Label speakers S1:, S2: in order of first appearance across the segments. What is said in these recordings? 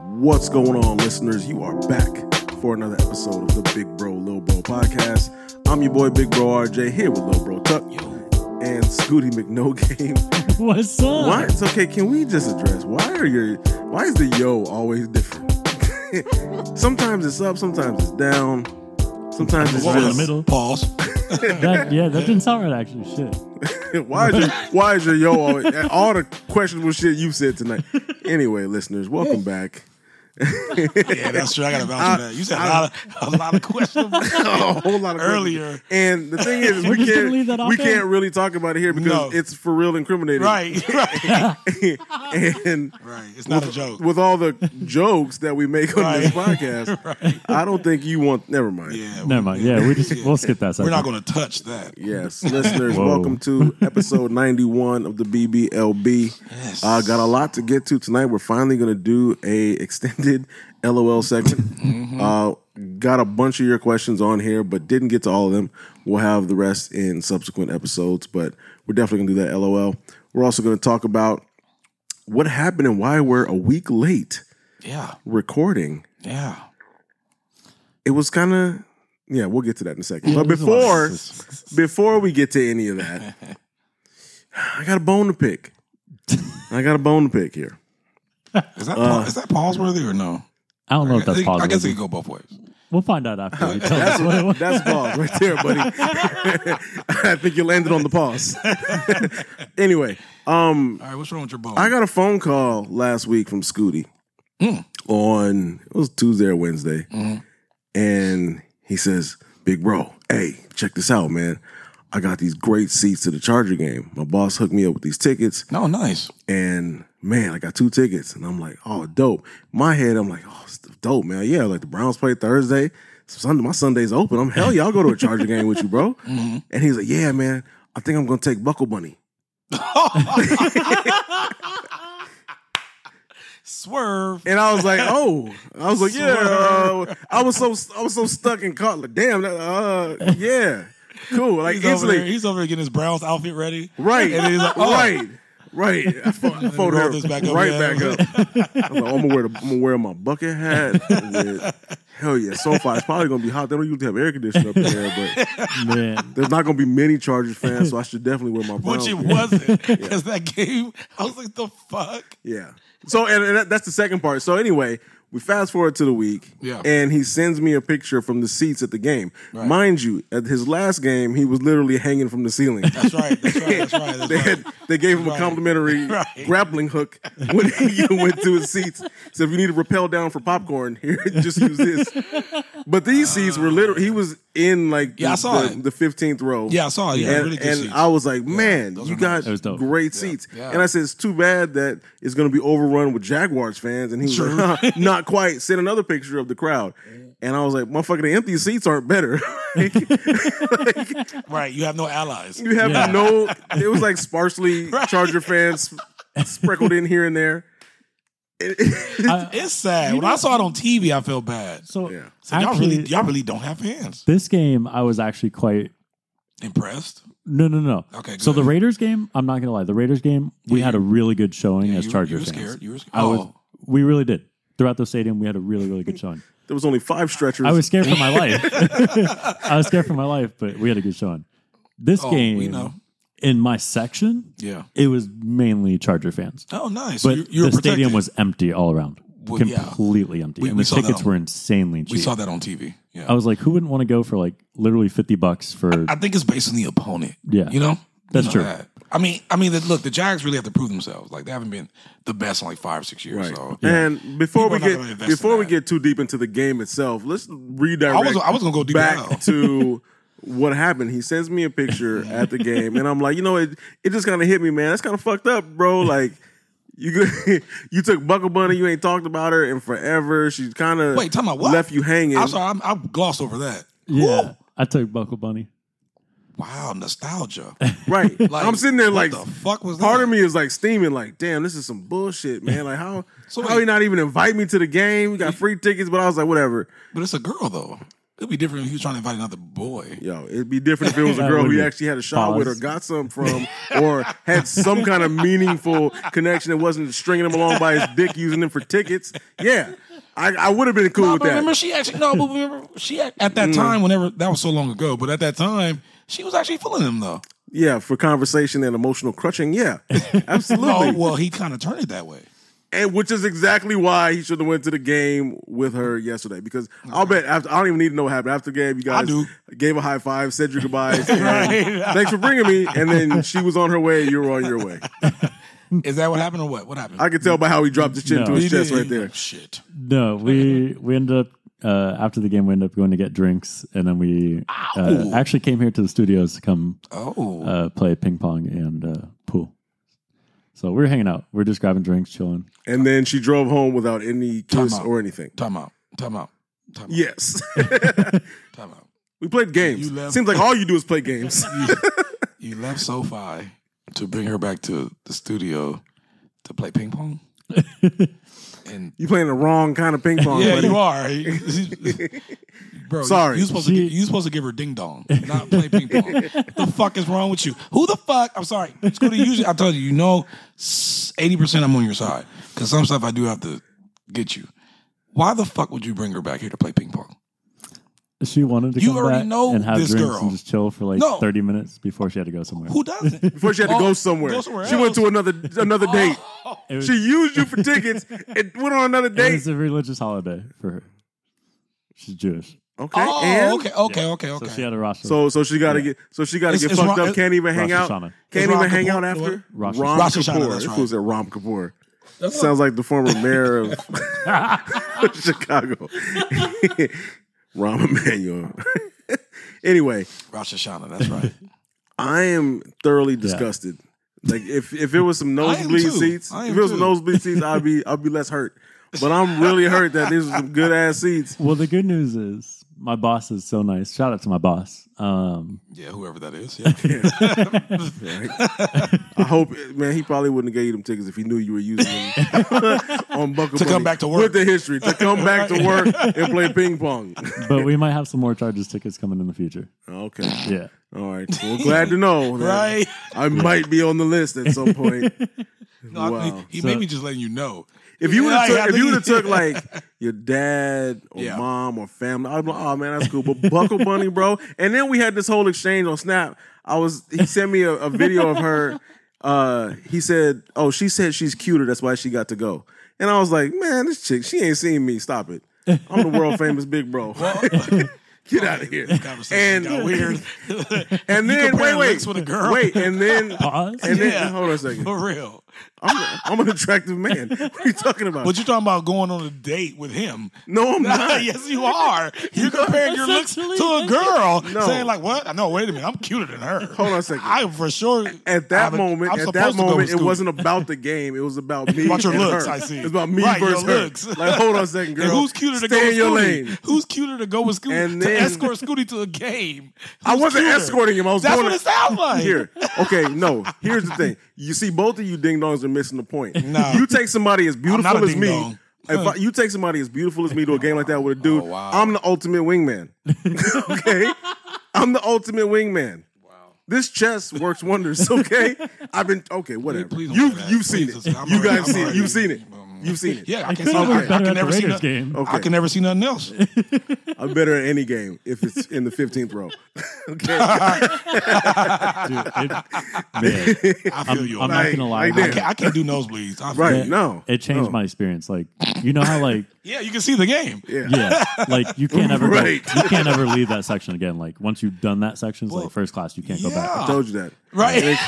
S1: What's going on, listeners? You are back for another episode of the Big Bro Lil Bro podcast. I'm your boy Big Bro RJ here with Lil Bro Tuck and Scooty McNo Game.
S2: What's up?
S1: Why? It's okay. Can we just address why are your why is the yo always different? sometimes it's up, sometimes it's down, sometimes it's
S2: Wall in the
S1: just
S2: middle.
S3: Pause.
S2: That, yeah, that didn't sound right actually. Shit.
S1: why is your why is your yo always, all the questionable shit you said tonight? Anyway, listeners, welcome back.
S3: Yeah, that's true. I got to vouch for that. You said a lot of a lot of questionable.
S1: a whole lot of
S3: Earlier.
S1: And the thing is,
S2: We're
S1: we
S2: just gonna
S1: can't
S2: leave that off
S1: we
S2: there?
S1: can't really talk about it here because
S3: No.
S1: it's for real incriminating,
S3: right, right,
S1: and
S3: right. It's not a joke.
S1: with all the jokes that we make on this
S3: Right.
S1: podcast, I don't think you want. Never mind.
S3: Yeah,
S2: Never mind. Yeah, we just we'll skip that.
S3: we're
S2: segment.
S3: not going to touch that.
S1: Yes, listeners,
S2: Whoa.
S1: welcome to episode 91 of the BBLB.
S3: Yes.
S1: Uh, got a lot to get to tonight. We're finally going to do a extended LOL segment. Uh, got a bunch of your questions on here, but didn't get to all of them. We'll have the rest in subsequent episodes, but we're definitely going to do that LOL. We're also going to talk about what happened and why we're a week late
S3: Yeah,
S1: recording.
S3: yeah.
S1: It was kind of yeah. We'll get to that in a second. but
S2: there's a lot of
S1: before
S2: this
S1: before we get to any of that, I got a bone to pick. I got a bone to pick here.
S3: Is that pa- is that pause worthy or no?
S2: Uh, I don't know if that's
S3: I,
S2: possible.
S3: I guess it could go both ways.
S2: We'll find out after. You tell us what it was.
S1: That's pause right there, buddy. I think you landed on the pause. anyway, um,
S3: All right, what's wrong with your bone?
S1: I got a phone call last week from Scooty
S2: Hmm.
S1: on it was Tuesday or Wednesday,
S2: Mm-hmm.
S1: and he says, "Big bro, hey, check this out, man. I got these great seats to the Charger game. My boss hooked me up with these tickets.
S3: no, nice.
S1: and man, I got two tickets, and I'm like, oh, dope. In my head, I'm like, oh, it's dope, man. Yeah, like the Browns play Thursday. Sunday, my Sunday's open. I'm hell yeah, I'll go to a Charger game with you, bro.
S3: Mm-hmm.
S1: And he's like, yeah, man. I think I'm gonna take Buckle Bunny.
S3: Swerve.
S1: And I was like, oh, I was like, yeah. uh, I was so I was so stuck and caught. Like, damn, that- uh, yeah, cool. Like
S3: He's over, there,
S1: instantly,
S3: he's over there getting his Browns outfit ready.
S1: right,
S3: And then he's like, oh.
S1: right, right. I fo- I
S3: roll
S1: folded
S3: this
S1: her
S3: back up,
S1: right
S3: yeah.
S1: back up. I'm, like, I'm gonna wear the, I'm gonna wear my bucket hat. with- hell yeah, SoFi it's probably gonna be hot. They don't usually have air conditioning up there, but
S2: Man,
S1: there's not gonna be many Chargers fans, so I should definitely wear my.
S3: Which
S1: Browns
S3: it
S1: gear.
S3: wasn't because that game. I was like, the fuck.
S1: Yeah. So and, and that, that's the second part. So anyway, we fast forward to the week.
S3: Yeah.
S1: And he sends me a picture from the seats at the game. Mind you, at his last game, he was literally hanging from the ceiling.
S3: That's right. That's right. That's right. That's
S1: They,
S3: right.
S1: had, they gave him a
S3: Right.
S1: complimentary
S3: Right.
S1: grappling hook when he went to his seats. So if you need to rappel down for popcorn, here, just use this. But these seats were literally, he was in like the,
S3: Yeah, I saw
S1: the,
S3: it.
S1: the 15th row.
S3: Yeah, I saw it. Yeah,
S1: and
S3: really good
S1: and
S3: seats.
S1: I was like, man,
S3: those
S1: you
S3: were
S1: got
S2: nice. It was dope.
S1: great seats.
S3: Yeah.
S1: And I said, it's too bad that it's going to be overrun with Jaguars fans. And he was like, "Huh, not quite. Send another picture of the crowd. And I was like, motherfucker, the empty seats aren't better. Like,
S3: Right. You have no allies.
S1: you have
S2: Yeah.
S1: no. It was like sparsely Charger fans sprinkled in here and there.
S2: I-
S3: It's sad. When I saw it on TV, I felt bad.
S2: so
S1: Yeah.
S3: So y'all
S2: actually,
S3: really, y'all really don't have fans.
S2: this game I was actually quite
S3: Impressed?
S2: no, no, no.
S3: Okay,
S2: So
S3: good.
S2: the Raiders game, I'm not gonna lie, the Raiders game, we had a really good showing as
S3: you,
S2: Charger
S3: you were
S2: fans.
S3: scared. You were scared.
S2: I was.
S3: Oh,
S2: We really did. Throughout the stadium, we had a really, really good showing.
S1: There was only five stretchers.
S2: I was scared for my life. I was scared for my life, but we had a good showing. This
S3: Oh,
S2: game,
S3: we know.
S2: in my section,
S3: yeah.
S2: it was mainly Charger fans,
S3: Oh, nice.
S2: but
S3: you, you were
S2: the stadium
S3: protected.
S2: was empty all around,
S3: Well, yeah.
S2: completely empty,
S3: We-
S2: and
S3: we
S2: the
S3: saw that
S2: tickets
S3: on-
S2: were insanely cheap.
S3: We saw that on TV. Yeah.
S2: I was like, who wouldn't want to go for like literally fifty bucks for?
S3: I think it's based on the opponent.
S2: Yeah.
S3: You know?
S2: That's
S3: You
S2: true.
S3: know that. I mean, I mean, look, the Jags really have to prove themselves. Like they haven't been the best in like five, six years. So
S1: And before
S3: People
S1: we
S3: are not gonna
S1: get
S3: invest in
S1: before we
S3: that.
S1: get too deep into the game itself, let's redirect.
S3: I was- I was gonna go deep now.
S1: back to what happened. He sends me a picture at the game, and I'm like, you know, it it just kind of hit me, man. That's kind of fucked up, bro. Like. You could- you took Buckle Bunny, you ain't talked about her in forever. She's kind of
S3: Wait, talking about what?
S1: left you hanging.
S3: I'm sorry, I'm, I glossed over that.
S2: yeah,
S3: Woo!
S2: I took Buckle Bunny.
S3: Wow, nostalgia.
S1: Right.
S3: Like,
S1: I'm sitting there like
S3: what the fuck was
S1: part
S3: that?
S1: of me is like steaming, like, damn, this is some bullshit, man. Like how
S3: So
S1: how
S3: wait-
S1: he not even invite me to the game? We got free tickets, but I was like, whatever.
S3: But it's a girl though. It'd be different if he was trying to invite another boy.
S1: Yo, it'd be different if it was a
S2: That
S1: girl
S2: would
S1: who you
S2: be-
S1: actually had a shot with or
S2: Pause.
S1: got some from or had some kind of meaningful connection that wasn't stringing him along by his dick using him for tickets. Yeah. I, I would have been cool with
S3: but remember,
S1: that. Mm.
S3: she actually no, but remember, she at, at that time, whenever that was so long ago, but at that time, she was actually feeling him though.
S1: Yeah, for conversation and emotional crutching. Yeah,
S3: No,
S1: absolutely.
S3: well, he kind of turned it that way.
S1: and which is exactly why he should have went to the game with her yesterday. Because I'll bet after I don't even need to know what happened after the game. You guys
S3: do.
S1: gave a high five, said your goodbyes. and Thanks for bringing me. And then she was on her way. You were on your way.
S3: Is that what happened or what? What happened?
S1: I could tell by how he dropped his chin
S2: No.
S1: to
S3: He
S1: his chest
S3: did-
S1: right there.
S3: Shit.
S2: No, we we ended up uh, after the game. We ended up going to get drinks, and then we uh,
S3: Ow.
S2: actually came here to the studios to come
S3: Oh,
S2: uh, play ping pong and uh, pool. So we were hanging out. We are just grabbing drinks, chilling.
S1: And then she drove home without any
S3: Time
S1: kiss
S3: out.
S1: or anything.
S3: time out. Time out. Time out.
S1: Yes.
S3: Time out.
S1: we played games.
S3: You left.
S1: Seems like all you do is play games.
S3: You left SoFi to bring her back to the studio to play ping pong. and
S1: you playing the wrong kind of ping pong.
S3: yeah,
S1: buddy.
S3: you are, bro.
S1: Sorry.
S3: you you supposed to
S2: She-
S3: give, you supposed to give her ding dong, not play ping pong. the fuck is wrong with you? Who the fuck? I'm sorry. Scooter, usually I told you, you know, eighty percent I'm on your side because some stuff I do have to get you. Why the fuck would you bring her back here to play ping pong?
S2: She wanted to
S3: You
S2: come
S3: already
S2: back
S3: know
S2: and have
S3: this
S2: drinks
S3: girl.
S2: and just chill for like
S3: No.
S2: 30 minutes before she had to go somewhere.
S3: Who doesn't?
S1: Before she had to
S3: Oh,
S1: go somewhere.
S3: go somewhere Oh.
S1: she went to another another date.
S2: It was,
S1: She used you for tickets and went on another
S2: it
S1: date.
S2: was a religious holiday for her. She's Jewish.
S1: Okay.
S3: Oh,
S1: and
S3: okay, okay, okay,
S2: So
S3: okay.
S2: she had a Rosh
S1: so so she gotta get so she gotta
S3: It's-
S1: get
S3: it's
S1: fucked
S3: Ro-
S1: up, can't even hang out.
S2: Rosh Hashanah.
S1: Can't
S3: It's
S1: even
S3: Ram
S1: hang out
S3: Kapoor,
S1: after?
S2: what? Rosh
S1: Ram
S3: Hashanah. Rosh Hashanah,
S1: Kapoor.
S3: that's
S1: This
S3: right.
S1: was at Ram Kapoor. Sounds like the former mayor of Chicago. Rahm Emanuel. anyway,
S3: Rosh Hashanah. That's right.
S1: I am thoroughly disgusted. Like if if it was some
S3: am
S1: nosebleed
S3: too.
S1: seats,
S3: I
S1: if
S3: am
S1: it was some
S3: too.
S1: nosebleed seats, I'd be I'd be less hurt. But I'm really hurt that these are some good ass seats.
S2: Well, the good news is my boss is so nice. Shout out to my boss. Um,
S3: yeah, whoever that is. Yeah.
S1: I hope man, he probably wouldn't have gave you them tickets if he knew you were using them on Buckle
S3: To come
S1: Money.
S3: back to work.
S1: With the history. To come back to work and play ping pong.
S2: but we might have some more charges tickets coming in the future.
S1: Okay.
S2: Yeah.
S1: All right. Well glad to know. that
S3: Right.
S1: I might be on the list at some point.
S3: No, I-
S1: Wow.
S3: He, he
S2: So-
S3: may be just letting you know.
S1: If you would
S3: Yeah,
S1: have
S3: I
S1: took, if you
S3: think-
S1: would have took like your dad or
S3: Yeah.
S1: mom or family, I'd be like, oh man, that's cool. But Buckle Bunny, bro. And then we had this whole exchange on Snap. I was he sent me a, a video of her. Uh, he said, oh, she said she's cuter. That's why she got to go. And I was like, man, this chick, she ain't seen me. Stop it. I'm the world famous big bro. Get out of here. And
S3: conversation got weird.
S1: and then
S3: You
S1: wait
S3: comparing
S1: wait
S3: looks with a girl.
S1: wait and then
S2: Pause.
S1: and then
S3: Yeah.
S1: hold on a second.
S3: For real.
S1: I'm, I'm an attractive man. What are you talking about?
S3: But you're talking about going on a date with him.
S1: no, I'm not.
S3: yes, you are. You're comparing your looks to a girl,
S1: No.
S3: saying like, "What? No, wait a minute, I'm cuter than her."
S1: Hold on a second.
S3: I for sure
S1: at that
S3: I'm a-
S1: moment,
S3: I'm
S1: at that
S3: supposed to go
S1: moment,
S3: to
S1: it
S3: school.
S1: wasn't about the game. It was about me.
S3: About your
S1: and
S3: looks,
S1: her.
S3: I see.
S1: It's about me
S3: Right, your
S1: versus her.
S3: looks.
S1: Like, hold on a second, girl.
S3: And who's cuter to
S1: Stay
S3: go
S1: in
S3: with
S1: your
S3: Scooty?
S1: lane.
S3: Who's cuter to go with Scooty
S1: And
S3: to
S1: then-
S3: escort Scooty to a game?
S1: I
S3: Who's
S1: wasn't
S3: cuter?
S1: escorting him. I was
S3: That's
S1: going
S3: what
S1: to-
S3: it sounds like.
S1: Here, okay, no. Here's the thing. You see, both of you ding dongs are missing the point.
S3: No.
S1: you take somebody as beautiful
S3: not a
S1: as me.
S3: ding-dong.
S1: If I, you take somebody as beautiful as me to a game like that with a dude,
S3: Oh, wow.
S1: I'm the ultimate wingman. okay, I'm the ultimate wingman. This chess works wonders. Okay, I've been okay. Whatever.
S3: Please don't
S1: you
S3: say that.
S1: you've seen
S3: Please
S1: it.
S3: don't say- I'm
S1: You
S3: already-
S1: guys
S3: I'm
S1: seen it.
S3: already-
S1: You've seen it. You've seen it.
S3: Yeah, I can
S2: Could've
S3: see.
S2: been
S3: I,
S2: better
S3: I can
S2: at the
S3: never see
S2: Raiders
S3: nothing.
S2: game.
S1: Okay.
S3: I can never see nothing else.
S1: I'm better at any game if it's in the 15th row. okay.
S2: Dude, it, man,
S3: I feel
S2: I'm,
S3: you.
S2: I'm
S3: on that.
S2: not gonna lie.
S1: like that.
S3: I
S2: man.
S3: can't, I can't do nosebleeds. I feel
S1: Right.
S3: you.
S1: no.
S2: It changed
S1: no.
S2: my experience. Like you know how like
S3: Yeah, you can see the game.
S1: Yeah.
S2: yeah, like you can't ever go-
S1: Right.
S2: you can't ever leave that section again. Like once you've done that section, it's
S3: Well,
S2: like first class, you can't go
S3: yeah.
S2: back.
S1: I told you that.
S3: Right.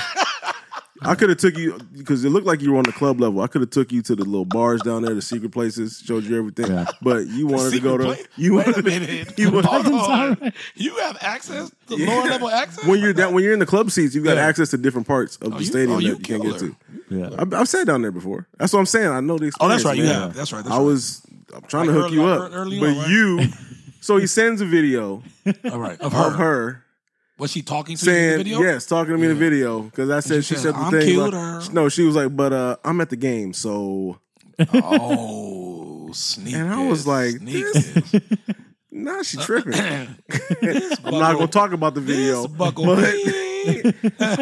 S1: I could have took you because it looked like you were on the club level. I could have took you to the little bars down there, the secret places, showed you everything.
S2: Yeah.
S1: But you wanted to
S3: Secret
S1: go to
S3: place?
S1: you
S3: Wait a
S1: wanted to-
S3: minute.
S1: you wanted-
S3: Hold on. You have access to lower level access?
S1: when you're down when you're in the club seats, you've got
S3: Yeah.
S1: access to different parts of the
S3: you-
S1: stadium
S3: oh, you
S1: that you can't get to.
S3: killer.
S2: Yeah.
S1: I, I've sat down there before. That's what I'm saying. I know the
S3: Oh,
S1: experience.
S3: that's right. You
S1: man.
S3: have. That's right. That's
S1: I was I'm trying to
S3: Like
S1: hook you
S3: early-
S1: up,
S3: early on,
S1: but
S3: right?
S1: you. So he sends a video
S3: right. All right. Of
S1: of
S3: her.
S1: her
S3: Was she talking to you in the
S1: saying
S3: video?
S1: yes, talking to me in the video because I said she,
S3: she
S1: said
S3: said,
S1: the
S3: "I'm
S1: thing. like-
S3: cuter."
S1: no, she was like, but uh, I'm at the game, so
S3: Oh, sneak.
S1: And I
S3: this,
S1: was like,
S3: sneak
S1: this-
S3: this.
S1: nah, she tripping. I'm
S3: This
S1: not
S3: buckle-
S1: gonna talk about the
S3: This
S1: video.
S3: buckle.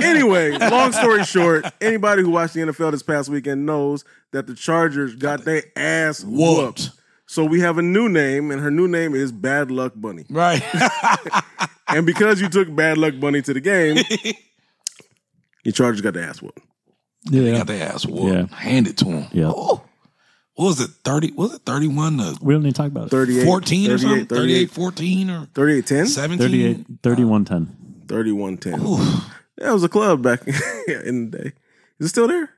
S1: anyway, long story short, anybody who watched the NFL this past weekend knows that the Chargers got their ass whooped.
S3: Whooped.
S1: So we have a new name, and her new name is Bad Luck Bunny.
S3: Right.
S1: And because you took Bad Luck Bunny to the game, your Chargers got the ass whooped.
S2: Yeah.
S3: Got their ass whooped.
S2: Yeah.
S3: Hand it to him.
S2: Yeah.
S3: What was it? 30? Was it 31 to
S2: We don't need to talk about it.
S1: 38,
S3: 14 or
S1: 38,
S3: something? 38,
S1: 38,
S3: 14 or
S1: 38, 10?
S3: 17?
S2: 38, 31, 10.
S1: 31 10. That was a club back in the day. Is it still there?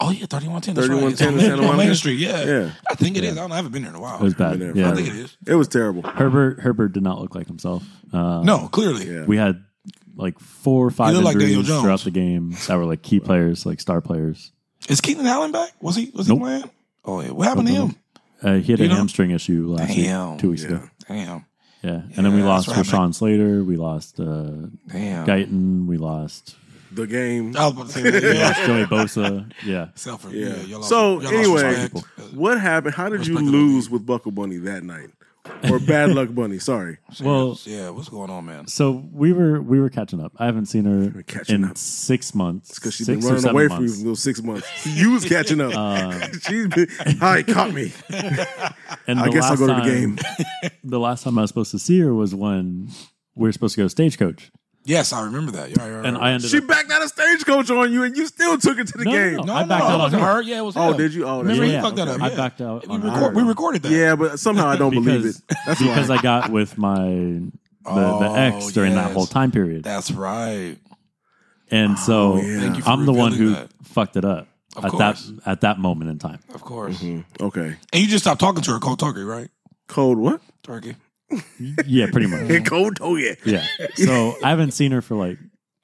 S3: Oh, yeah, 31 10. That's
S1: 31,
S3: right. It's on
S1: 10,
S3: Main-
S1: Santa
S3: on Main
S1: Monica?
S3: Street, yeah.
S1: Yeah.
S3: I think it is. I, don't, I haven't been there Oh, in a while.
S2: It was
S3: I
S2: bad.
S1: Been there
S2: Yeah.
S1: forever.
S3: think it is.
S1: It was terrible.
S2: Herbert Herbert did not look like himself. Uh,
S3: No, clearly.
S1: Yeah.
S2: We had like four or five
S3: looked like
S2: injuries
S3: Daniel Jones.
S2: throughout the game that were like key players, like star players.
S3: Is Keaton Allen back? Was he was
S2: Nope.
S3: he playing? Oh yeah. What happened to him?
S2: Uh, he had
S3: You
S2: a
S3: know-
S2: hamstring issue last
S3: Damn.
S2: week, two weeks ago.
S3: Damn.
S2: Yeah, and then we
S3: Yeah,
S2: lost
S3: that's what happened.
S2: Rashawn Slater. We lost uh,
S3: Damn.
S2: Guyton. We lost
S1: The game.
S3: I was about to say that.
S2: we
S3: Yeah.
S2: lost Joey Bosa. Yeah,
S3: Self- Oh, yeah.
S1: Yeah.
S3: y'all lost- y'all
S1: so
S3: lost
S1: anyway,
S3: respect. Uh,
S1: what happened? How did you
S3: Respect to the
S1: lose with Buckle Bunny that night? Or Bad Luck Bunny, sorry.
S2: well-
S3: yeah, what's going on, man?
S2: so we were we were catching up. I haven't seen her
S1: catching
S2: in
S1: up.
S2: six months
S1: Because she's
S2: six
S1: been
S2: or
S1: running
S2: seven
S1: away from you
S2: months. Uh,
S1: for those six months. You was catching up. she's been, how it caught me.
S2: And
S1: I
S2: the
S1: guess I'll
S2: last
S1: go to the
S2: time-
S1: game.
S2: The last time I was supposed to see her was when we were supposed to go to stagecoach,
S3: Yes, I remember that. You're right, you're right,
S2: and
S3: right.
S2: I ended
S1: She
S2: up.
S1: backed out a stagecoach on you and you still took it to the
S2: No, no,
S1: game.
S2: no.
S3: no,
S2: I
S3: no,
S2: backed
S3: no,
S2: out
S3: it
S2: on
S3: wasn't
S2: her.
S3: her. Yeah, it was
S1: Oh,
S3: him.
S1: did you? Oh, that's
S3: Remember
S1: right.
S3: he
S2: Yeah,
S3: fucked that
S2: okay.
S3: up.
S2: I
S3: yeah.
S2: backed out
S3: We,
S2: on
S3: record, we
S2: her.
S3: recorded that.
S1: Yeah, but somehow I don't believe it.
S2: Because-
S1: That's why.
S2: because I got with my the, the
S3: Oh,
S2: ex during that
S3: yes.
S2: whole time period,
S3: that's right.
S2: and so
S1: oh, yeah. Thank
S3: you for
S2: I'm the one
S3: revealing
S2: who
S3: that.
S2: fucked it up
S3: Of
S2: at
S3: course.
S2: that at that moment in time.
S3: Of course.
S1: Mm-hmm. Okay.
S3: And you just stopped talking to her cold turkey, right?
S1: Cold what?
S3: Turkey.
S2: Yeah, pretty much.
S1: Cold oh yeah.
S2: Yeah. So I haven't seen her for like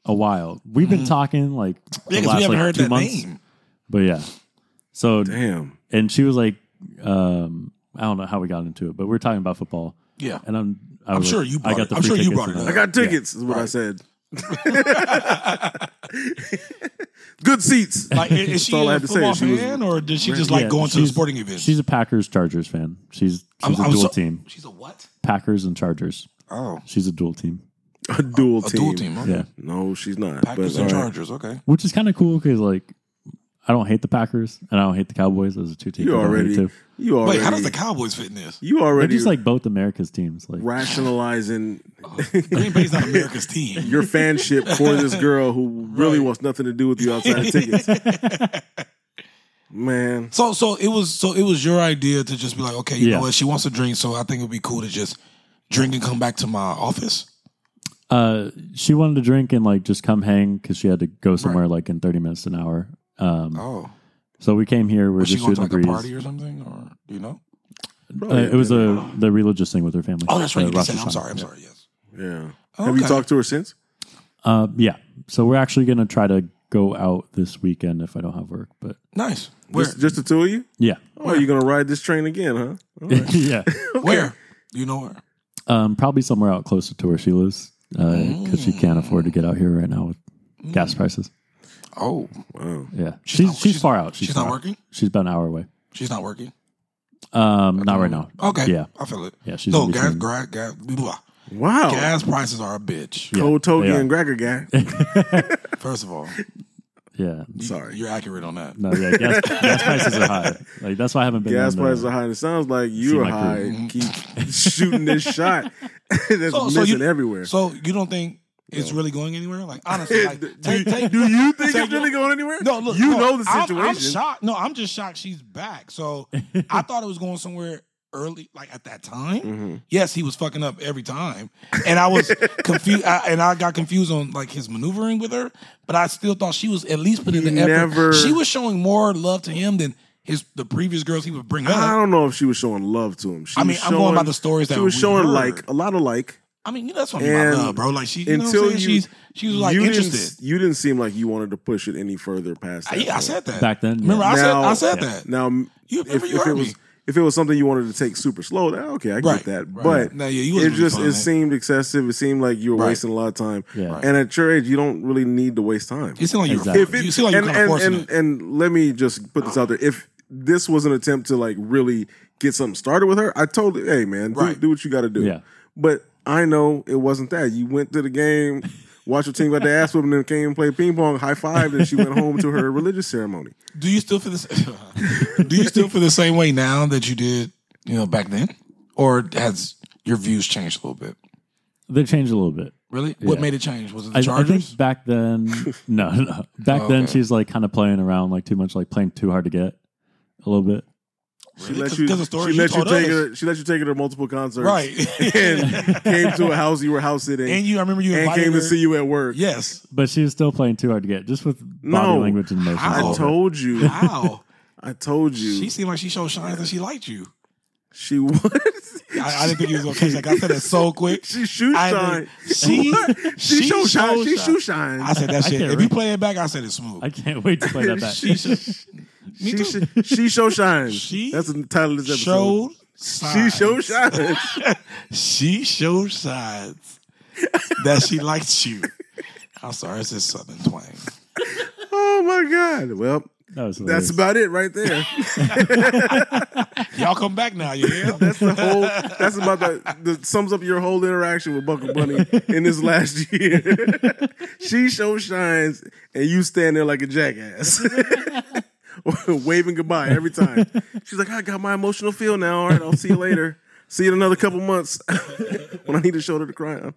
S2: a while. We've been talking like the
S3: Mm-hmm. Yeah, because
S2: last
S3: we haven't
S2: like
S3: heard
S2: two
S3: that
S2: months,
S3: name.
S2: but yeah. So
S1: Damn.
S2: and she was like, um, I don't know how we got into it, but we we're talking about football,
S3: Yeah.
S2: and I'm I
S3: I'm
S2: was
S3: sure
S2: like-
S3: you
S2: I
S3: brought
S2: got
S3: it-
S2: the
S3: I'm
S2: free
S3: sure you
S2: tickets
S3: brought
S2: and
S3: it
S2: all
S3: up.
S1: I
S2: that.
S1: got tickets, is what I said. Good seats.
S3: Like, i- is
S1: That's
S3: she
S1: all I
S3: a
S1: had to say.
S3: football
S1: She was-
S3: fan, or did she just like
S2: Yeah,
S3: going to the
S2: she's-
S3: sporting event?
S2: She's a Packers Chargers fan. She's she's a
S3: I'm
S2: dual
S3: so-
S2: team.
S3: She's a what?
S2: Packers and Chargers.
S3: Oh,
S2: She's a dual team.
S1: a dual
S3: a
S1: team.
S3: dual team. Okay.
S2: Yeah,
S1: No, she's not.
S3: Packers
S1: but,
S3: and
S1: all right.
S3: Chargers. Okay.
S2: which is kind of cool because like I don't hate the Packers and I don't hate the Cowboys. Those are two teams
S1: You
S2: I don't hate
S1: already
S2: too.
S1: you already
S3: Wait, how does the Cowboys fit in this?
S1: you
S2: They're
S1: already
S2: just like both America's teams. Like
S1: rationalizing
S3: Green Bay's not America's team.
S1: your fanship for this girl who really wants nothing to do with you outside of tickets. Man.
S3: So, so it was, so it was your idea to just be like, okay, you
S2: Yeah.
S3: know what? She wants to drink, so I think it'd be cool to just drink and come back to my office.
S2: Uh, she wanted to drink and like just come hang because she had to go somewhere like in thirty minutes an hour. Um,
S3: Oh,
S2: so we came here. We were
S3: was she
S2: just
S3: going
S2: shooting
S3: to
S2: the
S3: like a
S2: breeze.
S3: party or something, or do you know?
S2: Uh, it was a the religious thing with her family.
S3: Oh, that's right.
S2: Uh,
S3: You did say.
S2: Rosh
S3: that. I'm
S2: Hashanah.
S3: sorry. I'm sorry. Yes.
S1: Yeah. Have you
S3: Okay.
S1: talked to her since?
S2: Uh, yeah. So we're actually gonna try to go out this weekend if I don't have work. But
S3: Nice. Where?
S1: Just, just the two of you?
S2: yeah,
S1: Oh, you're gonna ride this train again, huh? All right.
S2: yeah.
S3: Where? You know where?
S2: Um, probably somewhere out closer to where she lives because she can't afford to get out here right now with gas prices.
S3: Oh,
S1: Wow.
S2: Yeah, she's she's,
S3: not- Mm. she's-
S2: far out.
S3: she's
S2: far
S3: not
S2: out.
S3: working?
S2: She's about an hour away.
S3: she's not working.
S2: Um, not right now.
S3: Okay.
S2: Yeah.
S3: I feel it.
S2: Yeah, she's
S3: no
S2: in
S3: gas,
S2: between.
S3: gas, gas, blah.
S1: Wow.
S3: gas prices are a bitch.
S1: Cold Togi
S2: they are.
S1: and Gregor guy.
S3: First of all,
S2: Yeah.
S1: Sorry.
S3: you're accurate on that.
S2: No, yeah, gas, gas prices are high. Like that's why I haven't been.
S1: Gas
S2: in, uh,
S1: prices are high. and It sounds like you are
S2: my
S1: high. and Keep shooting this shot. That's missing everywhere.
S3: So you don't think it's really going anywhere? Like honestly, like,
S1: do,
S3: take, take,
S1: do you think
S3: take-
S1: it's really going anywhere?
S3: No, look,
S1: you
S3: no,
S1: know the
S3: I'm-
S1: situation.
S3: I'm, shocked. No, I'm just shocked she's back. So I thought it was going somewhere early, like at that time.
S1: Mm-hmm.
S3: Yes, he was fucking up every time, and I was confused. I, and I got confused on like his maneuvering with her, but I still thought she was at least putting
S1: He
S3: in the effort.
S1: never-
S3: She was showing more love to him than his the previous girls he would bring
S1: I
S3: up.
S1: don't know if she was showing love to him. She
S3: I mean,
S1: was
S3: I'm going
S1: showing-
S3: by the stories
S1: she
S3: that
S1: was
S3: we
S1: showing
S3: heard.
S1: like a lot of like.
S3: I mean, you know, that's what I mean by
S1: And
S3: love, bro. Like she, you know, what
S1: until
S3: I'm saying?
S1: you-
S3: she's she was like
S1: you
S3: interested.
S1: Didn't, you didn't seem like you wanted to push it any further past. That
S3: yeah, I
S1: point.
S3: said that
S2: Back then,
S3: Remember,
S2: yeah.
S3: I
S1: Now-
S3: said I said
S2: Yeah.
S3: that.
S1: Now, m-
S3: You-
S1: if,
S3: remember you
S1: if it
S3: heard
S1: was
S3: me.
S1: if it was something you wanted to take super slow, then okay, I get
S3: Right,
S1: that.
S3: right.
S1: But
S3: No, yeah, you
S1: it
S3: wasn't really
S1: just
S3: feeling
S1: it
S3: that.
S1: seemed excessive. It seemed like you were
S3: Right.
S1: wasting a lot of time.
S2: Yeah. Right.
S1: And at your age, you don't really need to waste time.
S3: It seemed like you were.
S2: Exactly.
S1: If it,
S3: you seem like you
S1: and,
S3: were kind of
S1: and,
S3: forcing
S1: and,
S3: it.
S1: and let me just put this out there. If this was an attempt to like really get something started with her, I told her, hey man, do,
S3: Right.
S1: do what you got to do.
S2: Yeah.
S1: But I know it wasn't that. You went to the game watched her team got their ass whooped and then came and played ping pong, high five, and she went home to her religious ceremony.
S3: Do you still feel this? do you still feel the same way now that you did, you know, back then, or has your views changed a little bit?
S2: They changed a little bit.
S3: Really, what made it change? Was it
S2: I,
S3: the
S2: I
S3: Chargers? Oh,
S2: think back then, no, no. Back then, she's like kind of playing around like too much, like playing too hard to get a little bit.
S1: She
S3: Really?
S1: let
S3: 'Cause-
S1: you,
S3: 'cause the story
S1: she
S3: you
S1: let you
S3: told
S1: take
S3: us.
S1: her. She let you take her to multiple concerts,
S3: right?
S1: And came to a house you were house sitting,
S3: and
S1: and,
S3: you, I remember you invited
S1: came
S3: her.
S1: to see you at work.
S3: Yes.
S2: But she was still playing too hard to get, just with body
S1: No.
S2: language and emotions.
S3: How?
S2: a
S1: I
S2: little bit.
S1: told you.
S3: Wow.
S1: I told you.
S3: she seemed like she showed signs that she liked you.
S1: she was.
S3: I, I didn't think you was gonna catch that. I said that so quick.
S1: She shoe
S3: I
S1: shine.
S3: didn't- She,
S1: She, shoe shine.
S3: showed
S1: She
S3: signs.
S1: shoe shine.
S3: I said that shit.
S2: can't
S3: If you
S2: read.
S3: play it back, I said it's smooth.
S2: I can't wait to play that back.
S3: she sh- me
S1: she,
S3: too.
S1: she, she show shines.
S3: She
S1: That's the title of this episode.
S3: showed signs.
S1: she show shines.
S3: She showed signs that she likes you. I'm sorry, it's just Southern twang.
S1: oh my god. Well,
S2: that was
S1: that's
S2: hilarious.
S1: about it right there.
S3: Y'all come back now, you hear?
S1: That's the whole. That's about the, the sums up your whole interaction with Buckle Bunny in this last year. she show shines, and you stand there like a jackass, waving goodbye every time. She's like, "I got my emotional feel now. All right, I'll see you later. See you in another couple months when I need a shoulder to cry on."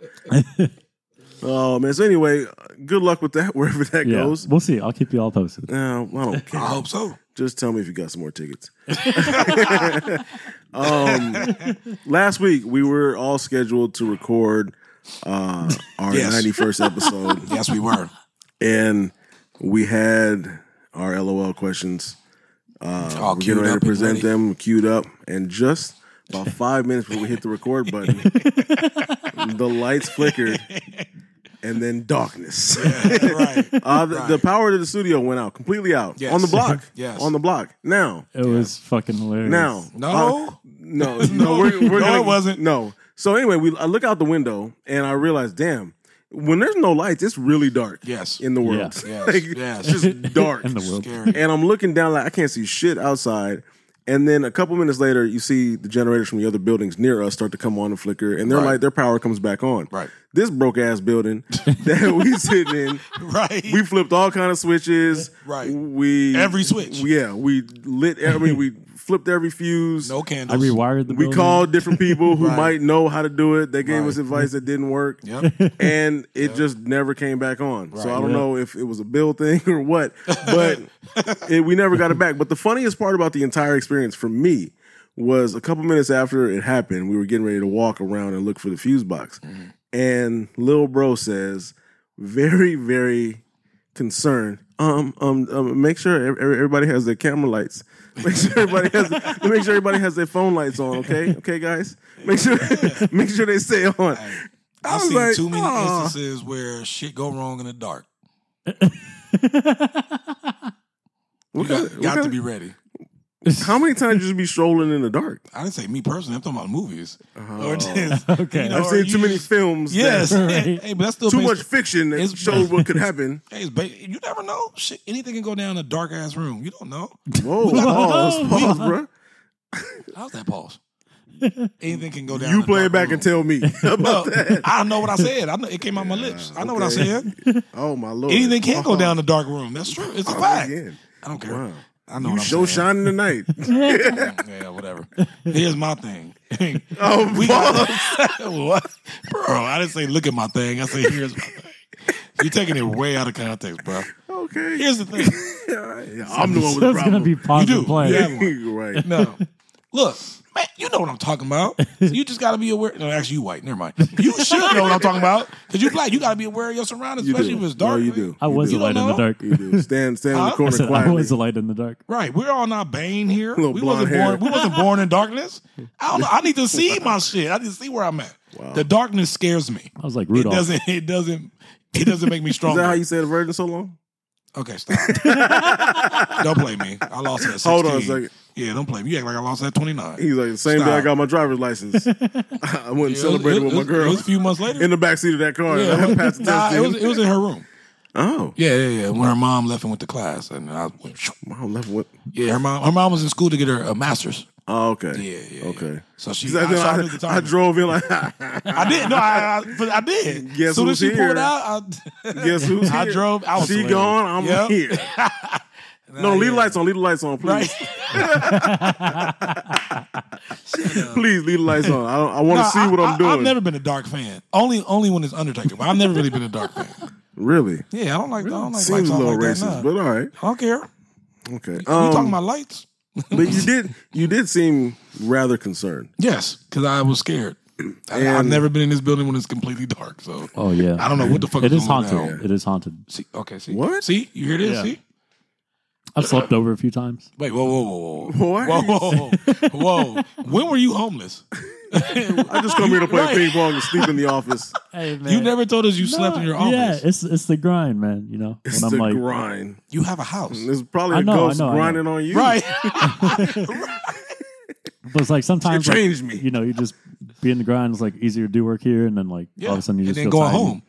S1: oh man. So anyway, good luck with that wherever that
S2: yeah.
S1: goes.
S2: We'll see. I'll keep you all posted.
S1: Uh, I don't care.
S3: I hope so.
S1: Just tell me if you got some more tickets. um, last week we were all scheduled to record uh, our
S3: Yes.
S1: 91st episode,
S3: Yes, we were.
S1: and we had our LOL questions.
S3: All
S1: We're getting
S3: queued
S1: Uh, ready
S3: up
S1: to
S3: and
S1: present
S3: ready.
S1: them, queued up, and just about five minutes before we hit the record button, the lights flickered, and then darkness.
S3: right.
S1: Uh, the, the power to the studio went out, completely out
S3: Yes.
S1: on the block.
S3: Yes.
S1: on the block. Now.
S2: It was fucking hilarious.
S1: Now,
S3: No.
S1: uh, no, no, we're, we're
S3: No,
S1: gonna-
S3: it wasn't.
S1: No. So anyway, we I look out the window and I realize, damn, when there's no lights, it's really dark.
S3: Yes.
S1: in the world,
S3: Yeah. Yes,
S1: Like,
S3: yes.
S1: it's just dark.
S2: in the world.
S3: Scary.
S1: And I'm looking down like I can't see shit outside. And then a couple minutes later, you see the generators from the other buildings near us start to come on and flicker, and their
S3: Right.
S1: light, their power comes back on.
S3: Right.
S1: This broke ass building that we sitting in,
S3: Right.
S1: we flipped all kind of switches.
S3: Right.
S1: We
S3: Every switch.
S1: Yeah. We lit. I mean, we flipped every fuse.
S3: no
S2: I
S3: candles.
S2: rewired the.
S1: We
S2: building.
S1: called different people who
S3: Right.
S1: might know how to do it. They gave
S3: Right.
S1: us advice that didn't work,
S3: Yep.
S1: and it just never came back on. So I don't
S2: Yeah.
S1: know if it was a bill thing or what, but it, we never got it back. But the funniest part about the entire experience for me was a couple minutes after it happened, we were getting ready to walk around and look for the fuse box,
S3: Mm-hmm.
S1: and Lil Bro says, very very concerned. Um, um, um, make sure ev- ev- everybody has their camera lights. Make sure everybody has. make sure everybody has their phone lights on. Okay, okay, guys. Make sure. make sure they stay on. I
S3: I've
S1: was
S3: seen
S1: like,
S3: too many
S1: "Aw."
S3: instances where shit go wrong in the dark. You
S1: What
S3: got,
S1: kind of-
S3: got
S1: what
S3: to
S1: kind
S3: be
S1: of-
S3: ready.
S1: How many times you just be strolling in the dark?
S3: I didn't say me personally. I'm talking about movies. Or just-
S2: Okay.
S3: you
S1: Uh-huh.
S3: know,
S1: I've
S3: or
S1: seen too
S3: you
S1: many
S3: just-
S1: films. that-
S3: Yes.
S2: Right.
S3: Hey, but that's still
S1: too
S3: based-
S1: much fiction that
S3: It's-
S1: showed what could happen.
S3: Hey, it's ba- you never know. Shit, anything can go down in a dark ass room. You don't know.
S1: Whoa, pause, pause, bro.
S3: How's that pause? Anything can go down.
S1: You
S3: in a
S1: play
S3: dark
S1: it back
S3: room.
S1: and tell me
S3: No,
S1: about that.
S3: I know what I said. I know it came out my lips. I know what I
S1: okay.
S3: said.
S1: Oh my lord!
S3: Anything can go
S1: Oh,
S3: down in the dark room. That's true. It's a fact.
S1: again.
S3: I don't care.
S1: Oh, Wow.
S3: I know
S1: You
S3: what I'm
S1: show
S3: saying.
S1: shining tonight.
S3: yeah, whatever. Here's my thing.
S1: Oh,
S3: We
S1: pause.
S3: got what, bro? I didn't say look at my thing. I said here's my thing. You're taking it way out of context, bro.
S1: Okay.
S3: Here's the thing.
S1: Yeah, I'm the one with
S2: So
S1: the
S2: it's gonna
S1: problem.
S2: be pause
S3: You do.
S2: and play.
S3: Yeah.
S1: right.
S3: No. Look, man, you know what I'm talking about. You just got to be aware. No, actually, you white. Never mind. You should know what I'm talking about because you black. You got to be aware of your surroundings,
S1: You
S3: especially
S1: do.
S3: if it's dark.
S1: No, you
S3: man.
S1: do.
S2: I
S1: You
S2: was
S1: do.
S2: a light in the
S3: know?
S2: dark.
S1: You do. Stand, stand in the
S3: Huh?
S1: corner
S2: I said I
S1: quietly.
S2: was a light in the dark.
S3: Right, we're all not Bane here.
S1: Little
S3: We
S1: blonde
S3: wasn't
S1: hair.
S3: born. We wasn't born in darkness. I don't know. I need to see my shit. I need to see where I'm at. The darkness scares me.
S2: I was like
S3: It
S2: Rudolph.
S3: doesn't. It doesn't. It doesn't make me
S1: Is that how
S3: stronger.
S1: you say the virgin so long?
S3: okay, stop. don't play me. I lost that. 16.
S1: Hold on a second.
S3: Yeah, don't play me. You act like I lost that 29.
S1: He's like, the same day I
S3: Stop.
S1: got my driver's license, I went and
S3: Yeah,
S1: celebrated
S3: it
S1: with
S3: was-
S1: my
S3: It was,
S1: girl
S3: it was a few months later.
S1: in the backseat of that car.
S3: yeah,
S1: and I
S3: it
S1: passed
S3: was,
S1: the
S3: nah,
S1: test.
S3: it was.
S1: dude.
S3: It was in her room.
S1: oh,
S3: Yeah, yeah, yeah. When her mom left and went to class, and I,
S1: wow, left with
S3: yeah, her mom, her mom was in school to get her a master's.
S1: Oh, okay.
S3: Yeah, yeah, yeah.
S1: Okay.
S3: So she,
S1: 'Cause
S3: I,
S1: I,
S3: shot her
S1: I,
S3: at the
S1: I
S3: time.
S1: drove in like,
S3: I did. No, I, I, but I did.
S1: Guess
S3: Soon as
S1: who's
S3: she
S1: here?
S3: pulled out, I,
S1: guess who's
S3: I
S1: here?
S3: drove. I was
S1: She
S3: hilarious.
S1: gone. I'm
S3: Yep.
S1: here. No, leave the lights on. Leave the lights on, please.
S3: Right.
S1: Please leave the lights on. I, don't- I want to
S3: No,
S1: see what
S3: I,
S1: I'm
S3: I-
S1: doing.
S3: I've never been a dark fan. Only, only when it's Undertaker. But I've never really been a dark fan.
S1: really
S3: Yeah, I don't like. I don't like
S1: seems
S3: lights
S1: a
S3: on
S1: little
S3: like
S1: racist,
S3: that. nah.
S1: but all right.
S3: I don't care.
S1: Okay.
S3: you
S1: Um,
S3: talking about lights?
S1: but you did you did seem rather concerned.
S3: Yes, because I was scared. I, I've
S1: And-
S3: never been in this building when it's completely dark. So
S2: Oh yeah.
S3: I don't know what the fuck
S2: It is
S3: going on
S2: haunted.
S3: now.
S2: It is haunted.
S3: See, okay, see
S1: What?
S3: See, you hear this?
S2: Yeah.
S3: See,
S2: I've slept over a few times.
S3: wait, whoa, whoa, whoa, whoa,
S1: What?
S3: whoa, whoa, whoa, whoa. When were you homeless?
S1: I just come here to play
S3: Right.
S1: ping pong and sleep in the office.
S2: Hey man.
S3: You never told us you slept in your office.
S2: Yeah, it's it's the grind, man. You know,
S1: It's
S2: when
S1: the
S2: I'm like,
S1: grind.
S3: You have a house,
S1: There's probably
S2: I
S1: a
S2: know, I
S1: ghost
S2: know, I know.
S1: grinding on you.
S3: right?
S2: but it's like sometimes
S1: It
S2: like,
S1: changed me.
S2: You know, you just be in the grind. It's like easier to do work here, and then like all of a sudden you just
S3: and then
S2: feel
S3: going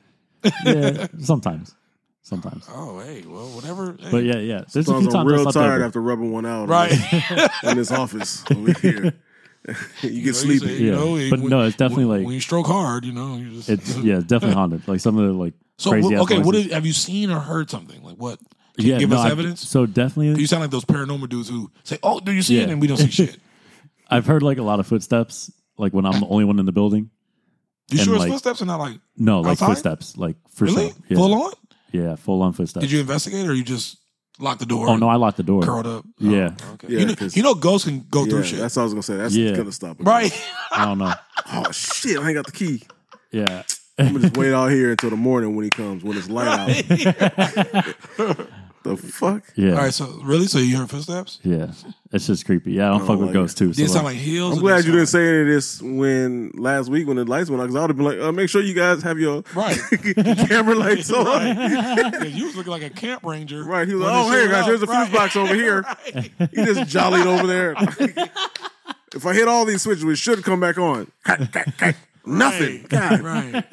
S2: tired.
S3: home.
S2: Yeah, sometimes, sometimes.
S3: Oh, hey, well, whatever. hey.
S2: But yeah, yeah. There's a
S1: So
S2: few times
S1: I'm
S2: I
S1: real
S2: slept
S1: tired
S2: over.
S1: after rubbing one out
S3: right.
S1: in this office over here. you get
S3: You know, you say,
S1: sleepy.
S3: you
S2: Yeah.
S3: know, it-
S2: But no, it's definitely
S3: when,
S2: like-
S3: when you stroke hard, you know. You just,
S2: It's yeah, it's definitely haunted. Like some of the like
S3: so
S2: crazy.
S3: wh-
S2: ass
S3: okay. What
S2: voices.
S3: is, have you seen or heard something? Like what? Can you
S2: Yeah,
S3: give
S2: no,
S3: us
S2: I've-
S3: evidence?
S2: So definitely,
S3: You sound like those paranormal dudes who say, "Oh, do you see it?"
S2: Yeah.
S3: and we don't see shit.
S2: I've heard like a lot of footsteps. Like when I'm the only one in the building.
S3: You
S2: And,
S3: sure
S2: like-
S3: it's footsteps and not like
S2: No, like
S3: Outside?
S2: footsteps. Like for
S3: really
S2: sure. Yeah.
S3: full on?
S2: Yeah, full on footsteps.
S3: Did you investigate or you just locked the door?
S2: Oh no, I locked the door.
S3: curled up.
S2: Yeah.
S3: Oh, okay.
S1: Yeah,
S3: you, know,
S1: 'cause-
S3: you know ghosts can go
S1: Yeah,
S3: through shit,
S1: that's what I was gonna say. That's
S2: Yeah.
S1: gonna stop. it.
S3: right?
S2: I don't know.
S1: Oh shit! I ain't got the key.
S2: Yeah.
S1: I'm gonna just wait out here until the morning when he comes when it's light out. The fuck?
S2: Yeah.
S3: All right. So really, so you heard footsteps?
S2: Yeah. It's just creepy. Yeah, I don't, fuck
S1: don't Oh,
S2: with
S1: like
S2: ghosts too.
S3: Did it
S2: so,
S3: sound
S2: like-
S3: like heels?
S1: I'm
S3: or
S1: glad
S3: did
S1: you
S3: it
S1: didn't
S3: sound
S1: say any of this when last week when the lights went out because I would have been like, uh, make sure you guys have your
S3: Right.
S1: camera lights on. Right.
S3: like- Yeah, you was looking like a camp ranger.
S1: He was
S3: when
S1: like,
S3: this
S1: oh hey
S3: shit
S1: guys,
S3: up."
S1: here's a fuse
S3: Right.
S1: box over here.
S3: Right.
S1: He just jollied over there. if I hit all these switches, we should come back on. Nothing. God.
S3: Right.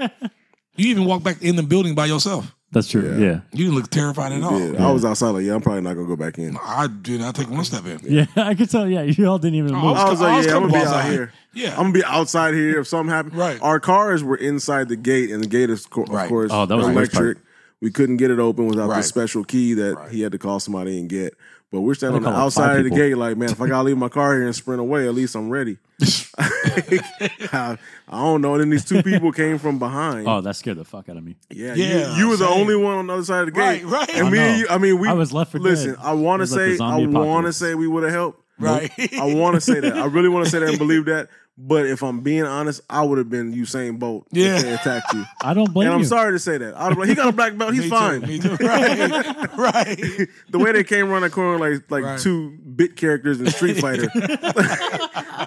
S3: You even walked back in the building by yourself.
S2: that's true. Yeah.
S3: You didn't look terrified at all.
S1: Yeah, I was outside like, yeah, I'm probably not gonna go back in.
S3: I did. I take one step in.
S2: yeah. I could tell. Yeah, you all didn't even move.
S1: I was
S3: I
S1: like,
S3: was
S1: yeah, I'm
S3: coming
S1: gonna be
S3: outside.
S1: out here.
S3: Yeah.
S1: I'm gonna be outside here if something happens.
S3: Right.
S1: Our cars were inside the gate, and the gate is, co- of
S3: Right.
S1: course,
S2: Oh, that was the worst
S1: electric. We couldn't get it open without
S3: Right.
S1: the special key that
S3: Right.
S1: he had to call somebody and get. But we're standing on the
S2: call like five
S1: outside of the
S2: people.
S1: gate, like, man, if I gotta leave my car here and sprint away, at least I'm ready. I, I don't know. And then these two people came from behind.
S2: Oh, that scared the fuck out of me.
S1: Yeah,
S3: Yeah,
S1: you, you were the
S3: same.
S1: only one on the other side of the
S3: Right,
S1: gate,
S3: right.
S1: And
S3: I
S1: me and
S2: know.
S1: you, I mean, we
S2: I was left for
S1: Listen,
S2: dead.
S1: I want
S2: It
S1: to
S2: was like the
S1: say, I
S2: zombie
S1: want to
S2: apocalypse.
S1: say we would have helped.
S3: Right.
S1: I want to say that. I really want to say that and believe that. But if I'm being honest, I would have been Usain Bolt
S3: Yeah.
S1: if they attacked you.
S2: I don't blame
S1: And I'm
S2: you.
S1: sorry to say that. I was like, he got a black belt. He's
S3: Me
S1: fine.
S3: Too, me too. Right. right.
S1: The way they came around the corner like like
S3: Right.
S1: two bit characters in Street Fighter,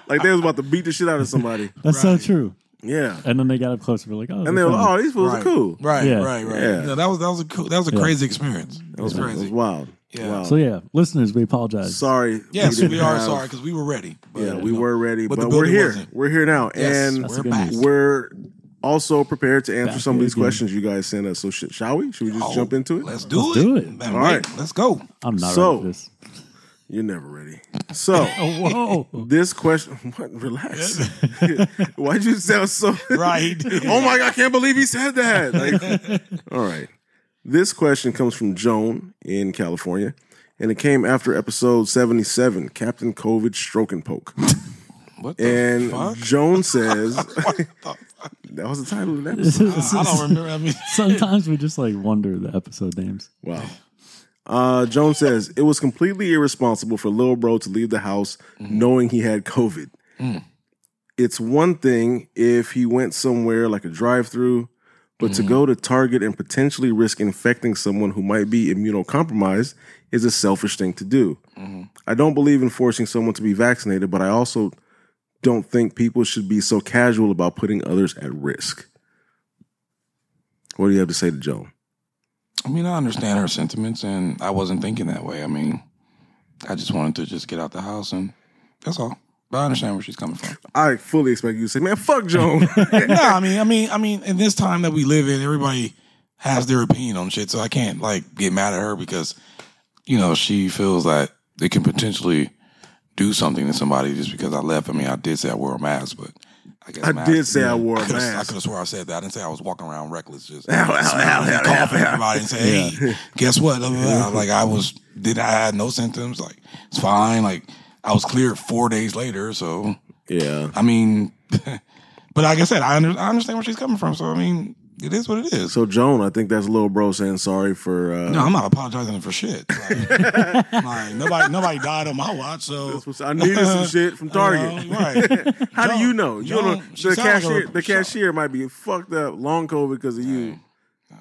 S1: like they was about to beat the shit out of somebody.
S2: That's
S3: Right.
S2: so true.
S1: Yeah,
S2: And then they got up close. We're like, oh,
S1: and they were like, oh, these fools
S3: right.
S1: are cool.
S3: Right,
S2: Yeah.
S3: right, right.
S1: Yeah.
S3: No, that was that was a cool, that was a crazy experience. That was
S1: It was
S3: crazy.
S1: wild.
S3: Yeah.
S1: Wow.
S2: So yeah, listeners, we apologize.
S1: sorry.
S3: Yes, we,
S1: didn't
S3: are
S1: have-
S3: sorry because we were ready. But,
S1: Yeah,
S3: you
S1: we
S3: know,
S1: were ready,
S3: but
S1: but,
S3: the
S1: we're
S3: building
S1: here.
S3: wasn't.
S1: We're here now,
S3: Yes,
S1: and
S2: That's
S3: we're
S2: the good
S3: back.
S2: news.
S1: we're also prepared to answer
S2: Back
S1: some of these
S2: again.
S1: questions you guys sent us. So sh- shall we? Should we just
S3: Oh,
S1: jump into it?
S3: Let's do
S2: Let's
S3: it.
S2: do it.
S3: Man,
S1: All
S3: wait,
S1: right.
S3: let's go.
S2: I'm not
S1: So-
S2: ready for this. Oh,
S1: You're never ready. So
S3: Oh.
S2: Whoa.
S1: this question, what? Relax. Why'd you sound so?
S3: Right.
S1: oh my god! I can't believe he said that. Like, all right. This question comes from Joan in California, and it came after episode seventy-seven, Captain COVID Stroke and Poke.
S3: What the
S1: And
S3: fuck?
S1: Joan says that was the title of the episode.
S3: I don't remember. I mean,
S2: Sometimes we just like wonder the episode names.
S1: Wow. Uh, Joan says it was completely irresponsible for Lil Bro to leave the house knowing he had COVID. It's one thing if he went somewhere like a drive-through, but to go to Target and potentially risk infecting someone who might be immunocompromised is a selfish thing to do. I don't believe in forcing someone to be vaccinated, but I also don't think people should be so casual about putting others at risk. What do you have to say to Joan?
S3: I mean, I understand her sentiments, and I wasn't thinking that way. I mean, I just wanted to just get out the house, and that's all. But I understand where she's coming from.
S1: I fully expect you to say, "Man, fuck Joan."
S3: no, I mean, I mean, I mean, in this time that we live in, everybody has their opinion on shit, so I can't like get mad at her because you know she feels that it can potentially do something to somebody just because I left. I mean, I did say I wore a mask, but I guess
S1: I
S3: mask-
S1: did say I wore a
S3: I could've- I
S1: mask.
S3: could have swore I said that. I didn't say I was walking around reckless, just
S1: Ow, ow,
S3: smiling
S1: ow,
S3: and
S1: ow, ow,
S3: coughing at
S1: ow.
S3: everybody and say, "Hey, guess what?" Blah, blah, blah. Like I was, did I had no symptoms? Like it's fine. Like I was cleared four days later. So
S1: Yeah.
S3: I mean, but like I said, I, under, I understand where she's coming from. So I mean, it is what it is.
S1: So Joan, I think that's little bro saying sorry for. Uh,
S3: no, I'm not apologizing for shit. Like, like, nobody, nobody died on my watch. So
S1: that's what's- I needed some shit from Target.
S3: You know, right.
S1: How
S3: Joan-
S1: do you know? You
S3: Joan,
S1: don't
S3: she
S1: know. The
S3: sound like a
S1: cashier,
S3: rep-
S1: the cashier might be fucked up, long COVID because of you.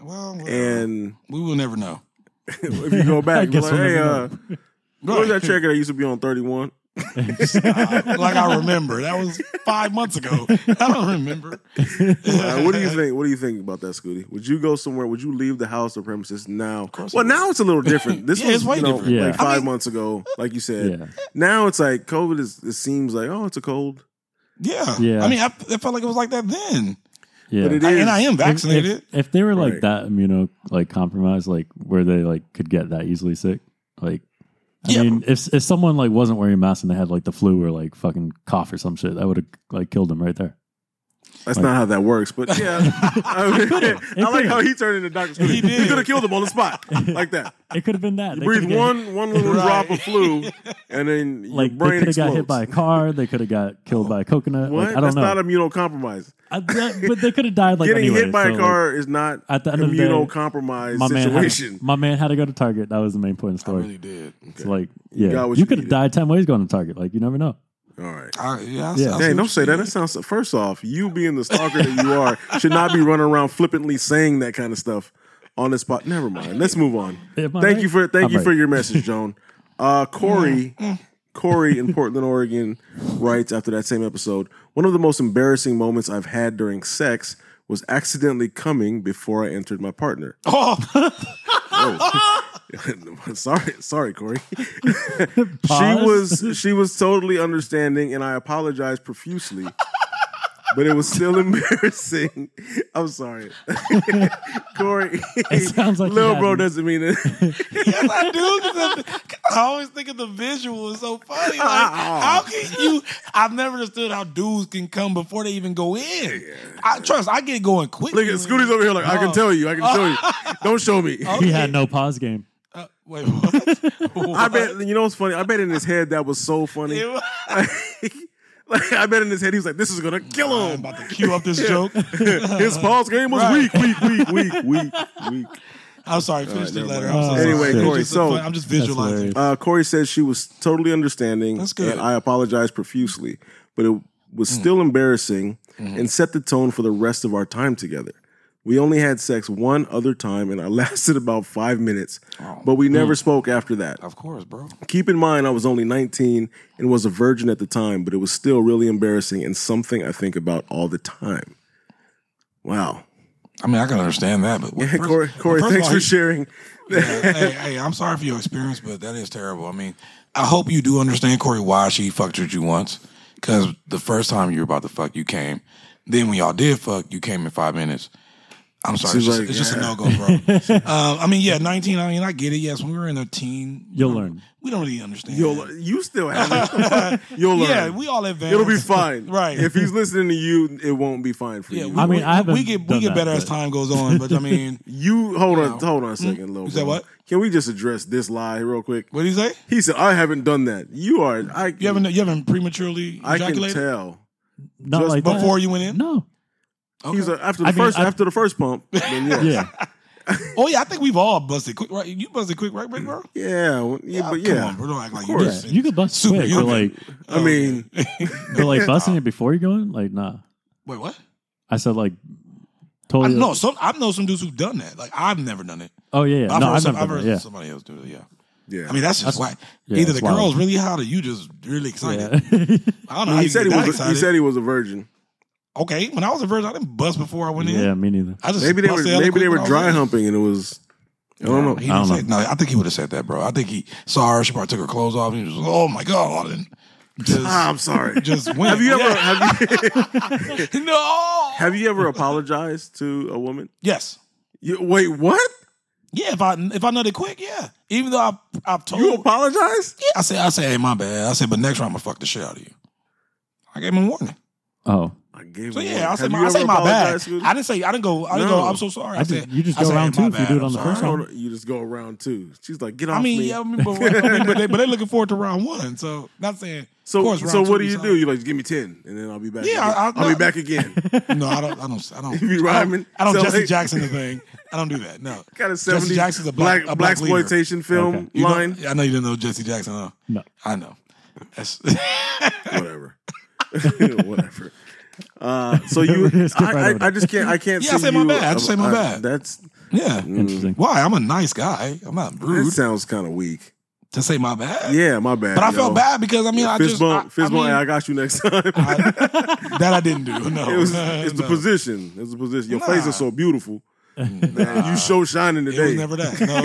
S3: Well, whatever.
S1: And
S3: we will never know.
S1: if you go back, you're
S2: guess
S1: like,
S2: we'll
S1: hey,
S2: never
S1: uh, what was that checker that used to be on 31?
S3: like I remember. That was five months ago. I don't remember.
S1: Uh, what do you think? What do you think about that, Scooty? Would you go somewhere? Would you leave the house or premises now?
S3: course
S1: Well,
S3: I would.
S1: now it's a little different. This
S3: Yeah,
S1: was
S3: it's way
S1: you know,
S3: different.
S2: Yeah.
S1: like
S2: I
S1: five
S3: mean-
S1: months ago, like you said.
S2: Yeah.
S1: Now it's like COVID is. It seems like oh, it's a cold,
S3: Yeah.
S2: Yeah.
S3: I mean, I, I felt like it was like that then.
S2: Yeah.
S1: but it
S3: I-
S1: is.
S3: and I am
S2: If- if,
S3: vaccinated.
S2: if they were
S1: Right.
S2: like that immuno like compromised, like where they like could get that easily sick, like I
S3: Yeah.
S2: mean, if if someone like wasn't wearing a mask and they had like the flu or like fucking cough or some shit, that would have like killed them right there.
S1: That's not how that works, but yeah. I, mean, I like how he turned into Doctor Scooty.
S3: He did.
S1: could have killed him on the spot, like that.
S2: It could have been that.
S1: You
S2: They
S1: breathe
S2: coulda got-
S1: one one little
S3: Right.
S1: drop of flu, and then your
S2: like they
S1: brain
S2: could have
S1: explodes.
S2: got hit by a car. They could have got killed by a coconut.
S1: what?
S2: Like, I
S1: That's
S2: don't know.
S1: not immunocompromised.
S2: I- that- but they could have died like
S1: Getting
S2: anyway,
S1: hit by
S2: so,
S1: a
S2: like,
S1: car is not
S2: At the end of the day,
S1: immunocompromised
S2: my man, had
S1: situation.
S2: to, my man had to go to Target. That was the main point of the
S3: I
S2: story.
S3: really did.
S2: It's like, yeah,
S1: got
S2: you,
S1: what you
S2: could have
S1: needed.
S2: died ten ways going to Target. Like, you never know.
S1: All right.
S3: I, yeah.
S2: Yeah.
S3: I, I see
S1: Dang,
S3: what
S1: don't say
S3: you
S1: that.
S3: mean.
S1: That sounds. First off, you being the stalker that you are should not be running around flippantly saying that kind of stuff on the spot. Never mind. Let's move on.
S2: Am I
S1: Thank
S2: right?
S1: you for thank
S2: I'm
S1: you for
S2: right.
S1: your message, Joan. Uh, Corey, Corey in Portland, Oregon, writes after that same episode. One of the most embarrassing moments I've had during sex was accidentally coming before I entered my partner.
S3: Oh,
S1: sorry, sorry, Corey.
S2: Pause.
S1: She was she was totally understanding, and I apologized profusely. But it was still embarrassing. I'm sorry, Corey.
S2: It sounds like
S1: little
S2: you
S1: bro
S2: had-
S1: doesn't mean it.
S3: yes, I do. 'cause I- I always think of the visual is so funny. Like,
S1: Uh-uh.
S3: how can you? I've never understood how dudes can come before they even go in. I trust. I get going quickly.
S1: Look at Scooty's over here. Like I
S2: Oh.
S1: can tell you, I can tell you. Don't show me.
S2: He had no pause game.
S3: Uh, wait, what?
S1: I bet you know what's funny. I bet in his head that was so funny.
S3: It was-
S1: like I bet in his head he was like, "This is gonna kill
S3: I'm
S1: him."
S3: about to queue up this joke.
S1: His pause game was weak,
S3: Right.
S1: weak, weak, weak, weak, weak.
S3: I'm sorry, finish the
S1: never
S3: letter.
S1: mind.
S3: I'm so sorry.
S1: Anyway,
S3: It's
S1: Corey,
S3: just a
S1: so-
S3: fun- I'm just
S2: That's
S3: visualizing.
S2: hilarious.
S1: Uh, Corey says she was totally understanding.
S3: That's good. Mm.
S1: And I apologized profusely, but it was still embarrassing and set the tone for the rest of our time together. We only had sex one other time, and I lasted about five minutes,
S3: Oh.
S1: but we never
S3: Mm.
S1: spoke after that.
S3: Of course, bro.
S1: Keep in mind, I was only 19 and was a virgin at the time, but it was still really embarrassing and something I think about all the time. Wow.
S3: I mean, I can understand that, but
S1: Hey, Corey, Corey
S3: first of
S1: thanks
S3: all,
S1: for
S3: he-
S1: sharing.
S3: yeah, hey, hey, I'm sorry for your experience, but that is terrible. I mean, I hope you do understand, Corey, why she fucked with you once. Because the first time you were about to fuck, you came. Then when y'all did fuck, you came in five minutes. I'm sorry,
S1: She's
S3: it's, just,
S1: like,
S3: it's just a
S1: yeah.
S3: no go, bro. um, I mean, yeah, 19. I mean, I get it. Yes, when we were in a teen,
S2: You'll learn.
S3: we don't really understand.
S1: You'll, you still have it. You'll learn.
S3: yeah, we all advanced.
S1: It'll be fine.
S3: right?
S1: If he's listening to you, it won't be fine for
S3: yeah,
S1: you.
S3: we,
S2: I mean,
S3: we,
S2: I haven't
S3: we get we
S2: done
S3: get
S2: that,
S3: better as
S2: but-
S3: time goes on, but I mean,
S1: you hold on, hold on a second, Lobo.
S3: Mm-hmm. You said what?
S1: Can we just address this lie real quick?
S3: what do you say?
S1: He said, "I haven't done that." You are. I.
S3: You haven't you haven't prematurely
S1: I can
S3: ejaculated
S1: tell.
S2: Not
S1: Just
S2: like that.
S3: before you went in?
S2: No.
S1: He's a, after the
S2: I mean,
S1: first
S2: I-
S1: after the first pump. then yes.
S2: Yeah.
S3: Oh yeah, I think we've all busted quick. Right? You busted quick, right, big bro?
S1: yeah, well, yeah, but yeah.
S3: Oh, Come on, Oh, bro. Don't act like you
S1: course.
S2: yeah.
S3: just
S2: You could bust
S3: Super
S2: quick, but
S3: human.
S2: like,
S1: I mean,
S2: but like busting it before you go in, like, nah.
S3: Wait, what?
S2: I said like,
S3: I
S2: totally.
S3: know some. I know some dudes who've done that. Like I've never done it.
S2: Oh yeah, yeah.
S3: I've
S2: no,
S3: heard,
S2: I've
S3: some,
S2: never.
S3: I've
S2: done
S3: heard
S2: that, yeah.
S3: somebody else do it. Yeah.
S1: yeah.
S3: I mean that's just why
S2: yeah,
S3: either the
S2: it's wild.
S3: girl's really hot or you just really excited.
S2: Yeah.
S3: I don't know. how
S1: he
S3: you
S1: said
S3: get
S1: he
S3: that
S1: was. A, he
S3: excited.
S1: said he was a virgin.
S3: okay. When I was a virgin, I didn't bust before I went in.
S2: yeah, me neither.
S3: I just
S1: Maybe they were.
S3: busted out
S1: Maybe
S3: quick
S1: they
S3: when
S1: were
S3: I was
S1: dry
S3: in.
S1: humping, and it was. I don't know.
S3: He
S2: I
S3: didn't
S2: don't
S3: say, no, I think he would have said that, bro. I think he saw her. She probably took her clothes off. And he was like, "Oh my god!" And just,
S1: Ah, I'm sorry.
S3: just went.
S1: Have you ever have you
S3: Yeah. no.
S1: have you ever apologized to a woman?
S3: yes.
S1: You, wait, what?
S3: Yeah, if I if I nut it quick, yeah. Even though I I've told
S1: You apologize?
S3: I said, I said, hey, my bad. I said, but next round I'm gonna fuck the shit out of you. I gave him a warning.
S2: Oh,
S1: I gave
S3: So
S1: him
S3: yeah,
S1: one.
S3: I said,
S1: Have
S3: my,
S1: you
S3: I said
S1: ever
S3: my bad.
S1: apologized, Scooter?
S3: I didn't say I didn't go. I didn't
S1: No.
S3: go. I'm so sorry. I,
S2: I
S3: said
S2: just- you just
S3: I
S2: go
S3: said,
S2: around
S3: "Hey, my
S2: two if you
S3: bad,
S2: do it
S3: I'm
S2: on the
S3: sorry."
S2: first
S1: I
S2: one.
S1: don't know. You just go around two. She's like, get off
S3: I mean,
S1: me.
S3: yeah, I mean, but, I mean, but they, but they looking forward to round one. So not saying.
S1: So,
S3: of course, round
S1: so
S3: two
S1: what do
S3: be
S1: you
S3: solid.
S1: do? You like give me ten, and then I'll be back.
S3: Yeah,
S1: again.
S3: I- I'll-
S1: I'll, be
S3: no.
S1: back again.
S3: No, I don't. I don't. I don't.
S1: You be rhyming,
S3: I don't, I don't
S1: so
S3: Jesse
S1: like-
S3: Jackson the thing. I don't do that. No.
S1: Got a
S3: Jesse
S1: seventy
S3: Jackson's a black, a black leader.
S1: exploitation film
S2: Okay.
S3: You don't-
S1: line.
S3: I know you didn't know Jesse Jackson. Huh?
S2: No.
S3: I know. That's,
S1: Whatever, whatever. Uh, so you,
S2: Skip right
S1: I,
S2: over
S1: I, I just can't. I can't.
S3: Yeah, I
S1: see
S3: said my
S1: you-
S3: bad. I just
S1: uh,
S3: said my
S1: uh,
S3: bad.
S1: That's
S3: yeah.
S2: interesting.
S3: Why? I'm a nice guy. I'm not
S1: that
S3: rude
S1: sounds kind of weak.
S3: to say my bad.
S1: Yeah, my bad.
S3: But I
S1: yo.
S3: felt bad because I mean I
S1: fist
S3: just
S1: bump,
S3: I,
S1: fist
S3: I
S1: bump.
S3: mean,
S1: I got you next time.
S3: I- that I didn't do. No,
S1: it was.
S3: Oh, no,
S1: It's the
S3: no.
S1: position. It's the position. Your face
S3: Nah.
S1: is so beautiful.
S3: Nah,
S1: you show shining
S3: it
S1: today.
S3: was never that. No,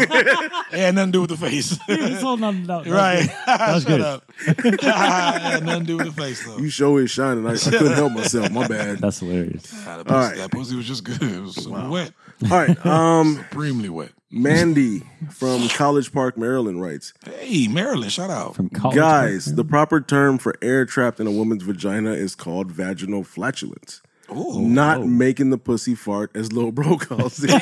S3: it had nothing to do with the face. right?
S2: was
S3: Shut
S2: good.
S3: up. it had nothing to do with the face though.
S1: You show is shining. I, I couldn't help myself. My bad.
S2: That's hilarious.
S3: Nah, that, pussy,
S1: All right.
S3: that pussy was just good. It was super wet,
S1: All right. Um,
S3: supremely wet.
S1: Mandy from College Park, Maryland writes
S3: Hey, Maryland, shout out.
S2: From college
S1: Guys, the proper term for air trapped in a woman's vagina is called vaginal flatulence.
S3: Ooh,
S1: Not making the pussy fart, as Lil Bro calls it. wow.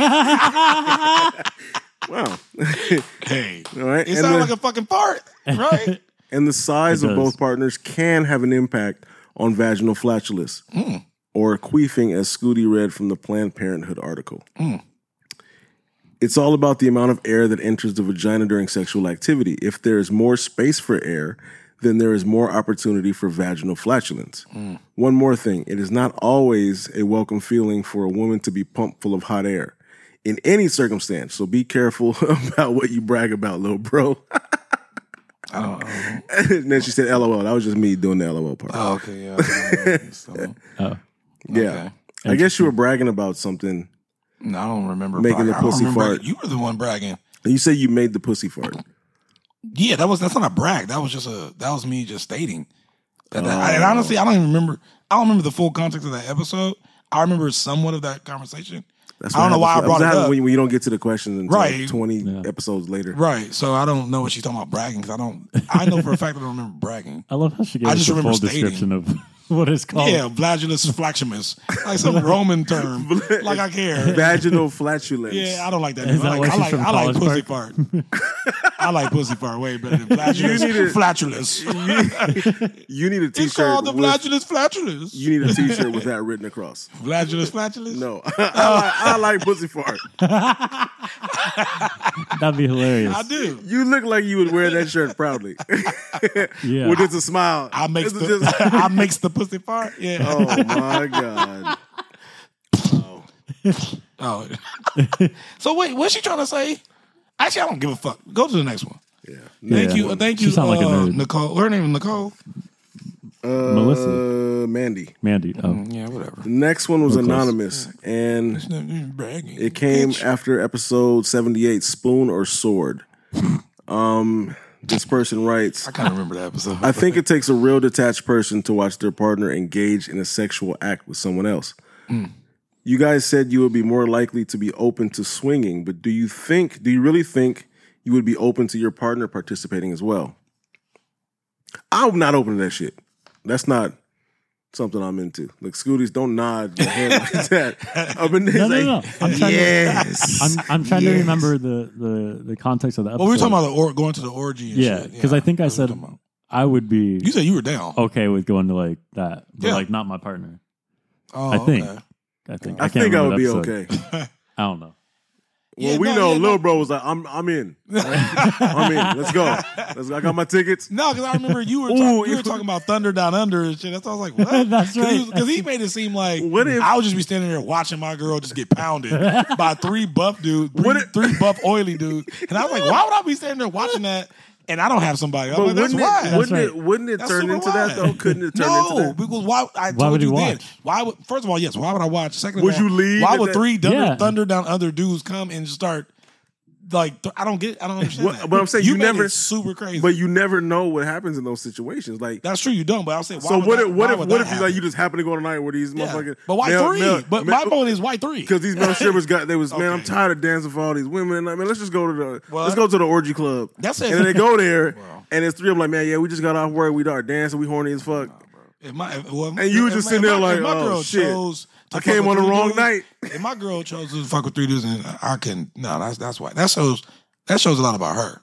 S3: hey,
S1: All right.
S3: it
S1: And
S3: sounded
S1: the,
S3: like a fucking fart, right?
S1: and the size
S2: It
S1: of
S2: does.
S1: both partners can have an impact on vaginal flatulence
S2: Hmm.
S1: or queefing, as Scooty read from the Planned Parenthood article. It's all about the amount of air that enters the vagina during sexual activity. If there is more space for air, then there is more opportunity for vaginal flatulence. One more thing it is not always a welcome feeling for a woman to be pumped full of hot air in any circumstance. So be careful about what you brag about, little bro.
S3: I don't know.
S1: and then she said, LOL. That was just me doing the LOL part.
S3: Oh, okay, yeah. I don't know. So-
S1: yeah. I guess you were bragging about something.
S3: No, I don't remember
S1: Making the
S3: bragging. I don't
S1: pussy
S3: remember
S1: fart.
S3: bragging. You were the one bragging.
S1: You said you made the pussy fart.
S3: Yeah, that was that's not a brag. That was just a that was me just stating. That, that-
S1: Oh.
S3: and honestly, I don't even remember. I don't remember the full context of that episode. I remember somewhat of that conversation.
S1: That's
S3: I don't know why I
S1: happens-
S3: brought
S1: that's what
S3: it
S1: happens
S3: up.
S1: When you, when you don't get to the questions until
S3: Right.
S1: 20 episodes later.
S3: Right. So I don't know what she's talking about bragging because I don't. I know for a fact I don't remember bragging.
S2: I love how she gave
S3: I
S2: us
S3: just
S2: a
S3: remember
S2: full
S3: stating.
S2: description of what it's
S1: Oh.
S2: called.
S3: Yeah, flagelus flacimus, like some Roman term. Like I care.
S1: Vaginal flatulence.
S3: Yeah, I don't like that.
S2: Is
S3: I
S2: that
S3: like,
S2: why
S3: I
S2: she's
S3: like,
S2: from
S3: I like pussy
S2: College
S3: fart. I like pussy fart way better than
S1: You need
S3: flatulus.
S1: to-
S3: Flatulus.
S1: You need a t-shirt.
S3: It's called the
S1: with-
S3: flatulus flatulus.
S1: you need a t-shirt with that written across.
S3: Flatulence, flatulence.
S1: No. I, like, I like pussy fart.
S2: That'd be hilarious.
S3: I do.
S1: You look like you would wear that shirt proudly.
S2: yeah.
S1: With just a smile.
S3: I makes
S1: This
S3: the
S1: is just-
S3: I makes the pussy fart. Yeah.
S1: Oh my God.
S3: Oh. so wait, what's she trying to say? Actually, I don't give a fuck. Go to the next one.
S1: Yeah.
S3: Thank
S2: Yeah.
S3: you. uh, thank
S2: She
S3: you.
S2: sound like a
S3: uh,
S2: nerd.
S3: Nicole. Her name is Nicole.
S1: Uh,
S2: Melissa.
S1: Mandy.
S2: Mandy. Oh.
S3: Yeah, whatever.
S1: Next one was anonymous, and
S3: Bragging.
S1: it came after episode seventy-eight. Spoon or sword? Um, this person writes.
S3: I kind of remember that episode.
S1: I think it takes a real detached person to watch their partner engage in a sexual act with someone else. You guys said you would be more likely to be open to swinging, but do you think, do you really think you would be open to your partner participating as well? I'm not open to that shit. That's not something I'm into. Like, Scooties, don't nod your head like that. Up in
S2: No, no, no. I'm trying,
S1: yes.
S2: to, I'm, I'm trying
S1: Yes.
S2: to remember the, the, the context of the episode.
S3: well, we were talking about the or, going to the orgy. And
S2: Yeah,
S3: shit.
S2: because I think I Oh,
S3: that's what
S2: said
S3: we're talking
S2: I would be
S3: about. you said you were down.
S2: okay with going to like that, but
S3: Yeah.
S2: like not my partner.
S3: Oh,
S2: I think.
S3: okay.
S2: I think.
S1: I
S2: can't
S1: think I
S2: remember
S1: would
S2: the
S1: be
S2: episode.
S1: okay.
S2: I don't
S1: Well,
S2: know.
S3: Yeah,
S1: we
S3: no,
S1: know
S3: yeah,
S1: Lil
S3: no.
S1: Bro was like, I'm, I'm in. I'm in. Let's go. Let's go. I got my tickets.
S3: No, because I remember you were
S1: Ooh,
S3: talk- you were
S1: if-
S3: talking about Thunder Down Under and shit. That's why I was like, what?
S2: That's right.
S3: Because he, made it seem like
S1: What if-
S3: I would just be standing there watching my girl just get pounded by three buff dudes, three,
S1: What if-
S3: three buff oily dudes, and I was like, why would I be standing there watching that? And I don't have somebody. I'm
S1: But
S3: like, that's
S1: wouldn't
S3: why.
S1: it, wouldn't
S2: That's
S1: it wouldn't it
S3: That's
S1: turn
S3: super
S1: into
S3: why.
S1: that though? Couldn't it turn
S3: no,
S1: into that?
S3: because why? I told
S2: Why would
S3: you
S2: you
S3: then.
S2: watch?
S3: Why would first of all, yes. Why would I watch? Second, of
S1: Would
S3: all,
S1: you leave
S3: Why
S1: if
S3: would
S1: that-
S3: three thunder,
S2: Yeah.
S3: thunder down under dudes come and start like th- I don't get. I don't understand.
S1: Well,
S3: that.
S1: but I'm saying you
S3: made
S1: never-
S3: it super crazy.
S1: But you never know what happens in those situations. Like,
S3: that's true. You don't. But I'll say. Why
S1: so
S3: would
S1: what?
S3: that-
S1: if, what
S3: why
S1: if
S3: would
S1: what
S3: that
S1: if you,
S3: happen?
S1: like you just happen to go tonight where these
S3: Yeah.
S1: motherfuckers?
S3: But why
S1: male-
S3: three?
S1: male-
S3: but
S1: male-
S3: my point is why three?
S1: Because these male strippers got, they was, man, I'm
S3: Okay.
S1: tired of dancing for all these women. And I mean, let's just go to the,
S3: Well,
S1: let's go to the orgy club.
S3: that's it.
S1: And then they go there,
S3: Wow.
S1: and it's three of them like, man, yeah, we just got off work. We started dancing. We horny as fuck.
S3: If my, if, well,
S1: And you
S3: if
S1: just
S3: my-
S1: sitting
S3: if
S1: there
S3: my-
S1: like,
S3: if my
S1: "Oh,
S3: girl
S1: shit.
S3: chose to
S1: I
S3: fuck
S1: came
S3: with
S1: on the
S3: three
S1: wrong
S3: dudes,
S1: night.
S3: If my girl chose to fuck with three dudes, and I can no, that's that's why that shows that shows a lot about her.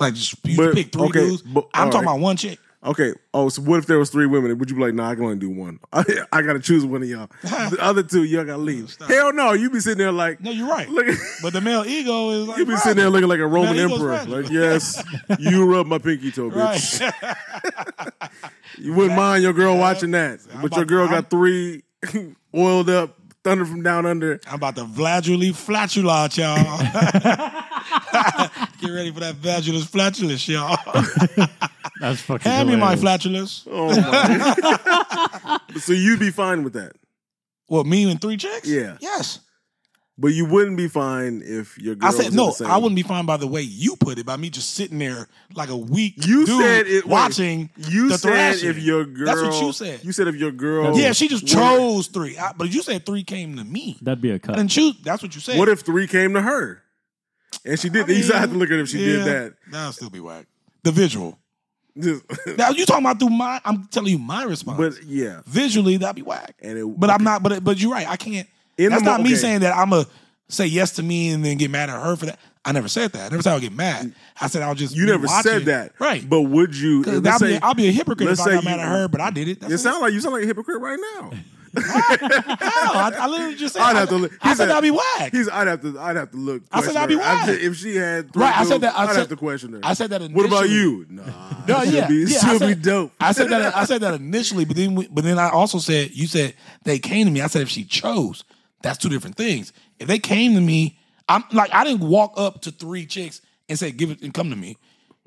S3: Like just you
S1: But,
S3: pick three
S1: okay,
S3: dudes.
S1: but-
S3: I'm talking
S1: alright.
S3: about one chick.
S1: Okay. Oh, so what if there was three women? Would you be like, nah, I can only do one. I, got to choose one of y'all. the other two, y'all got to leave.
S3: Stop.
S1: Hell no. You be sitting there like,
S3: No, you're right.
S1: look,
S3: But the male ego is like
S1: you be sitting there looking like a Roman
S3: ego's
S1: emperor.
S3: fragile.
S1: Like, yes, you rub my pinky toe, bitch.
S3: right.
S1: You wouldn't mind your girl watching that,
S3: I'm
S1: but your
S3: about-
S1: girl
S3: I'm-
S1: got three oiled up thunder from down under.
S3: I'm about to vladulate flatula, out y'all. Get ready for that flatulence, flatulence, y'all.
S2: That's fucking.
S3: Hand me my
S2: hilarious.
S3: flatulence.
S1: Oh my! so you'd be fine with that,
S3: Well, me and three chicks?
S1: Yeah.
S3: Yes.
S1: but you wouldn't be fine if your girl.
S3: I
S1: was
S3: said
S1: in
S3: no.
S1: the same-
S3: I wouldn't be fine by the way you put it. By me just sitting there like a weak
S1: You
S3: dude
S1: said it. wait,
S3: watching.
S1: You
S3: the
S1: said
S3: thrashing.
S1: if your girl.
S3: That's what you said.
S1: You said if your girl.
S3: yeah, she just
S1: what-
S3: chose three. I, but you said three came to me.
S2: That'd be a
S3: I
S2: cut.
S3: didn't choose. That's what you said.
S1: What if three came to her, and she did?
S3: mean,
S1: you have to look at if she
S3: yeah,
S1: did that.
S3: That'll still be whack. The visual.
S1: Just-
S3: Now you talking about through my? I'm telling you my response.
S1: but yeah,
S3: visually, that'd be whack.
S1: and it.
S3: But I'm not. But but you're right. I can't.
S1: In
S3: that's
S1: the mo-
S3: not me
S1: okay.
S3: saying that I'm a say yes to me and then get mad at her for that. I never said that. I never said I would get mad. I said I'll just.
S1: You
S3: be
S1: never
S3: watching.
S1: said that,
S3: right?
S1: But would you?
S3: 'Cause
S1: let's
S3: I'll, be,
S1: say-
S3: I'll be a hypocrite if
S1: let's
S3: I
S1: say
S3: got mad
S1: you-
S3: at her, but I did it. That's
S1: It
S3: what
S1: sound like you sound like a hypocrite right now.
S3: No, I, I literally just said.
S1: I'd
S3: I,
S1: have to look.
S3: I
S1: He's
S3: said
S1: a-
S3: that'd be whack.
S1: He's. I'd have to. I'd have to look.
S3: I said
S1: question
S3: I'd be
S1: her. I'd
S3: whack.
S1: say If she had, three
S3: Right, I
S1: dudes,
S3: said that- I
S1: I'd
S3: said-
S1: have to question her.
S3: I said that. Initially.
S1: What about you? Nah.
S3: No,
S1: she'll
S3: yeah,
S1: be,
S3: yeah, I
S1: she'll be
S3: said-
S1: dope.
S3: I said that. I said that initially, but then we, but then I also said you said they came to me. I said if she chose, that's two different things. If they came to me, I'm like I didn't walk up to three chicks and say give it and come to me.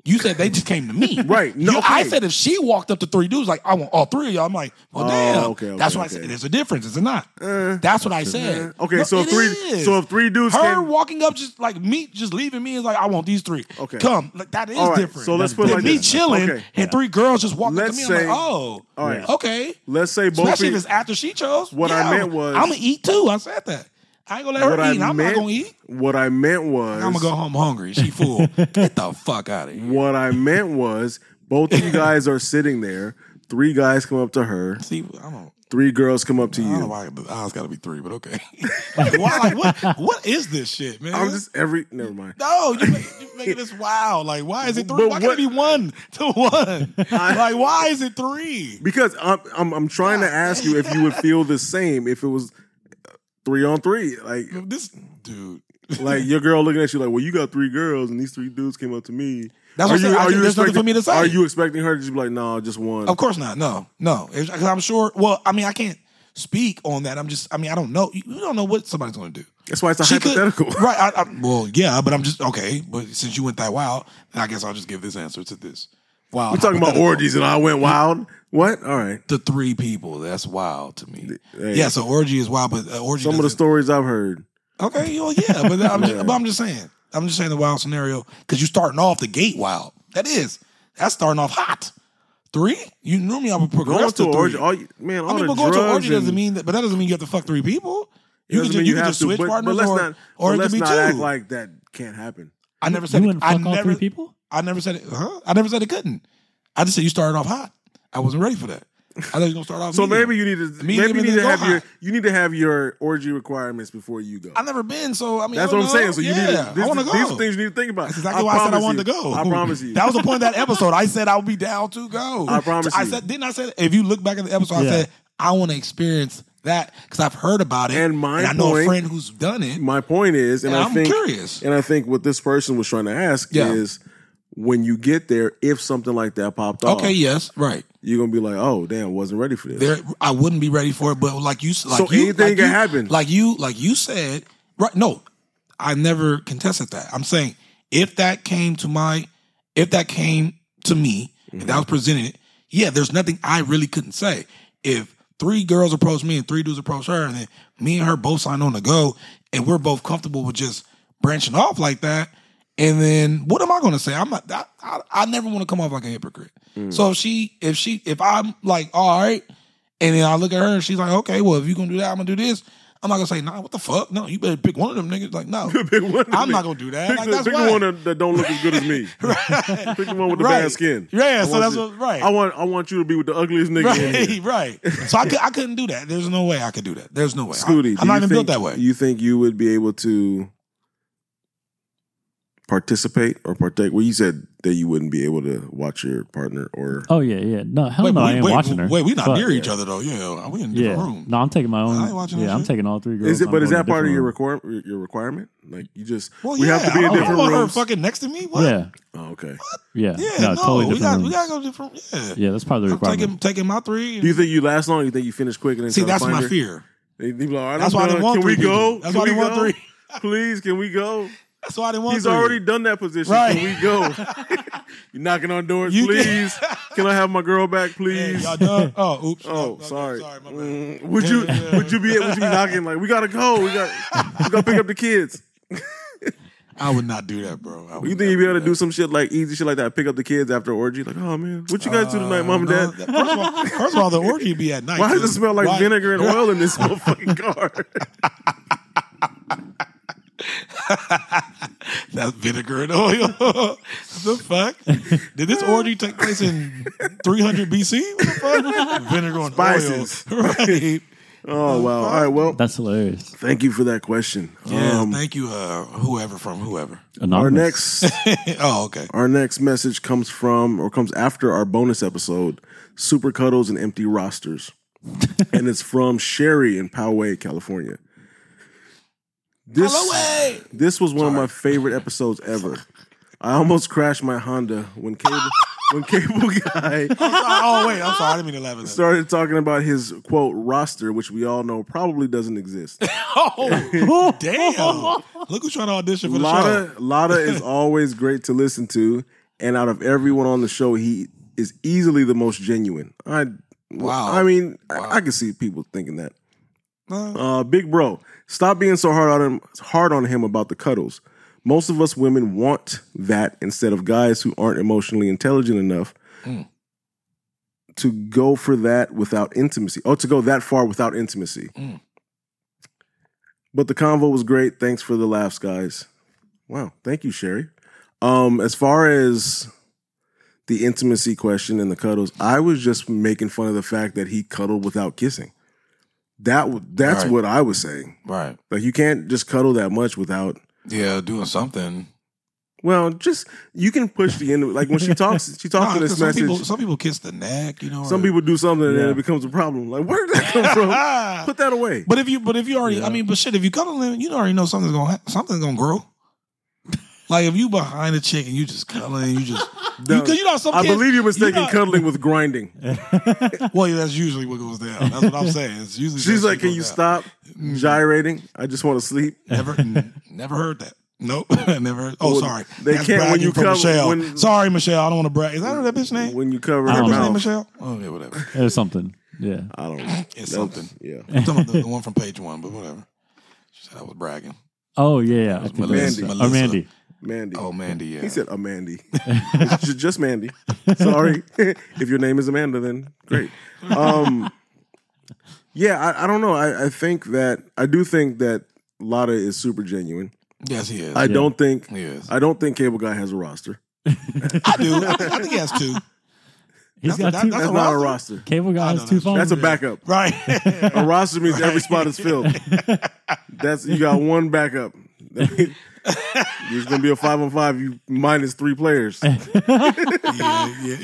S3: You said they just came to me,
S1: Right, no,
S3: You- I
S1: okay.
S3: said if she walked up to three dudes, like I want all three of y'all. I'm like, well,
S1: Oh,
S3: damn.
S1: okay, okay,
S3: that's why
S1: okay. Eh,
S3: I said there's a difference. Is it not? that's what I said.
S1: Okay,
S3: No,
S1: so if
S3: it
S1: three.
S3: is.
S1: So if three dudes.
S3: her
S1: came,
S3: walking up just like me just leaving me is like I want these three.
S1: Okay.
S3: come like that is
S1: All right,
S3: different.
S1: so let's
S3: That's
S1: put it like
S3: than me
S1: this.
S3: chilling
S1: Okay.
S3: and three girls just walking
S1: Let's
S3: to me.
S1: say-
S3: I'm like, oh,
S1: all right.
S3: okay.
S1: let's say both.
S3: Especially if
S1: people-
S3: it's after she chose.
S1: What I meant was-
S3: I'm gonna eat too. I said that. I ain't gonna let her
S1: what I
S3: eat. I'm
S1: meant,
S3: not gonna eat.
S1: What I meant was.
S3: I'm gonna go home hungry. She full. Get the fuck out of here.
S1: What I meant was both of you guys are sitting there. Three guys come up to her.
S3: See, I don't.
S1: Three girls come up to
S3: I don't know
S1: you.
S3: why I has got to be three, but okay. like, why, like, what? What is this shit, man?
S1: I'm just every. Never mind.
S3: No, you make, you making this wild. Like, why is it three?
S1: But
S3: why can't it be one to one? like, why is it three?
S1: Because I'm I'm, I'm trying to ask you if you would feel the same if it was three on three. Like
S3: This dude.
S1: like your girl looking at you like, well, you got three girls and these three dudes came up to me.
S3: That's what I'm
S1: you,
S3: saying. I think there's nothing
S1: expecting-
S3: for me to say.
S1: Are you expecting her to just be like, no, just one?
S3: Of course not. No, no. If- 'cause I'm sure. Well, I mean, I can't speak on that. I'm just. I mean, I don't know. You you don't know what somebody's going to do.
S1: That's why it's a
S3: She could-
S1: hypothetical.
S3: right? I, I, well, yeah, but I'm just okay. But since you went that wild, then I guess I'll just give this answer to this. Wow,
S1: We're talking about orgies and I went wild. What? All right.
S3: The three people. That's wild to me.
S1: Hey.
S3: Yeah. So orgy is wild, but uh, orgy.
S1: Some of the
S3: doesn't-
S1: stories I've heard.
S3: Okay, well, yeah, but I'm, Just, but I'm just saying, I'm just saying the wild scenario because you're starting off the gate wild. That is, that's starting off hot. Three, you normally I would
S1: Going
S3: progress
S1: to
S3: to
S1: an orgy,
S3: three.
S1: all you, man, all
S3: I mean,
S1: the
S3: but going to an
S1: drugs
S3: orgy doesn't
S1: and-
S3: mean that, but that doesn't mean you have to fuck three people.
S1: it
S3: You
S1: doesn't
S3: can
S1: mean
S3: just, you can
S1: have
S3: just
S1: to,
S3: switch
S1: but,
S3: partners,
S1: but let's
S3: or,
S1: not,
S3: or
S1: but
S3: it could
S1: let's
S3: be
S1: not
S3: two.
S1: act like that can't happen.
S3: I never
S2: You
S3: said it,
S2: wouldn't
S3: I
S2: fuck all three
S3: never,
S2: people?
S3: I never said it. Huh? I never said it couldn't. I just said you started off hot. I wasn't ready for that. I thought you were gonna start off.
S1: So
S3: medium.
S1: maybe you need to
S3: Medium
S1: maybe you
S3: and
S1: need
S3: then
S1: to
S3: go
S1: have your
S3: high.
S1: you need to have your orgy requirements before you go.
S3: I've never been, so I mean,
S1: That's
S3: I
S1: what
S3: don't
S1: I'm saying.
S3: know.
S1: So you
S3: yeah,
S1: need to, this,
S3: I want to
S1: is-
S3: go.
S1: these are things you need to think about.
S3: That's exactly why I said I
S1: promise
S3: wanted
S1: you.
S3: to go.
S1: I promise you.
S3: That was the point of that episode. I said I would be down to go.
S1: I promise
S3: I
S1: you.
S3: said didn't I say if you look back at the
S2: Yeah.
S3: episode, I said I want to experience that because I've heard about it
S1: And my
S3: I know
S1: point-
S3: a friend who's done it.
S1: my point is, and,
S3: And
S1: I
S3: I'm
S1: think,
S3: curious.
S1: and I think what this person was trying to ask
S3: Yeah.
S1: is, when you get there, if something like that popped off,
S3: Okay, yes, right.
S1: you're gonna be like, oh damn, wasn't ready for this.
S3: There, I wouldn't be ready for it, but like you, like
S1: So
S3: you,
S1: anything
S3: like
S1: can
S3: you-
S1: happen.
S3: Like you, like you said, right? No, I never contested that. I'm saying if that came to my, if that came to me, if
S1: Mm-hmm.
S3: that was presented, yeah, there's nothing I really couldn't say. If three girls approached me and three dudes approached her, and then me and her both signed on to go, and we're both comfortable with just branching off like that. And then what am I going to say? I'm not. I, I, I never want to come off like a hypocrite.
S1: Mm.
S3: So if she, if she, if I'm like, all right, and then I look at her and she's like, okay, well, if you're gonna do that, I'm gonna do this. I'm not gonna say, nah, what the fuck? No, you better pick one of them niggas. Like, no,
S1: Pick one of
S3: I'm
S1: me.
S3: not gonna do that.
S1: Pick,
S3: like,
S1: the,
S3: that's
S1: pick
S3: why.
S1: the one that, that don't look as good as me. Pick the one with the
S3: Right.
S1: bad skin.
S3: Yeah,
S1: I
S3: so
S1: want
S3: that's
S1: you-
S3: what- right.
S1: I want I want you to be with the ugliest nigga. in here.
S3: Right, right. So I, could, I couldn't do that. There's no way I could do that. There's no way.
S1: Scooty,
S3: I, am not
S1: do you
S3: even
S1: think-
S3: built that way.
S1: You think you would be able to participate or partake? Well, you said that you wouldn't be able to watch your partner or
S2: Oh yeah, yeah. No, hell
S3: wait,
S2: no, I
S3: wait,
S2: ain't
S3: wait,
S2: watching her.
S3: Wait, we not
S2: Fuck.
S3: near each other though. Yeah, we in
S2: Yeah,
S3: different rooms.
S2: no, I'm taking my
S3: I ain't
S2: own.
S3: watching
S2: Yeah,
S3: that
S2: I'm
S3: shit.
S2: taking all three girls.
S1: is it?
S2: I'm
S1: But is
S2: going
S1: that
S2: to
S1: part of your
S2: different
S1: require, your requirement? Like you just
S3: Well,
S1: we
S3: yeah,
S1: have to be in
S3: I don't
S1: different
S3: want
S1: rooms.
S3: her fucking next to me. What?
S2: rooms. Yeah,
S1: oh, okay.
S2: yeah,
S3: yeah.
S2: no,
S3: No,
S2: totally
S3: we got
S2: different.
S3: we
S2: rooms.
S3: got to go different. Yeah,
S2: Yeah, that's part of the
S3: I'm
S2: requirement.
S3: taking taking my three.
S1: Do you think you last long? You think you finish quick and then
S3: See,
S1: try to
S3: that's
S1: find
S3: my
S1: her?
S3: fear.
S1: They, they be like, All right,
S3: That's
S1: I'm
S3: why I didn't
S1: done.
S3: want
S1: Can
S3: three
S1: we go?
S3: people. That's
S1: Can
S3: why I
S1: we
S3: didn't want
S1: go?
S3: three.
S1: Please, can we go?
S3: That's why I didn't want.
S1: He's
S3: three.
S1: already done that position.
S3: Right.
S1: Can we go? You're knocking on doors,
S3: You did.
S1: please. Can I have my girl back,
S3: Hey,
S1: please?
S3: y'all done? Oh, oops.
S1: Oh,
S3: No, no,
S1: sorry.
S3: Sorry, my bad.
S1: Mm, would you would you be would you be knocking like we gotta go? We got we gotta pick up the kids.
S3: I would not do that, bro. I would
S1: You think you'd be
S3: never
S1: able to do some shit like easy shit like that? Pick up the kids after orgy? Like, oh man, what you guys do tonight, mom and
S3: Uh, No,
S1: dad?
S3: that- First of all, first of all, the orgy would be at night.
S1: Why does
S3: too.
S1: it smell like
S3: Why-
S1: vinegar and oil in this motherfucking car?
S3: That's vinegar and oil. the fuck? Did this orgy take place in 300 BC? What the fuck? Vinegar and
S1: Spices.
S3: oil. Right.
S1: oh wow. All right, well,
S2: That's hilarious.
S1: thank you for that question.
S3: Yeah,
S1: Um,
S3: thank you, uh, whoever from whoever.
S1: our
S2: Anonymous.
S1: next
S3: oh, okay.
S1: Our next message comes from or comes after our bonus episode, Super Cuddles and Empty Rosters. and it's from Sherry in Poway, California. This,
S3: Poway!
S1: this was one of my favorite episodes ever. I almost crashed my Honda when cable when cable guy
S3: Oh, wait. I'm sorry. I didn't mean to laugh at that.
S1: started talking about his quote roster, which we all know probably doesn't exist.
S3: Oh, damn. Look who's trying to audition for the show.
S1: Lotta, Lotta is always great to listen to, and out of everyone on the show, he is easily the most genuine. I
S3: Wow.
S1: I mean, I, I can see people thinking that.
S3: No.
S1: Uh, big bro, stop being so hard on him, hard on him about the cuddles. Most of us women want that instead of guys who aren't emotionally intelligent enough
S3: Hmm.
S1: to go for that without intimacy. Oh, to go that far without intimacy.
S3: Hmm.
S1: But the convo was great. Thanks for the laughs, guys. Wow, thank you, Sherry. Um, as far as the intimacy question and the cuddles, I was just making fun of the fact that he cuddled without kissing. That w- that's
S3: Right.
S1: what I was saying.
S3: Right.
S1: Like you can't just cuddle that much without.
S3: Yeah, doing something.
S1: Well, just you can push the end. Like when she talks, she talks
S3: Nah,
S1: in this
S3: 'cause some,
S1: message.
S3: people, some people kiss the neck, you know.
S1: some
S3: or-
S1: people do something and then
S2: Yeah.
S1: it becomes a problem. Like where did that come from?
S3: Ah!
S1: Put that away.
S3: But if you, but if you already, I mean, but shit, if you cuddle in, you already know something's gonna ha- something's gonna grow. Like if you behind a chick and you just cuddling, you just because you, know how some
S1: I
S3: kids,
S1: believe you're mistaken
S3: know-
S1: cuddling with grinding.
S3: Well, yeah, that's usually what goes down. That's what I'm saying. It's usually
S1: She's
S3: that Mm-hmm.
S1: like,
S3: shit
S1: "Can you
S3: goes down."
S1: stop gyrating? I just want to sleep."
S3: Never, n- never heard that. Nope, never. Oh,
S1: Well,
S3: sorry.
S1: they
S3: That's
S1: can't when
S3: bragging
S1: you
S3: for
S1: cuddle-
S3: Michelle.
S1: when-
S3: sorry, Michelle. I don't want to brag. Is that her that bitch name?
S1: When you cover
S2: I
S1: her
S2: don't
S3: Bitch name
S1: mouth,
S3: Michelle. Okay, whatever.
S2: Or something. Yeah.
S1: I don't know.
S3: It's something.
S1: Yeah.
S3: I'm talking about the, the one from page one, but whatever. She said I was bragging.
S2: Oh yeah, yeah. I think
S3: Melissa.
S2: Melissa.
S3: Mandy.
S2: Oh, Mandy.
S1: Mandy.
S3: Oh, Mandy. Yeah.
S1: He said Amandy. Ju- Just Mandy. Sorry. if your name is Amanda, then great. Um, yeah, I, I don't know. I, I think that I do think that Lotta is super genuine.
S3: yes, he is.
S1: I don't think
S3: he is.
S1: I don't think Cable Guy has a roster.
S3: I do. I, I think he has two.
S2: He's
S3: That's-
S2: got two.
S3: that's-
S1: That's not a roster.
S2: Cable guy has
S3: know,
S2: two
S3: that's-
S2: phones.
S1: That's a backup.
S3: Right.
S1: A roster means every spot is filled. That's you got one backup. There's gonna be a five on five. You minus three players.
S3: yeah, yeah.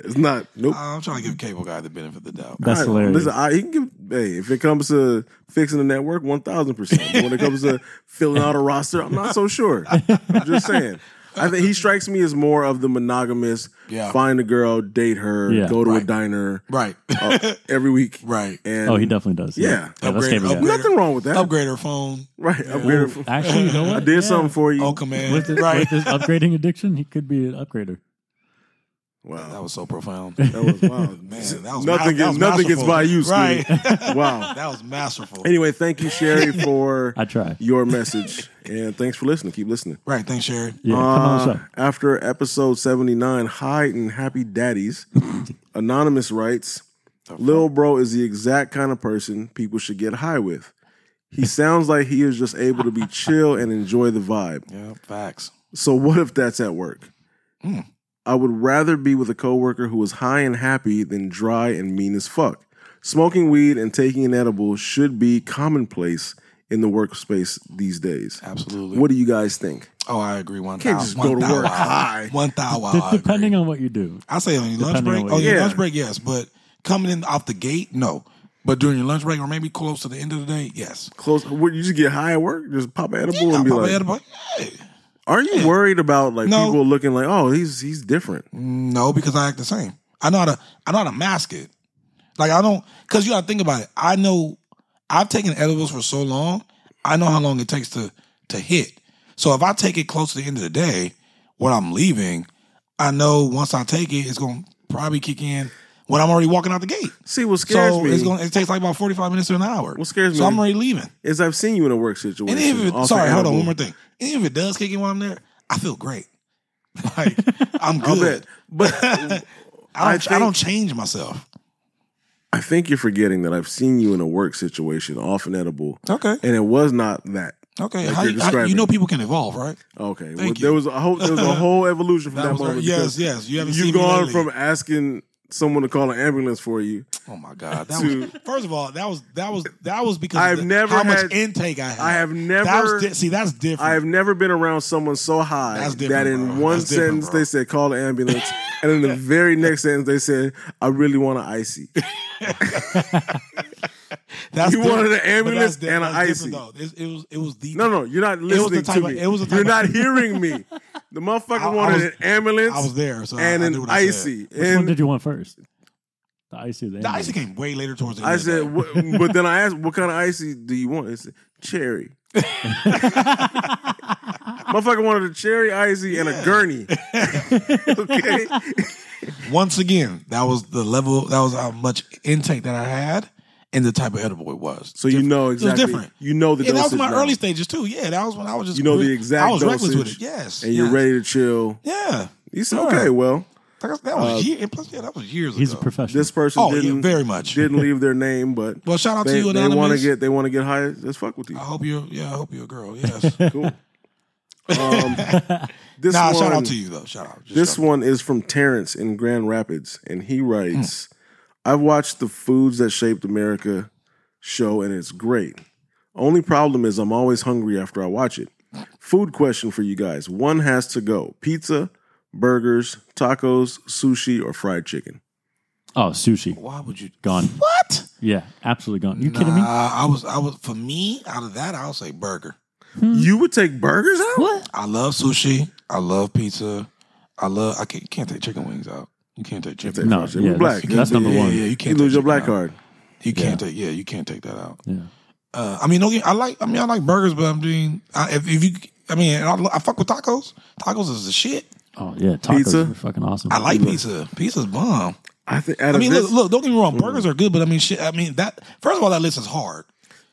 S1: It's not. Nope.
S3: I'm trying to give Cable Guy the benefit of the doubt.
S2: That's
S1: All right,
S2: hilarious.
S1: Listen, I, he can give. Hey, if it comes to fixing the network, one thousand percent. When it comes to filling out a roster, I'm not so sure. I'm just saying. I think he strikes me as more of the monogamous.
S3: Yeah.
S1: Find a girl, date her,
S2: Yeah.
S1: go to a
S3: Right.
S1: diner
S3: Right.
S1: uh, every week.
S3: right.
S1: And
S2: oh, he definitely does.
S1: Yeah.
S2: yeah that's
S3: Upgrade-
S2: Cable guy.
S3: upgrade-
S1: nothing wrong with that.
S3: Upgrade her phone.
S1: Right. Upgrade her.
S2: Actually, you know what?
S1: I did something for you.
S3: Oh, command.
S2: With, his,
S3: right.
S2: with his upgrading addiction, he could be an upgrader.
S1: Wow.
S3: That was so profound.
S1: That was wild.
S3: Man, that was
S1: nothing
S3: ma- that
S1: gets
S3: was
S1: nothing gets
S3: masterful.
S1: by you, Steve.
S3: Right.
S1: wow.
S3: That was masterful.
S1: Anyway, thank you, Sherry, for
S2: I try.
S1: your message, and thanks for listening. Keep listening.
S3: Right. Thanks, Sherry.
S2: Yeah, come on the
S1: Uh,
S2: show.
S1: after episode 79, Hi and Happy Daddies, Anonymous writes, Lil Bro is the exact kind of person people should get high with. He sounds like he is just able to be chill and enjoy the vibe.
S3: Yeah. Facts.
S1: So what if that's at work?
S2: Hmm.
S1: I would rather be with a coworker who is high and happy than dry and mean as fuck. Smoking weed and taking an edible should be commonplace in the workspace these days.
S3: Absolutely.
S1: What do you guys think?
S3: Oh, I agree. One
S1: Can't
S3: thou-
S1: just
S3: one
S1: go to
S3: thou
S1: work
S3: wild.
S1: high.
S3: One thou wild.
S2: D-
S3: I agree.
S2: depending on what you do.
S3: I say on your lunch
S2: Depending on
S3: break.
S2: what
S3: Oh,
S2: you
S3: your
S1: do.
S3: lunch
S1: Yeah.
S3: break, yes. But coming in off the gate, no. But during your lunch break, or maybe close to the end of the day, yes.
S1: Close. What, you just get high at work, just pop an edible and be
S3: Papa
S1: like,
S3: had a bu- Hey.
S1: "Are you worried about like
S3: No.
S1: people looking like, oh, he's he's different?"
S3: No, because I act the same. I know how to. I know how to mask it. Like I don't, because you got to think about it. I know I've taken edibles for so long. I know how long it takes to to hit. So if I take it close to the end of the day, when I'm leaving, I know once I take it, it's gonna probably kick in when I'm already walking out the gate.
S1: See, what scares
S3: so
S1: me
S3: it's gonna it takes like about forty five minutes to an hour.
S1: What scares
S3: So
S1: me-
S3: I'm already leaving.
S1: is I've seen you in a work
S3: And
S1: situation.
S3: even if it,
S1: Also
S3: sorry, hold on,
S1: edible.
S3: one more thing. And if it does kick in while I'm there, I feel great. Like I'm
S1: I'll
S3: good.
S1: bet. But
S3: I
S1: I
S3: don't, I,
S1: think-
S3: don't change myself.
S1: I think you're forgetting that I've seen you in a work situation, often edible,
S3: Okay.
S1: and it was not that.
S3: Okay.
S1: Like you're
S3: how, you- how- you
S1: describing.
S3: know people can evolve, right?
S1: Okay, well,
S3: Thank
S1: there
S3: you.
S1: was a whole there was a whole evolution from
S3: That
S1: that,
S3: was-
S1: moment. because
S3: yes, yes, you haven't
S1: You've
S3: seen me
S1: gone
S3: lately.
S1: from asking someone to call an ambulance for you.
S3: Oh my God. That
S1: To-
S3: was, first of all, that was that was that was because
S1: I've
S3: of the-
S1: never
S3: how
S1: had-
S3: much intake I had.
S1: I have
S3: That
S1: never-
S3: was di- see, that's different.
S1: I have never been around someone so high
S3: That's
S1: that
S3: different,
S1: in
S3: bro.
S1: one
S3: That's different,
S1: sentence
S3: bro.
S1: they said call the ambulance, and in the very next sentence they said I really want an icy.
S3: that's
S1: you wanted an
S3: different. But
S1: ambulance
S3: that's di-
S1: and an
S3: that's different,
S1: icy.
S3: though. It, it was it was the
S1: No, no, you're not
S3: was the
S1: listening
S3: type
S1: to
S3: of-
S1: me.
S3: it was the type
S1: you're
S3: of-
S1: not hearing me. The motherfucker
S3: I- I
S1: wanted
S3: was-
S1: an ambulance.
S3: I was there, so I-
S1: and
S3: I knew
S1: an
S3: what I said.
S1: icy.
S2: Which
S1: and
S2: one did you want first? The icy. or The,
S3: The
S2: Indian?
S3: icy came way later towards the end.
S1: I
S3: of the
S1: said,
S3: day.
S1: "What- but then I asked, what kind of icy do you want? It said, cherry. Motherfucker wanted a cherry icy and a gurney. okay.
S3: once again, that was the level. That was how much intake that I had, and the type of edible it was.
S1: So you know exactly.
S3: different.
S1: You know the
S3: Yeah, that was
S1: dosage
S3: my
S1: now.
S3: early stages too. Yeah, that was when I was just
S1: You know the
S3: re-
S1: exact
S3: I was reckless with
S1: dosage,
S3: it. Yes,
S1: And you're
S3: yes.
S1: ready to chill.
S3: Yeah,
S1: You said,
S3: Sure.
S1: okay, well,
S3: Like, I said, that was year, and plus yeah, that was years
S2: He's a
S3: ago.
S2: professional.
S1: this person
S3: oh, yeah,
S1: Uh, didn't
S3: very much.
S1: didn't leave their name, but
S3: Well, shout out
S1: they,
S3: to you,
S1: they want to
S3: anonymous.
S1: get they want to get high. Let's fuck with you.
S3: I hope you're. Yeah, I hope you're a girl. Yes.
S1: Cool. Um, this
S3: nah, shout
S1: one-
S3: out to you though. Shout out. Just
S1: This
S3: shout out.
S1: one is from Terrence in Grand Rapids, and he writes
S3: Hmm.
S1: I've watched the Foods That Shaped America show, and it's great. Only problem is I'm always hungry after I watch it. Food question for you guys one has to go pizza, burgers, tacos, sushi, or fried chicken.
S2: Oh, sushi
S3: Why would you?
S2: gone.
S3: What?
S2: Yeah, absolutely gone. You
S3: nah,
S2: kidding me?
S3: I was. I was. For me, out of that, I'll say burger.
S1: You would take burgers out?
S2: What?
S3: I love sushi. I love pizza. I love. I can't, can't take chicken wings out. You can't take chicken.
S2: No,
S1: Fried chicken.
S2: yeah,
S1: We're black.
S2: that's, that's number
S3: yeah,
S2: one.
S3: Yeah, you
S1: You
S3: can't
S1: lose your
S3: take chicken
S1: black
S3: out.
S1: card.
S3: You can't take. Yeah, you can't take that out.
S2: Yeah.
S3: Uh, I mean, okay, I like. I mean, I like burgers, but I'm doing. I, if, if you, I mean, and I, lo- I fuck with tacos. Tacos is the shit.
S2: Oh yeah, tacos
S1: Pizza?
S2: are fucking awesome.
S3: I like pizza. Pizza's bomb.
S1: I think out
S3: I
S1: of
S3: mean,
S1: this, Mm.
S3: look, look. Don't get me wrong. Burgers are good, but I mean, shit. I mean, that first of all, that list is hard.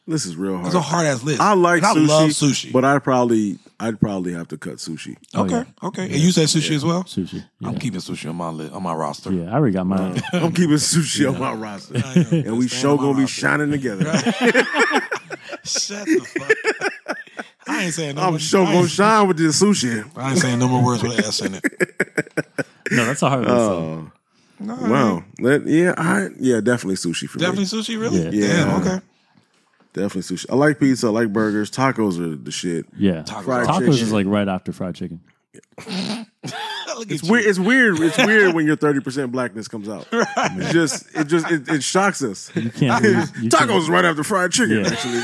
S1: this is real hard.
S3: It's a hard ass list.
S1: I like
S3: And I
S1: sushi,
S3: love sushi.
S1: but I probably I'd probably have to cut sushi.
S3: okay, okay. And you said sushi as well.
S2: sushi. Oh, Yeah,
S3: I'm keeping sushi on my li- on my roster.
S2: yeah I already got mine.
S1: I'm keeping sushi on my roster, and we
S3: Staying
S1: sure
S3: on my
S1: gonna be
S3: roster.
S1: shining together.
S3: Shut the fuck. up. I ain't saying. No
S1: I'm
S3: more,
S1: sure
S3: I,
S1: gonna
S3: ain't,
S1: shine with this sushi.
S3: I ain't saying no more words with an S in it.
S2: no, that's a hard one. so.
S3: No,
S1: Wow. That, yeah, I yeah, definitely sushi for
S3: Definitely
S1: me.
S3: sushi, really?
S2: Yeah.
S1: Yeah.
S3: Damn, okay.
S1: Definitely sushi. I like pizza. I like burgers. Tacos are the shit.
S2: Yeah,
S1: Fried
S2: tacos
S1: chicken.
S2: is like right after fried chicken.
S3: Look
S1: It's
S3: at
S1: weird.
S3: you.
S1: It's weird. It's weird when your thirty percent blackness comes out. It's just it just it, it shocks us.
S2: You can't lose. You
S1: Tacos is right after fried chicken.
S2: Yeah.
S1: Actually,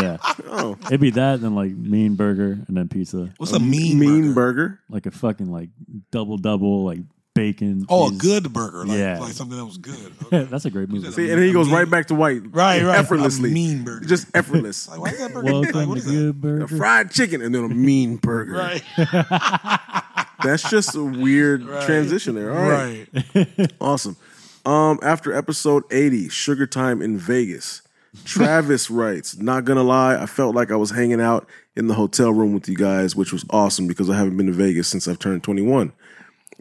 S2: Can't, yeah,
S1: oh,
S2: it'd be that, then like mean burger, and then pizza,
S3: What's a mean,
S1: mean
S3: burger?
S1: burger.
S2: like a fucking like double double, like bacon.
S3: Oh, a
S2: cheese.
S3: good burger. Like,
S2: Yeah.
S3: like something that was good.
S2: Yeah,
S3: Okay.
S2: that's a great movie.
S1: See, and then he goes right back to white.
S3: Right, right.
S1: Effortlessly.
S3: A mean burger.
S1: Just effortless.
S3: Like, why is that burger?
S2: Welcome
S3: Like, what
S2: to
S3: is that?
S2: Good
S1: a
S2: Burger.
S1: fried chicken and then a mean burger.
S3: Right.
S1: That's just a weird transition there. All right.
S3: Right.
S1: Awesome. Um, after episode 80, Sugar Time in Vegas, Travis writes, Not gonna lie, I felt like I was hanging out in the hotel room with you guys, which was awesome because I haven't been to Vegas since I've turned 21.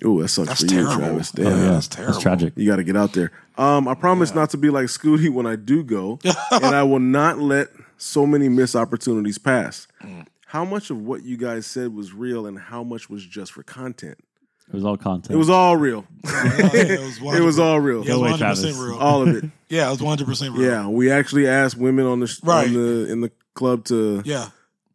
S1: Ooh, that sucks
S3: That's
S1: for
S3: terrible.
S1: you, Travis. Damn.
S2: Uh-huh.
S3: Oh, yeah, that's terrible.
S2: It's tragic.
S1: You got to get out there. Um, I promise not to be like Scooty when I do go, and I will not let so many missed opportunities pass.
S3: Mm.
S1: How much of what you guys said was real, and how much was just for content?
S2: It was all content.
S1: It was all real.
S3: it was,
S1: It was all real.
S3: Yeah, it
S2: Go
S3: was
S2: away,
S3: 100%
S2: Travis.
S3: real.
S1: All of it.
S3: yeah, it was 100% real.
S1: Yeah, we actually asked women on the, sh-
S3: Right.
S1: on the in the club to
S3: Yeah,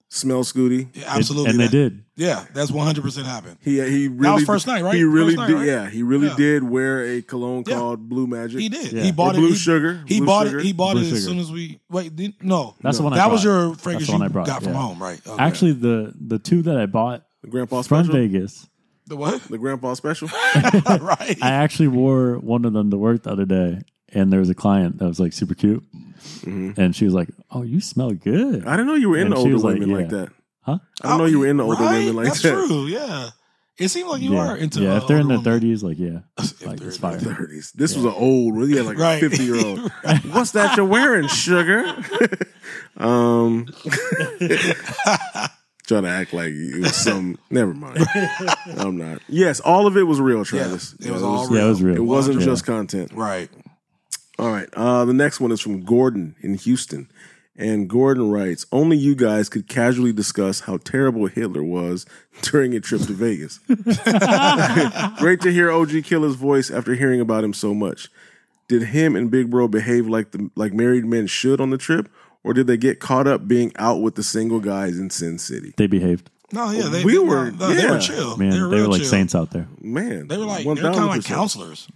S1: smell Scooty.
S3: yeah,
S2: It-
S3: absolutely.
S2: and they
S3: That-
S2: did.
S3: Yeah, that's 100% happened.
S1: He he really
S3: was first night, right?
S1: He really
S3: First night,
S1: did.
S3: right?
S1: Yeah, he really
S3: Yeah.
S1: did wear a cologne
S3: Yeah.
S1: called Blue Magic.
S3: He did.
S2: Yeah.
S3: He bought
S1: Or Blue
S3: it. he-
S1: Sugar.
S3: He
S1: Blue
S3: bought
S1: Sugar.
S3: it. He bought
S2: Blue
S3: it as
S2: sugar.
S3: soon as we wait. Didn't, no,
S2: That's the one I
S3: that was
S2: brought.
S3: your
S2: That's
S3: fragrance
S2: the one
S3: you
S2: I brought,
S3: got from
S2: yeah.
S3: home, right? Okay.
S2: Actually, the the two that I bought
S1: The grandpa
S2: from
S1: special.
S2: Vegas,
S3: the what?
S1: The grandpa special.
S3: right.
S2: I actually wore one of them to work the other day, and there was a client that was like super cute,
S1: Mm-hmm.
S2: and she was like, "Oh, you smell good."
S1: I didn't know you were in
S2: And
S1: the
S2: she
S1: older
S2: was like,
S1: women like
S2: yeah.
S1: that.
S2: Huh?
S1: I don't know you were in the older
S3: Right?
S1: women like
S3: That's
S1: that.
S3: true. Yeah, it seems like you
S2: yeah.
S3: are into.
S2: yeah,
S3: uh,
S2: if they're in their
S3: older women.
S2: thirties, like yeah,
S3: If
S2: like
S3: they're
S2: it's
S3: in their
S2: fire.
S1: 30s. This was an old one. You had like
S3: Right.
S1: a 50 year old. What's that you're wearing, sugar? um, trying to act like it was some. Never mind. I'm not. Yes, all of it was real, Travis.
S3: Yeah, it was
S1: Yeah,
S3: all real.
S2: Yeah, it was real.
S1: It wasn't
S2: Yeah.
S1: just content.
S3: Right.
S1: All right. Uh, the next one is from Gordon in Houston. And Gordon writes, only you guys could casually discuss how terrible Hitler was during a trip to Vegas. Great to hear OG Killer's voice after hearing about him so much. Did him and Big Bro behave like the like married men should on the trip, or did they get caught up being out with the single guys in Sin City?
S2: They behaved.
S3: No, yeah, they,
S1: We
S3: they
S1: were-
S3: no, they
S1: yeah.
S3: were chill.
S2: Man, they
S3: were
S2: were,
S3: Oh, real
S2: like
S3: chill.
S2: saints out there.
S1: Man,
S3: They were like they were kind of like
S1: 1000%.
S3: counselors,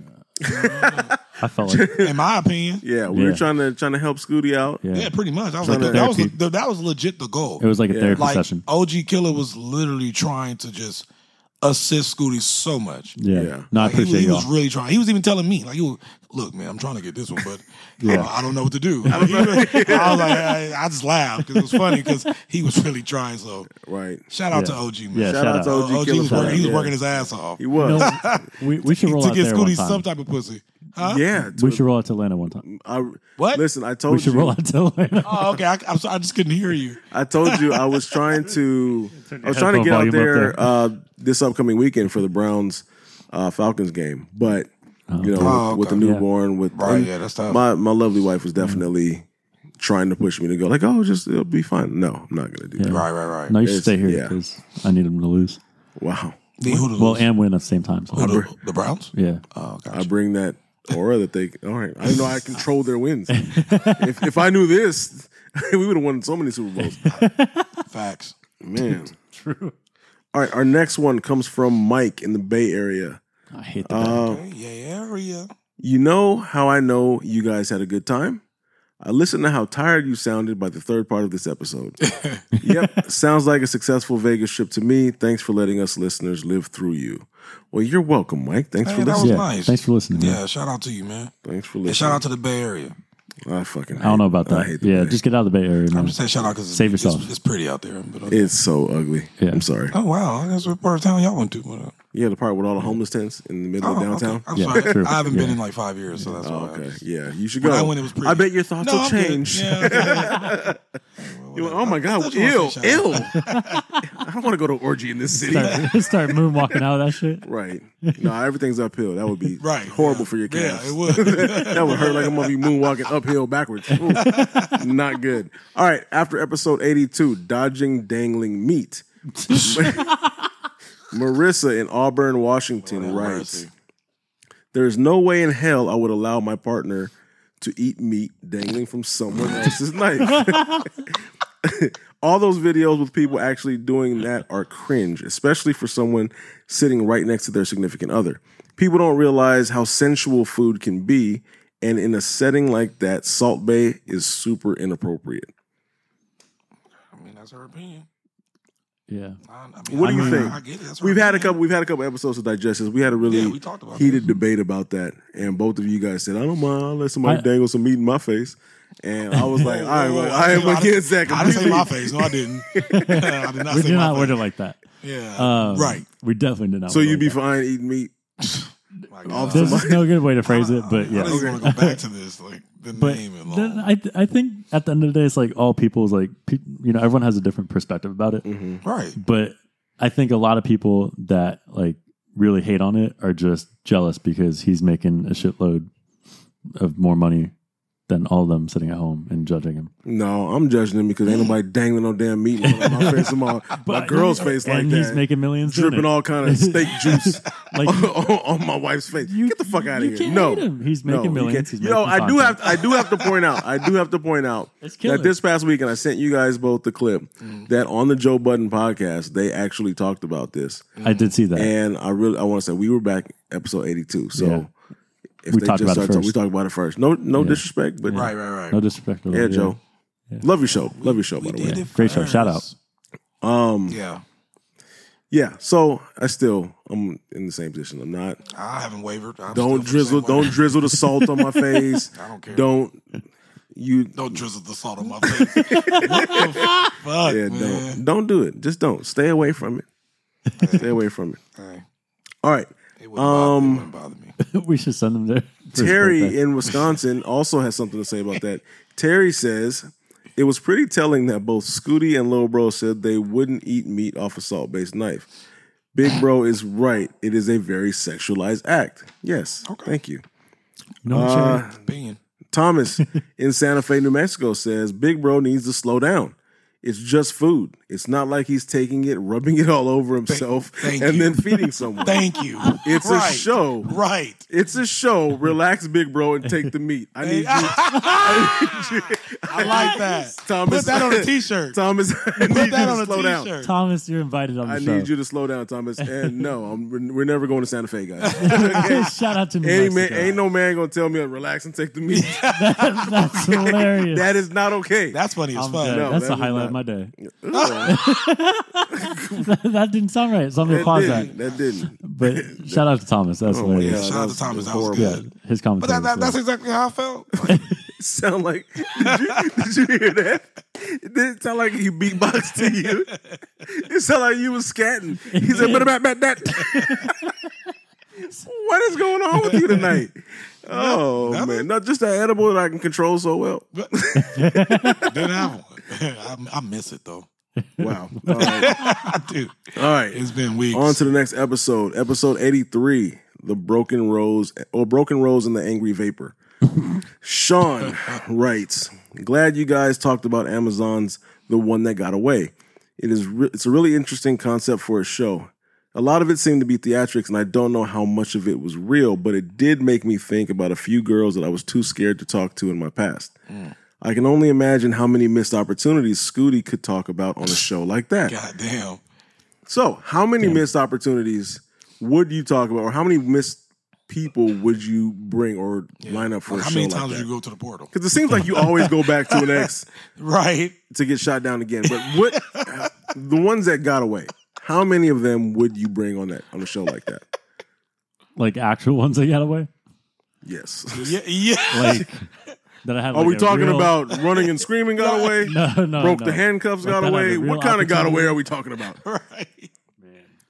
S2: I felt like
S3: in my opinion. Yeah,
S1: Yeah, we
S2: Yeah.
S1: were trying to trying to help Scooty out.
S2: yeah,
S3: pretty much. I was
S2: Trying
S3: like,
S2: to
S3: that was
S2: therapy.
S3: the- that was legit the goal.
S2: it was like a therapy
S3: like
S2: session.
S3: OG Killer was literally trying to just assist Scooty so much.
S2: Yeah,
S1: Yeah.
S2: no, I
S3: Like, he was-
S2: appreciate
S3: he,
S2: y'all.
S3: was really trying. He was even telling me, like, he was, look, man, I'm trying to get this one, but
S2: Yeah.
S3: uh, I don't know what to do. I, was like, I, I just laughed because it was funny because he was really trying. So
S1: Right.
S3: shout out
S2: Yeah.
S3: to OG, man.
S2: Yeah,
S1: Shout, out to OG,
S3: OG,
S1: Killer.
S3: was, working, he was
S1: Yeah.
S3: working his ass off
S1: He was.
S2: No, we, we should roll
S3: to
S2: out
S3: get
S2: there one
S3: Scooty some
S2: time.
S3: type of pussy. Huh?
S1: Yeah, to-
S2: We should roll out to Atlanta one time.
S1: I,
S3: What?
S1: Listen, I
S2: We
S1: told
S2: should
S1: you.
S2: roll out to Atlanta.
S3: Oh, okay. I, I'm sorry, I just couldn't hear you.
S1: I told you I was trying to. I was trying to get out
S2: volume up
S1: there,
S2: there.
S1: uh, this upcoming weekend for the Browns uh, Falcons game, but you know,
S3: Oh,
S1: with, with the
S3: okay.
S1: newborn, with
S3: Right,
S1: and
S3: yeah, that's tough.
S1: My my lovely wife was definitely trying to push me to go like, oh, just it'll be fine. No, I'm not gonna do that.
S3: Right, right, right.
S2: No, you should
S1: It's-
S2: stay here
S1: yeah.
S2: because I need him to lose.
S1: Wow,
S3: The, who the,
S2: Well, and win at the same time.
S3: who
S2: So,
S3: the, the Browns?
S2: yeah,
S3: Oh,
S1: I
S3: gotcha.
S1: bring that aura that they. All right, I know I control their wins. if if I knew this, we would have won so many Super Bowls.
S3: Facts.
S1: Man. True. All right, our next one comes from Mike in the Bay Area.
S2: I hate the
S1: Uh,
S3: Yeah, area.
S1: you know how I know you guys had a good time? I listened to how tired you sounded by the third part of this episode. yep, sounds like a successful Vegas trip to me. Thanks for letting us listeners live through you. Well, you're welcome, Mike. Thanks
S3: Hey,
S1: for
S3: that
S1: listening.
S3: was
S2: yeah.
S3: nice.
S2: Thanks for listening. man.
S3: Yeah, shout out to you, man.
S1: Thanks for
S3: And
S1: listening.
S3: shout out to the Bay Area.
S1: I fucking.
S2: I don't know about
S1: I
S2: that.
S1: hate the
S2: Yeah,
S1: Bay.
S2: just get out of the Bay Area,
S3: I'm
S2: man.
S3: just saying shout out because
S2: Save yourself.
S3: It's, it's pretty out there. But, okay.
S1: It's so ugly.
S2: Yeah.
S1: I'm sorry.
S3: oh wow, that's what part of town y'all went to. But, uh,
S1: Yeah, the part with all the homeless tents in the middle
S3: oh,
S1: of downtown.
S3: okay. I'm
S2: Yeah,
S3: sorry,
S2: true.
S3: I haven't been
S2: Yeah.
S3: in like five years, so that's
S1: Oh,
S3: why. I
S1: okay.
S3: just-
S1: Yeah, you should
S3: When
S1: go.
S3: I went, it was pretty.
S1: I bet your thoughts
S3: No,
S1: will
S3: I'm good.
S1: change.
S3: Yeah, yeah.
S1: You went, oh my God,
S3: thought you
S1: ill,
S3: wanted to say
S1: ill. I don't want to go to orgy in this city.
S2: Start, start moonwalking out of that shit.
S1: Right. No, everything's uphill. That would be
S3: Right.
S1: horrible for your calves.
S3: yeah, it would.
S1: that would hurt like I'm gonna be moonwalking uphill backwards. Ooh, not good. All right, after episode 82, dodging dangling meat. Marissa in Auburn,
S3: Oh,
S1: Washington writes,
S3: mercy.
S1: "There's no way in hell I would allow my partner to eat meat dangling from someone else's knife." All those videos with people actually doing that are cringe, especially for someone sitting right next to their significant other. People don't realize how sensual food can be, and in a setting like that, Salt Bay is super inappropriate.
S3: I mean, that's her opinion.
S2: Yeah,
S3: I, I mean,
S1: What
S3: I
S1: do you
S3: mean,
S1: think?
S3: I get it. That's her
S1: We've had a
S3: opinion.
S1: couple. We've had a couple episodes of digestions. We had a really
S3: Yeah, we talked about
S1: heated debate about that, and both of you guys said, "I don't mind. I'll let somebody
S2: I-
S1: dangle some meat in my face." And I was like, "I, I am
S3: Oh, I didn't-
S1: against that
S3: I didn't say
S1: completely."
S3: my face. No, I didn't. I did not
S2: we
S3: say
S2: do
S3: my
S2: not
S3: face.
S2: word it like that.
S3: Yeah.
S2: Um,
S3: right.
S2: We definitely did not.
S1: So
S2: want
S1: you'd be
S2: that.
S1: fine eating meat.
S3: My
S1: Off
S3: God.
S1: the
S2: This is no good way to phrase it, but
S3: uh, I don't
S2: yes.
S3: even want to go back to this. Like the
S2: But
S3: name and
S2: then
S3: all.
S2: I, I think at the end of the day, it's like all people's like pe- you know everyone has a different perspective about it.
S1: Mhm.
S3: Right.
S2: but I think a lot of people that like really hate on it are just jealous because he's making a shitload of more money than all of them sitting at home and judging him.
S1: No, I'm judging him because ain't nobody dangling no damn meat in front of my face and my, my girl's face
S2: and
S1: like
S2: he's
S1: that.
S2: making millions doing
S1: dripping
S2: it.
S1: all kind of steak juice
S2: Like
S1: on, on my wife's face.
S2: you-
S1: Get the fuck out of
S2: you
S1: here.
S2: can't
S1: no.
S2: hate him. he's
S1: No,
S2: making
S1: you
S2: millions.
S1: can't.
S2: He's
S1: You know,
S2: making
S1: I do have
S2: content.
S1: I do have to point out. I do have to point out
S2: It's killer.
S1: that this past week, and I sent you guys both the clip that on the Joe Budden podcast they actually talked about this,
S2: I did see that.
S1: and I really I want to say we were back episode eighty two. So
S2: Yeah.
S1: if
S2: We
S1: they
S2: talked
S1: just
S2: about it
S1: started talking, we
S2: first.
S1: talked about it first. No, no
S2: Yeah.
S1: disrespect, but
S3: Right. Right.
S2: No
S3: Right.
S2: disrespect. to that,
S1: yeah, Joe,
S2: Yeah.
S1: love your show, love your show. By the way,
S3: did it
S2: Great show. Shout out.
S3: first.
S1: um,
S3: Yeah.
S1: yeah. So I still I'm in the same position. I'm not.
S3: I haven't wavered. I'm
S1: Don't
S3: still the
S1: drizzle.
S3: same way.
S1: Don't drizzle the salt on my face.
S3: I don't care.
S1: Don't you
S3: Don't drizzle the salt on my face. what the fuck,
S1: Yeah, don't
S3: man?
S1: don't do it. Just don't. Stay away from it. Stay away from it.
S3: Hey,
S1: All right.
S3: it, wouldn't bother,
S1: Um,
S3: it wouldn't bother me.
S2: we should send him there. for his
S1: Terry
S2: birthday.
S1: in Wisconsin also has something to say about that. Terry says it was pretty telling that both Scooty and Lil Bro said they wouldn't eat meat off a salt based knife. Big Bro is right. It is a very sexualized act. Yes. Thank you.
S2: You know what,
S1: uh,
S2: Terry?
S3: Opinion.
S1: Thomas in Santa Fe, New Mexico says Big Bro needs to slow down. It's just food. It's not like he's taking it, rubbing it all over himself,
S3: thank
S1: and
S3: you.
S1: then feeding someone.
S3: Thank you.
S1: It's
S3: right.
S1: a show.
S3: Right.
S1: It's a show. Relax, big bro, and take the meat. I need you,
S3: I like that.
S1: Thomas.
S3: Put that on a t-shirt.
S1: Thomas. I need
S3: Put
S1: you
S3: that
S1: to
S3: on a
S1: slow down.
S3: t-shirt.
S2: Thomas, you're invited on the
S1: I
S2: show.
S1: need you to slow down, Thomas. And no, I'm, we're- we're never going to Santa Fe, guys. Okay?
S2: Shout out to New
S1: ain't, man,
S2: Mexico.
S1: ain't no man gonna tell me to relax and take the meat.
S2: That's hilarious.
S1: that is not okay.
S3: That's funny as
S2: I'm
S3: fuck.
S2: dead.
S1: No, that
S2: That's the
S1: was
S2: highlight
S1: not-
S2: of my day.
S1: Ugh,
S2: that didn't sound right. So I'm gonna
S1: that,
S2: pause that.
S1: didn't, Oh, that didn't.
S2: But shout out to Thomas. That's
S1: my
S2: hilarious.
S1: God,
S3: Oh, Shout
S1: that
S3: out to
S1: was- that
S3: Thomas. That was
S1: was
S3: good.
S1: horrible.
S2: His commentary.
S3: But that, that,
S2: was
S3: that's
S2: good.
S3: exactly how I felt. Like,
S1: Sound like did you, did you hear that? It didn't sound like he beatboxed to you. It sounded like you was scatting. He said, "But about that, what is going on with you tonight?" Oh
S3: Nothing.
S1: man, not just that edible that I can control so well.
S3: didn't have one. I, I miss it though.
S1: Wow. All right,
S3: I do.
S1: All right.
S3: It's been weeks.
S1: on to the next episode, episode eighty-three: the broken rose or broken rose and the angry vapor. Sean writes, "Glad you guys talked about Amazon's The One That Got Away. It is re- it's a really interesting concept for a show. A lot of it seemed to be theatrics, and I don't know how much of it was real, but it did make me think about a few girls that I was too scared to talk to in my past. I can only imagine how many missed opportunities Scooty could talk about on a show like that.
S3: God damn.
S1: So, how many missed opportunities would you talk about, or how many missed people would you bring or line up for
S3: Like,
S1: a
S3: how
S1: show
S3: many
S1: like
S3: times
S1: that?
S3: did you go to the portal?
S1: Because it seems like you always go back to an ex
S3: Right.
S1: to get shot down again. But what the ones that got away? How many of them would you bring on that on a show like that?
S2: like actual ones that got away.
S1: Yes.
S3: Yeah. Yeah.
S2: Like that I had.
S1: Are
S2: like,
S1: we
S2: a
S1: talking
S2: real-
S1: about running and screaming got away?
S2: No, no,
S1: Broke
S2: no.
S1: the handcuffs got
S2: that had a
S1: away.
S2: real
S1: What kind of got away
S2: opportunity?
S1: are we talking about?
S3: Right.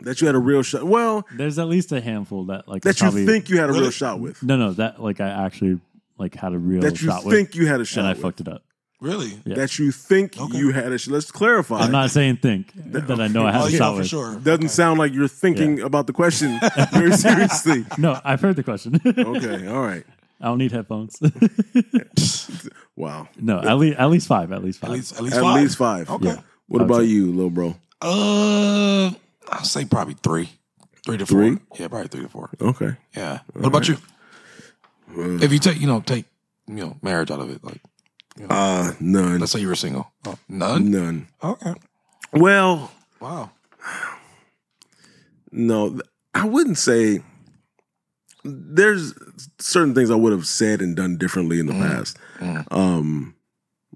S1: That you had a real shot. Well,
S2: There's at least a handful that like I
S1: that you
S2: probably-
S1: think you had a real
S3: Really?
S1: shot with.
S2: No, no, that like I actually like had a real
S1: That you
S2: shot
S1: think
S2: with,
S1: you had a
S2: and I
S1: shot with.
S2: fucked it up.
S3: Really?
S2: Yeah.
S1: That you think you had a shot. Let's clarify.
S2: I'm not saying think that I know I had
S3: Oh
S2: a
S3: yeah,
S2: shot
S3: for
S2: with.
S3: sure.
S1: Doesn't sound like you're thinking about the question very seriously.
S2: No, I've heard the question.
S1: Okay, all right.
S2: I don't need headphones.
S1: Wow.
S2: no, at least at least five, at least five.
S3: At least, at least
S1: At
S3: five.
S1: least five.
S3: Okay.
S2: Yeah.
S1: What
S2: I would
S1: about
S2: say-
S1: you, little bro?
S3: Uh, I'll say probably three, three to
S1: Three?
S3: four. Yeah, probably three to four.
S1: Okay.
S3: Yeah. What about you? If you take, you know, take, you know, marriage out of it, like
S1: Uh none.
S3: let's say you were single, oh, none.
S1: None.
S3: Okay.
S1: Well,
S3: Wow.
S1: no, th- I wouldn't say there's certain things I would have said and done differently in
S3: Mm.
S1: the past um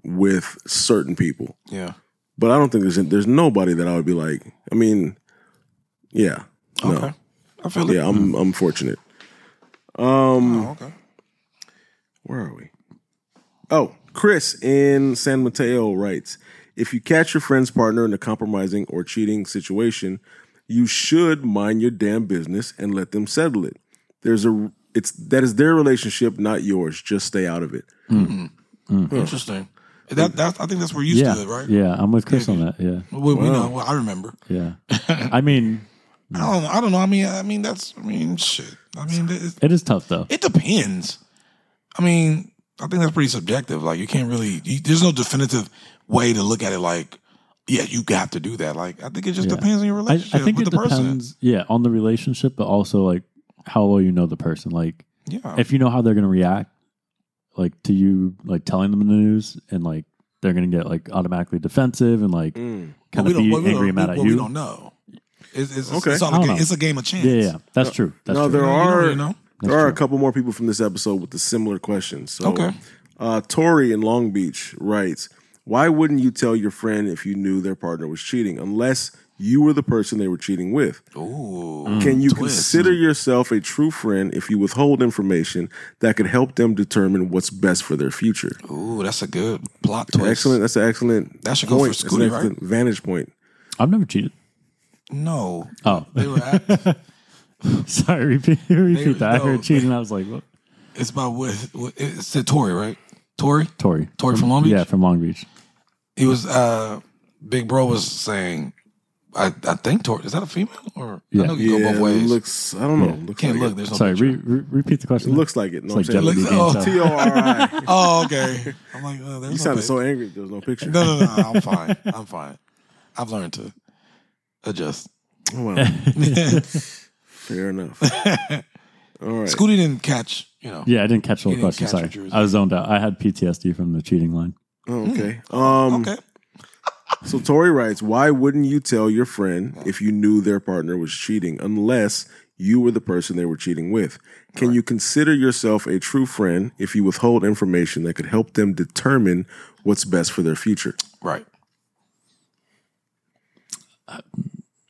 S1: with certain people.
S3: Yeah.
S1: But I don't think there's there's nobody that I would be like, I mean, yeah. No.
S3: Okay. I feel it.
S1: Yeah, I'm I'm fortunate. Um
S3: Oh, okay.
S1: Where are we? Oh, Chris in San Mateo writes If you catch your friend's partner in a compromising or cheating situation, you should mind your damn business and let them settle it. There's a it's that is their relationship, not yours. Just stay out of it.
S3: Interesting. That, that I think that's we're used
S2: yeah,
S3: to it, right?
S2: yeah. I'm with Chris on that. Yeah,
S3: We, we know. Well, I remember.
S2: yeah. I mean,
S3: I don't. know. I don't know. I mean. I mean. That's. I mean. Shit. I mean. It,
S2: it is tough though.
S3: it depends. I mean. I think that's pretty subjective. Like you can't really. You, there's no definitive way to look at it. Like, yeah, you have to do that. Like I think it just
S2: Yeah.
S3: depends on your
S2: I, I
S3: relationship
S2: think
S3: with
S2: it
S3: the person.
S2: depends. Yeah, on the relationship, but also like how well you know the person. Like
S3: Yeah.
S2: if you know how they're gonna react, like to you, like telling them the news, and like they're gonna get like automatically defensive and like
S3: But
S1: Mm.
S2: kind of
S3: we don't-
S2: be
S3: but we
S2: angry and
S3: don't-
S2: mad at
S3: but We
S2: you.
S3: don't know. It's, it's,
S1: Okay.
S3: it's,
S2: I
S3: all
S2: don't
S3: a game,
S2: know.
S3: it's a game of chance.
S2: Yeah, yeah, that's true. That's
S1: No,
S2: true.
S1: there
S3: You don't
S1: are
S3: really know.
S1: there are a couple more people from this episode with a similar question. So,
S3: Okay.
S1: uh, Tori in Long Beach writes, "Why wouldn't you tell your friend if you knew their partner was cheating, unless you were the person they were cheating with?
S3: Ooh.
S1: Can you
S3: Hmm, twist.
S1: consider yourself a true friend if you withhold information that could help them determine what's best for their future?"
S3: Ooh, that's a good plot twist.
S1: Excellent. That's an excellent.
S3: That should go
S1: point. That's
S3: for
S1: an
S3: Scooty, right?
S1: excellent vantage point.
S2: I've never cheated.
S3: No.
S2: Oh,
S3: They were at,
S2: sorry. Repeat, repeat that. I
S3: no.
S2: heard cheating. I was like, what?
S3: it's about what, what it's the Tory, right? Tory?
S2: Tori.
S3: Tori from Long Beach?
S2: Yeah, from Long Beach.
S3: He was uh Big Bro was saying I, I think Tory is that a female or
S2: Yeah.
S3: I know it can go both ways.
S1: looks. I don't know. Looks
S3: Can't
S1: like
S3: look, there's no
S2: Sorry,
S3: picture.
S2: re, re, repeat the question.
S1: It. Looks like it. No,
S2: It's
S1: I'm
S2: like
S1: saying.
S2: Jeopardy
S3: Looks- oh,
S2: game.
S1: T O R I.
S3: Oh, okay. I'm like, oh, there's
S1: You
S3: no
S1: sounded
S3: pic-
S1: so angry. There was no picture.
S3: No, no, no, I'm fine. I'm fine. I've learned to adjust.
S1: Oh, well, fair enough. All right.
S3: Scooty didn't catch, you know.
S2: Yeah, I didn't catch the
S3: You
S2: whole
S3: didn't
S2: question.
S3: catch
S2: Sorry,
S3: what you was
S2: I was zoned out. I had PTSD from the cheating line.
S1: Oh, okay. Um,
S3: Okay.
S1: So Tori writes, "Why wouldn't you tell your friend if you knew their partner was cheating, unless you were the person they were cheating with? Can you consider yourself a true friend if you withhold information that could help them determine what's best for their future?"
S3: Right.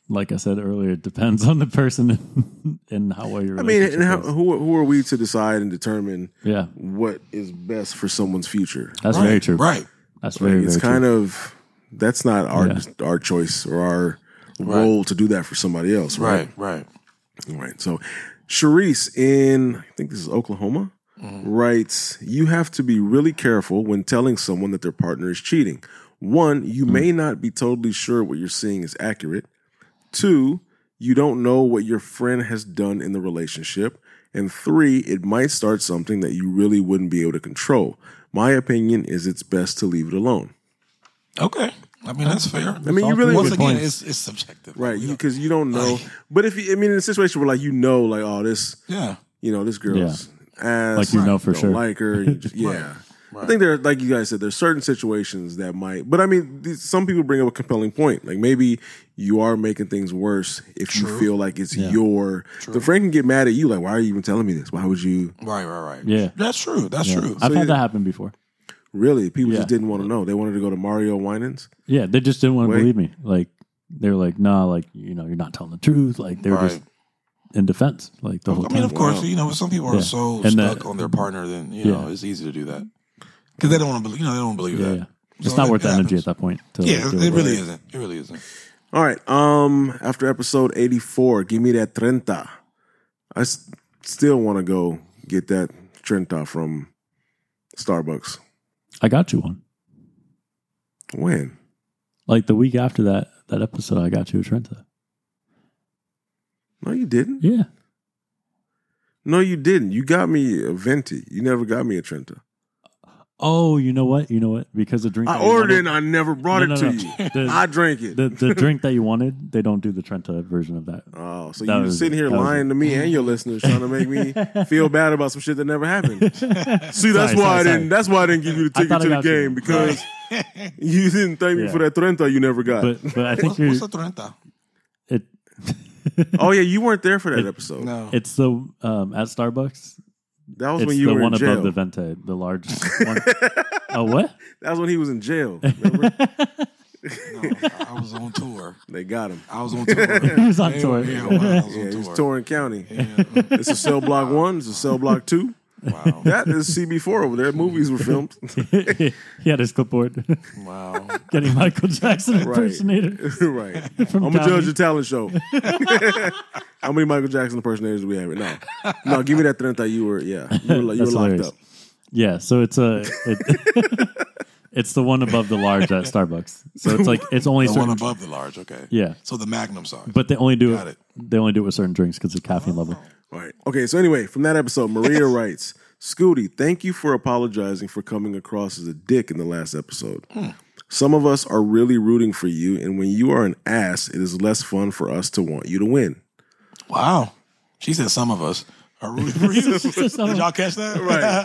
S2: Like I said earlier, it depends on the person and how well you're.
S1: I mean, and how, who who are we to decide and determine
S2: yeah,
S1: what is best for someone's future?
S2: that's
S3: right.
S2: very true.
S3: Right.
S2: That's very,
S1: it's
S2: very true.
S1: kind of that's not our our choice or our role to do that for somebody else, right?
S3: Right. Right.
S1: All right. So, Charisse in I think this is Oklahoma writes, "You have to be really careful when telling someone that their partner is cheating. One, you may not be totally sure what you're seeing is accurate. Two, you don't know what your friend has done in the relationship. And three, it might start something that you really wouldn't be able to control. My opinion is it's best to leave it alone.
S3: Okay. I mean, that's fair.
S1: I mean, you
S2: all
S1: really would
S2: three
S3: Once
S2: good
S3: again,
S2: points.
S3: it's, it's subjective.
S1: right
S3: We don't-
S1: because you don't know. But if you, I mean, in a situation where like you know, like oh this,
S3: yeah.
S1: you know, this girl's ass,
S2: Like, you know for
S1: don't
S2: sure.
S1: like her, you just- yeah. I think there, like you guys said, there's certain situations that might, but I mean, these, some people bring up a compelling point. Like maybe you are making things worse if you feel like it's your. The friend can get mad at you, like, why are you even telling me this? Why would you?
S3: Right, right, right.
S2: Yeah.
S3: That's true. That's true.
S2: I've
S1: So
S2: had
S1: you-
S2: that happen before.
S1: Really, people
S2: Yeah.
S1: just didn't want to know. They wanted to go to Mario Winans.
S2: Yeah, they just didn't want to
S1: Wait.
S2: believe me. Like they were like, "Nah, like you know, you're not telling the truth." Like they were
S3: Right.
S2: just in defense, like the whole
S3: I mean,
S2: time.
S3: of course, you know, some people are
S2: Yeah.
S3: so
S2: And
S3: stuck
S2: that-
S3: on their partner, then, you know, it's easy to do that. Because they don't want to believe, you know, they don't believe
S2: yeah,
S3: that.
S2: yeah. It's
S3: So
S2: not
S3: it-
S2: worth
S3: it
S2: the energy
S3: happens.
S2: at that point. To, like,
S3: Yeah,
S2: deal
S3: it
S2: with
S3: really isn't. It really isn't.
S1: All right. Um, after episode 84, give me that Trenta. I s- still want to go get that Trenta from Starbucks.
S2: I got you one.
S1: When?
S2: Like the week after that that episode, I got you a Trenta.
S1: No, you didn't.
S2: Yeah,
S1: No, you didn't. You got me a Venti. You never got me a Trenta.
S2: Oh, you know what? You know what? Because the drink
S1: I
S2: that you
S1: ordered it
S2: wanted-
S1: and I never brought
S2: No,
S1: it to
S2: no, no.
S1: you.
S2: The-
S1: I drank it.
S2: the, the drink that you wanted, they don't do the Trenta version of that.
S1: oh, so
S2: That
S1: you
S2: was
S1: sitting
S2: it.
S1: here
S2: That was
S1: lying to me and your listeners trying to make me feel bad about some shit that never happened. See, that's why
S2: Sorry, sorry,
S1: I didn't
S2: sorry.
S1: that's why I didn't give you the
S2: I
S1: ticket
S2: thought
S1: to
S2: I
S1: the
S2: got you.
S1: game because you didn't thank me
S2: Yeah.
S1: for that Trenta you never got.
S2: But but I think
S3: What's, what's
S2: you
S3: the 30?
S2: it
S1: Oh yeah, you weren't there for that episode.
S3: No.
S2: it's the um at Starbucks.
S1: That was
S2: It's
S1: when you
S2: the
S1: were
S2: one
S1: in jail.
S2: above the Vente, the largest one. oh what?
S1: that was when he was in jail. Remember?
S3: no, I I was on tour.
S1: they got him.
S3: I was on tour.
S2: He was on
S3: Yeah,
S2: tour.
S3: yeah, I was on
S1: Yeah, he was
S3: tour.
S1: Torrent County. It's a cell block one. It's a cell block two.
S3: Wow.
S1: That is CB4 over there. Movies were filmed.
S2: he had his clipboard
S3: Wow.
S2: getting Michael Jackson impersonator.
S1: right.
S2: From
S1: I'm a judge
S2: Downey.
S1: of talent show. How many Michael Jackson impersonators do we have? No, no. Give me that 30. You were yeah. You were, you were
S2: That's
S1: locked
S2: hilarious.
S1: up.
S2: Yeah, so it's a it, it's the one above the large at Starbucks. So it's like it's only
S3: The one
S2: certain,
S3: above the large. Okay.
S2: yeah,
S3: So the Magnum size.
S2: but they only do
S3: Got
S2: it,
S3: it.
S2: They only do it with certain drinks because of caffeine level.
S1: All right. Okay. So anyway, from that episode, Maria writes, "Scooty, thank you for apologizing for coming across as a dick in the last episode. Some of us are really rooting for you, and when you are an ass, it is less fun for us to want you to win."
S3: wow. She said some of us are rooting for you. Did y'all catch that?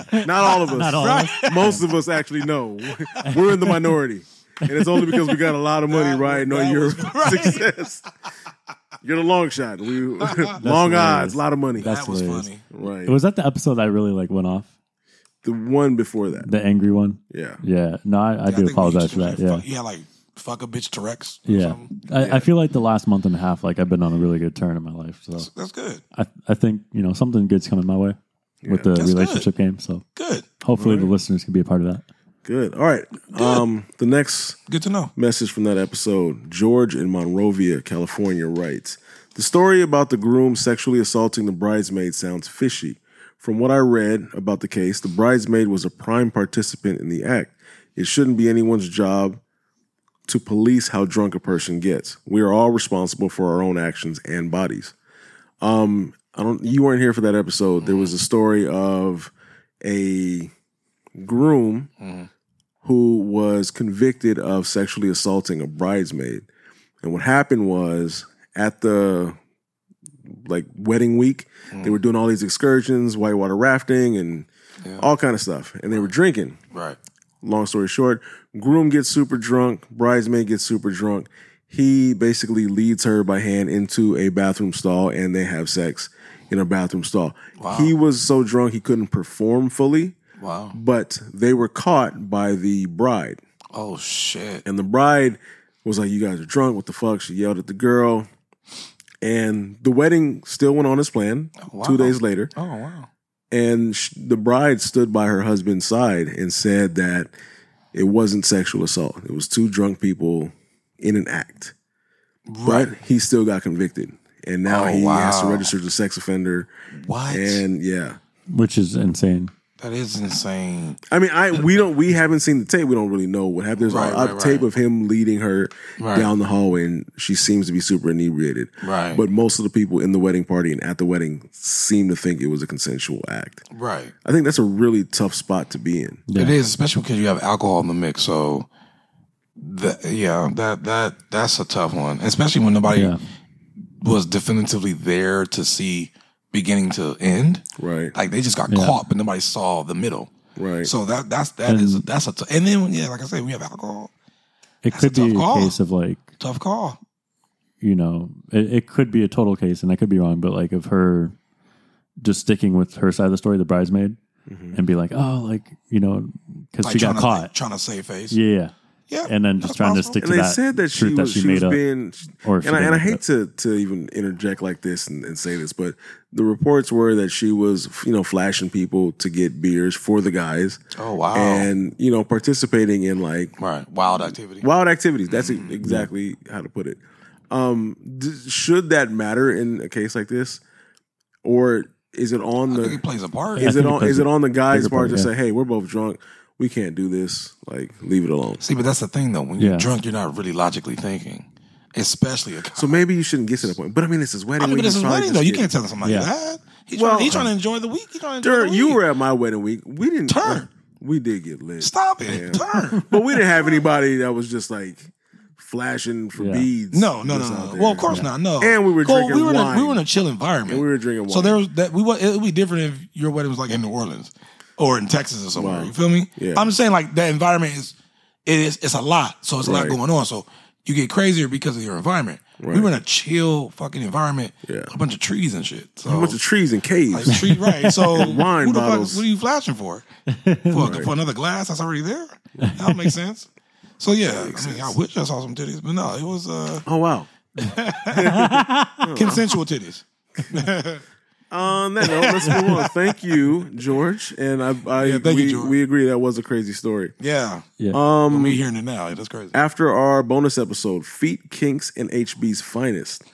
S1: Right. Not all of us.
S2: Not all of us.
S1: Most of us actually know. We're in the minority. And it's only because we got a lot of money
S3: That-
S1: riding on
S3: that
S1: your
S3: was right.
S1: success. You're the long shot. We, long odds,
S2: hilarious.
S1: a lot of money.
S2: That's
S3: That was
S2: hilarious.
S3: funny.
S1: right.
S2: Was that the episode that really like went off?
S1: the one before that.
S2: The angry one.
S1: Yeah.
S2: Yeah, no, I, I
S3: I
S2: do
S3: think
S2: apologize
S3: we-
S2: for that.
S3: we-
S2: Yeah,
S3: Fuck, yeah, like fuck a bitch Tourette's. or
S2: yeah.
S3: something.
S2: I, I feel like the last month and a half, like I've been on a really good turn in my life. So
S3: That's good.
S2: I, I think you know something good's coming my way with the
S3: That's
S2: relationship game. So
S3: Good.
S2: hopefully the listeners can be a part of that.
S1: Good. All right. Um, the next
S3: Good to know.
S1: message from that episode George in Monrovia, California writes The story about the groom sexually assaulting the bridesmaid sounds fishy. From what I read about the case, the bridesmaid was a prime participant in the act. It shouldn't be anyone's job to police how drunk a person gets. We are all responsible for our own actions and bodies. Um, I don't. You weren't here for that episode. There was a story of a groom who was convicted of sexually assaulting a bridesmaid. And what happened was at the like wedding week, they were doing all these excursions, whitewater rafting, and all kind of stuff. And they were drinking
S3: Right.
S1: long story short, groom gets super drunk, bridesmaid gets super drunk. He basically leads her by hand into a bathroom stall and they have sex in a bathroom stall. He was so drunk he couldn't perform fully,
S3: Wow.
S1: but they were caught by the bride.
S3: Oh shit.
S1: And the bride was like, You guys are drunk. What the fuck? She yelled at the girl. And the wedding still went on as planned
S3: wow.
S1: two days later
S3: Oh wow.
S1: and sh- the bride stood by her husband's side and said that it wasn't sexual assault. It was two drunk people in an act.
S3: Right.
S1: But he still got convicted. And now
S3: Oh,
S1: he has to
S3: wow.
S1: register as a sex offender.
S3: What?
S1: And yeah.
S2: Which is insane.
S3: that is insane.
S1: I mean, I we don't we haven't seen the tape. We don't really know what happened. There's
S3: Right,
S1: a,
S3: right,
S1: a
S3: right.
S1: tape of him leading her
S3: Right.
S1: down the hallway, and she seems to be super inebriated.
S3: Right.
S1: But most of the people in the wedding party and at the wedding seem to think it was a consensual act.
S3: Right.
S1: I think that's a really tough spot to be in.
S2: Yeah.
S3: It is, especially because you have alcohol in the mix. So, that, yeah, that that that's a tough one, especially when nobody
S2: Yeah.
S3: was definitively there to see beginning to end.
S1: Right.
S3: Like they just got caught, but nobody saw the middle.
S1: Right.
S3: So that that's that is that's a t- and then yeah, like I said, we have alcohol.
S2: It could
S3: a
S2: be
S3: tough
S2: a
S3: call.
S2: case of like
S3: Tough call.
S2: you know, it, it could be a total case, and I could be wrong, but like of her just sticking with her side of the story, the bridesmaid, and be like, oh, like you know, because
S3: Mm-hmm. Like
S2: she got
S3: trying
S2: caught,
S3: To, trying to save face.
S2: yeah, yeah,
S3: Yeah,
S2: and then just
S3: that's
S2: trying
S3: possible.
S2: to stick to
S1: and they
S2: that.
S1: said that she
S2: truth
S1: was,
S2: that she,
S1: she
S2: made
S1: was
S2: up.
S1: being
S2: Or if she
S1: and I, and I
S2: didn't make
S1: hate to to even interject like this and, and say this but the reports were that she was you know flashing people to get beers for the guys
S3: Oh wow.
S1: and you know participating in like
S3: right. Wild activity.
S1: wild activities that's
S3: Mm-hmm.
S1: e- exactly how to put it um d- should that matter in a case like this or is it on
S3: I think
S1: the
S3: it plays a part.
S1: is
S2: I
S1: it
S2: think it
S1: on
S2: plays
S1: is
S2: a
S1: it on the guy's
S2: bigger
S1: part
S2: part,
S1: to say
S2: yeah.
S1: hey we're both drunk we can't do this like leave it alone
S3: See, but that's the thing though. When
S2: Yeah.
S3: you're drunk, you're not really logically thinking, especially a.
S1: So maybe you shouldn't get to that point. But I mean, it's his wedding.
S3: I mean,
S1: week.
S3: but it's
S1: He's
S3: his
S1: probably
S3: wedding
S1: just
S3: though. You
S1: getting-
S3: can't tell somebody
S2: Yeah.
S3: that. He's,
S1: Well-
S3: trying, he's trying to enjoy the week. He's trying to enjoy
S1: During
S3: the
S1: you
S3: week.
S1: were at my wedding week, we didn't uh,
S3: Turn.
S1: We did get lit,
S3: Stop it. Turn.
S1: but we didn't have anybody that was just like flashing for
S2: Yeah.
S1: beads.
S3: No, no, no,
S1: just out
S3: no.
S1: there.
S3: Well, of course not. No.
S1: And we were
S3: Well,
S1: drinking
S3: we were In a, we
S1: wine.
S3: were in a chill environment.
S1: And we were drinking
S3: So
S1: wine.
S3: there was that we wa- it would be different if your wedding was like in New Orleans or in Texas or somewhere. You feel me?
S1: Yeah.
S3: I'm just saying like that environment is it is it's a lot. So it's a lot
S1: Right.
S3: going on. So you get crazier because of your environment. We
S1: Right.
S3: were in a chill fucking environment.
S1: Yeah.
S3: A bunch of trees and shit. So
S1: a bunch of trees and
S3: like,
S1: caves.
S3: tree, right? So
S1: Wine
S3: who the
S1: bottles.
S3: fuck? What are you flashing for? For, for another glass that's already there? That makes sense. So yeah, I mean, I wish I saw some titties, but no, it was uh,
S1: oh wow,
S3: consensual titties.
S1: On that note, Uh, let's move on. Thank you, George. And I, I
S3: Yeah, thank
S1: we,
S3: you, George.
S1: we agree that was a crazy story.
S3: Yeah.
S2: Yeah.
S1: Um,
S3: Me hearing it now. That's crazy.
S1: after our bonus episode, Feet, Kinks, and HB's Finest,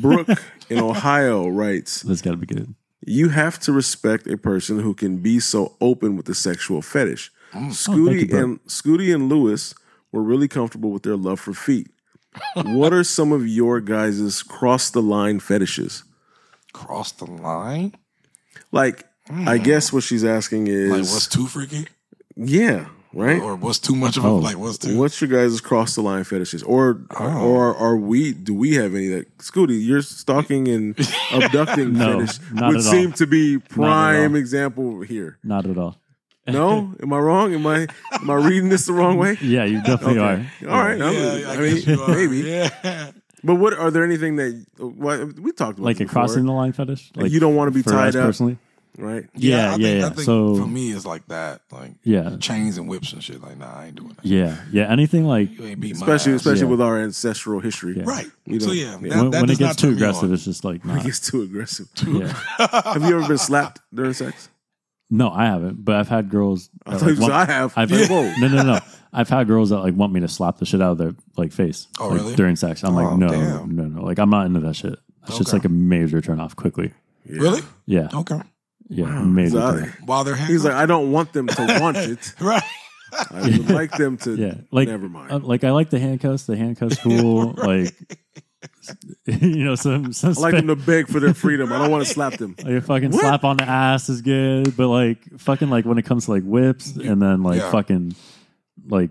S1: Brooke in Ohio writes,
S2: That's got to be good.
S1: You have to respect a person who can be so open with the sexual fetish.
S3: Oh,
S2: thank you,
S1: Scooty
S2: bro.
S1: and Scooty and Lewis were really comfortable with their love for feet. what are some of your guys' cross the line fetishes?
S3: Cross the line?
S1: Like, I guess what she's asking is,
S3: Hmm. Like, what's too freaky?
S1: yeah, right?
S3: Or what's too much of a,
S2: Oh.
S3: like, what's too.
S1: What's your guys' cross the line fetishes, or
S3: Oh.
S1: or are we? Do we have any that Scooty? Your stalking and abducting
S2: No,
S1: fetish
S2: not
S1: would
S2: at all.
S1: seem to be prime
S2: all.
S1: example here.
S2: Not at all.
S1: No, am I wrong? Am I am I reading this the wrong way?
S2: Yeah, you definitely
S1: Okay.
S2: are.
S1: All right,
S3: Yeah,
S1: I'm-
S3: I,
S1: I
S3: guess
S1: mean,
S3: you are.
S1: maybe.
S3: Yeah.
S1: But what are there anything that why we talked about
S2: Like a
S1: this
S2: crossing
S1: before,
S2: the line fetish. Like
S1: you don't wanna be
S2: for us
S1: tied up.
S2: personally.
S1: right?
S2: Yeah,
S3: I
S2: yeah,
S3: think, I
S2: yeah.
S3: think
S2: So-
S3: for me, it's like that. Like,
S2: Yeah,
S3: chains and whips and shit. Like, nah, I ain't doing that.
S2: yeah, yeah. Anything like
S3: You ain't beat my
S1: Especially
S3: ass.
S1: especially
S2: Yeah.
S1: with our ancestral history.
S2: Yeah.
S3: Right.
S1: You
S3: So,
S1: know,
S3: yeah.
S1: yeah.
S3: That,
S2: when,
S3: that
S2: when
S3: does
S2: it
S3: not
S2: gets
S3: turn
S2: too
S3: me on.
S2: aggressive, it's just like
S1: It
S2: not.
S1: gets too aggressive.
S2: Yeah.
S1: Have you ever been slapped during sex?
S2: No, I haven't. But I've had girls.
S1: I
S2: that,
S1: thought you
S2: like,
S1: said
S2: want-
S1: I have.
S2: I've
S1: Yeah.
S2: had,
S1: Whoa.
S2: no, no, no. I've had girls that like want me to slap the shit out of their like face
S3: Oh,
S2: like,
S3: really?
S2: during sex. I'm
S3: Oh,
S2: like, no,
S3: damn.
S2: no, no. Like I'm not into that shit. That's just
S3: Okay.
S2: like a major turn off quickly.
S1: Yeah.
S3: Really?
S2: Yeah,
S1: Oh,
S3: Okay.
S2: yeah, major.
S1: So I-
S2: turn off.
S3: While they're handcuffed.
S1: He's like, I don't want them to want it.
S3: right.
S1: I would like them to.
S2: Yeah, like
S1: never mind.
S3: um,
S2: uh, like I like the handcuffs. The handcuffs cool. Like you know, some some
S1: I like
S2: spa-
S1: them to beg for their freedom. I don't want to slap them.
S2: Like a fucking slap on the ass is good, but like fucking like when it comes to like whips and then like
S3: Yeah.
S2: fucking like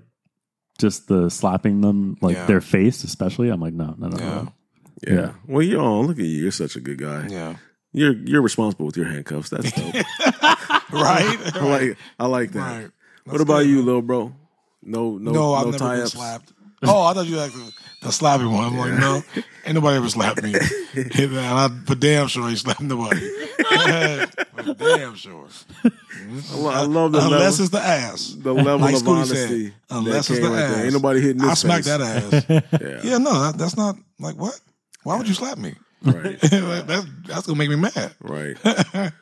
S2: just the slapping them like
S3: Yeah.
S2: their face especially. I'm like no no no.
S3: Yeah.
S2: no.
S1: Yeah.
S2: Yeah.
S1: Well, you all look at you. You're such a good guy.
S3: Yeah.
S1: You're you're responsible with your handcuffs. That's dope.
S3: Right.
S1: I like I like that.
S3: Right.
S1: What
S3: That's
S1: about
S3: good.
S1: you, little bro? No, no,
S3: No,
S1: no,
S3: I've never been
S1: tie-ups?
S3: slapped. Oh, I thought you asked the- the slapping one. I'm like, no, ain't nobody ever slapped me. and I, for damn sure, ain't slapped nobody. for damn sure.
S1: I lo- I love the
S3: Unless
S1: level,
S3: it's the ass.
S1: the level
S3: Like
S1: of
S3: Scooty
S1: honesty.
S3: said, unless
S1: that
S3: it's
S1: came
S3: the
S1: right
S3: ass.
S1: There. Ain't nobody hitting this.
S3: I smacked
S1: face.
S3: that ass.
S1: Yeah.
S3: yeah, no, that, that's not like what? Why would you slap me?
S1: Right.
S3: that's that's gonna make me mad.
S1: Right. Right.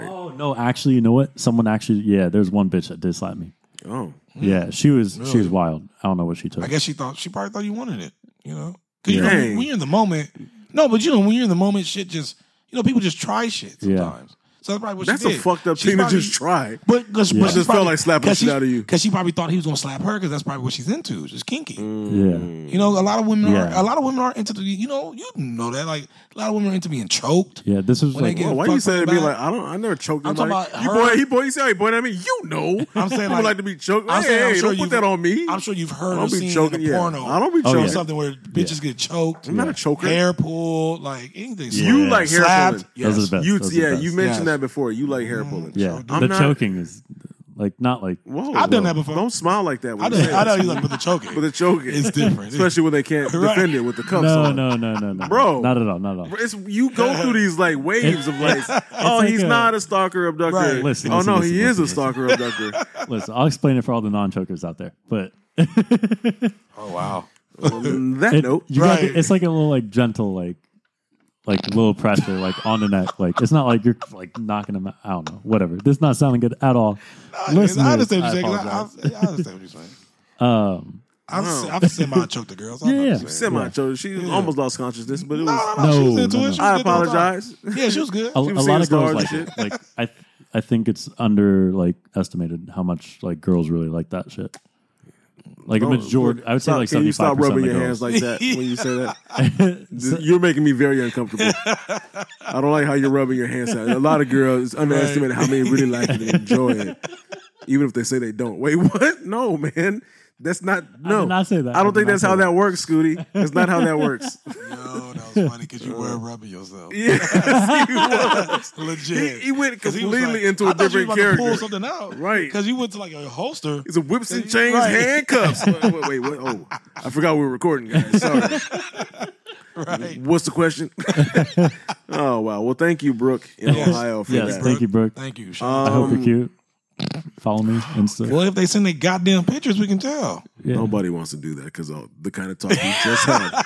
S2: Oh no! Actually, you know what? Someone actually yeah. There's one bitch that did slap me.
S1: Oh.
S2: Yeah, she was she
S3: Hmm? Really?
S2: was wild. I don't know what she took.
S3: I guess she thought she probably thought you wanted it. You know, because you know,
S1: Yeah.
S3: when, when you're in the moment, no, but you know when you're in the moment, shit just you know people just try shit
S2: Yeah.
S3: sometimes. So that's probably what
S1: That's
S3: she
S1: a
S3: did.
S1: fucked up
S3: She's
S1: thing to
S3: probably-
S1: just try.
S3: But because
S2: Yeah. I
S1: just felt like slapping the shit out of you.
S3: because she probably thought he was gonna slap her because that's probably what she's into. She's kinky.
S1: Mm.
S2: Yeah.
S3: You know, a lot of women
S2: Yeah.
S3: are a lot of women are into the, you know you know that like a lot of women are into being choked.
S2: Yeah, this was
S3: When they
S2: like
S3: get-
S1: Well, Oh, why
S3: fucked
S1: you say
S3: in
S1: to
S3: the
S1: me
S3: back.
S1: like I don't? I never choked
S3: I'm
S1: anybody.
S3: talking about
S1: you
S3: her.
S1: boy, he boy, you say how he pointed at me. You know,
S3: I'm saying,
S1: People
S3: like-
S1: like to be choked.
S3: I'm
S1: hey,
S3: saying, I'm
S1: hey,
S3: sure
S1: don't put
S3: you've-
S1: that on me.
S3: I'm sure you've heard
S1: I'll
S3: or
S1: be
S3: seen
S1: choking,
S3: in a
S1: yeah.
S3: porno.
S1: I don't be
S2: Oh,
S3: or
S2: yeah.
S1: choking.
S3: something where bitches get choked,
S1: I'm not a choker.
S3: hair pulled, like anything.
S1: You like hair
S3: slapped.
S1: pulling.
S2: Those are the best.
S1: You,
S2: Those are the
S1: yeah,
S2: best.
S1: you mentioned
S3: Yes.
S1: that before. You like
S3: Mm-hmm.
S1: hair pulling.
S2: yeah.
S1: I'm
S2: The
S1: not-
S2: choking is like not like
S1: Whoa,
S3: I've done that before.
S1: Don't smile like that. When
S3: I
S1: you
S3: know,
S1: say
S3: I
S1: that.
S3: know you like with the choking.
S1: With the choking,
S3: It's different.
S1: especially when they can't
S3: Right.
S1: defend it with the cuffs
S2: no
S1: on.
S2: no no no no
S1: Bro.
S2: not at all not at all.
S1: It's, you go through these like waves of like, oh,
S2: like
S1: he's
S2: a-
S1: not a stalker abductor.
S3: Right.
S2: Listen,
S1: oh
S2: listen,
S1: no,
S2: listen,
S1: he is
S2: listen,
S1: a stalker abductor.
S2: Listen, I'll explain it for all the non chokers out there, but.
S3: oh wow.
S1: On that
S2: It-
S1: note,
S2: you got
S3: Right.
S2: it's like a little like gentle like like little pressure like on the neck. Like it's not like you're like knocking them out. I don't know. Whatever. This is not sounding good at all.
S3: I,
S2: Listeners,
S3: I understand what you're saying.
S2: I
S3: 'cause I, I, I understand what you're saying.
S2: Um
S3: I'm,
S1: Wow.
S3: I'm semi choked the girls. I know
S2: Yeah,
S3: what
S2: yeah.
S3: you're saying.
S1: semi choked. She almost lost consciousness, but it
S3: No,
S1: was.
S3: no, no, She was
S2: No,
S3: into
S2: no, Oh. no.
S3: it. She was
S1: I
S3: good the whole time.
S1: apologize.
S3: Yeah, she was good.
S2: a, a
S1: She was
S2: lot of
S1: seeing
S2: girls
S1: stars
S2: like
S1: and
S2: it. Like I I think it's under like estimated how much like girls really like that shit. Like a
S1: Don't-
S2: majority I would say
S1: Stop-
S2: like
S1: Can you stop
S2: seventy five percent
S1: rubbing
S2: of
S1: your
S2: girls.
S1: hands like that when you say that? Th- You're making me very uncomfortable. I don't like how you're rubbing your hands out. A lot of girls underestimate how many really like it and enjoy it, even if they say they don't. Wait, what? No, man. That's not no.
S2: did not say that.
S1: I
S2: I
S1: don't
S2: did
S1: think
S2: not
S1: that's
S2: say
S1: how
S2: that.
S1: that works, Scooty. That's not how that works.
S3: No, that was funny because you were rubbing yourself.
S1: Yes, he was.
S3: Legit.
S1: He- he went
S3: 'Cause was
S1: completely into
S3: I
S1: a
S3: thought you
S1: different
S3: were about to
S1: character.
S3: Pull something out,
S1: Right.
S3: Because you went to like a holster.
S1: It's a whips and
S3: Yeah,
S1: chains
S3: you're right.
S1: handcuffs. wait, wait, wait, wait. Oh, I forgot we were recording, guys. Sorry.
S3: Right.
S1: What's the question? oh wow. Well, thank you, Brooke in
S3: Yes.
S1: Ohio for
S2: Yes,
S1: that.
S2: thank you, Brooke.
S3: Thank you.
S2: I
S1: Um,
S2: hope you're cute. Follow me Insta.
S3: well, if they send their goddamn pictures, we can tell.
S2: Yeah.
S1: Nobody wants to do that because the kind of talk you just had,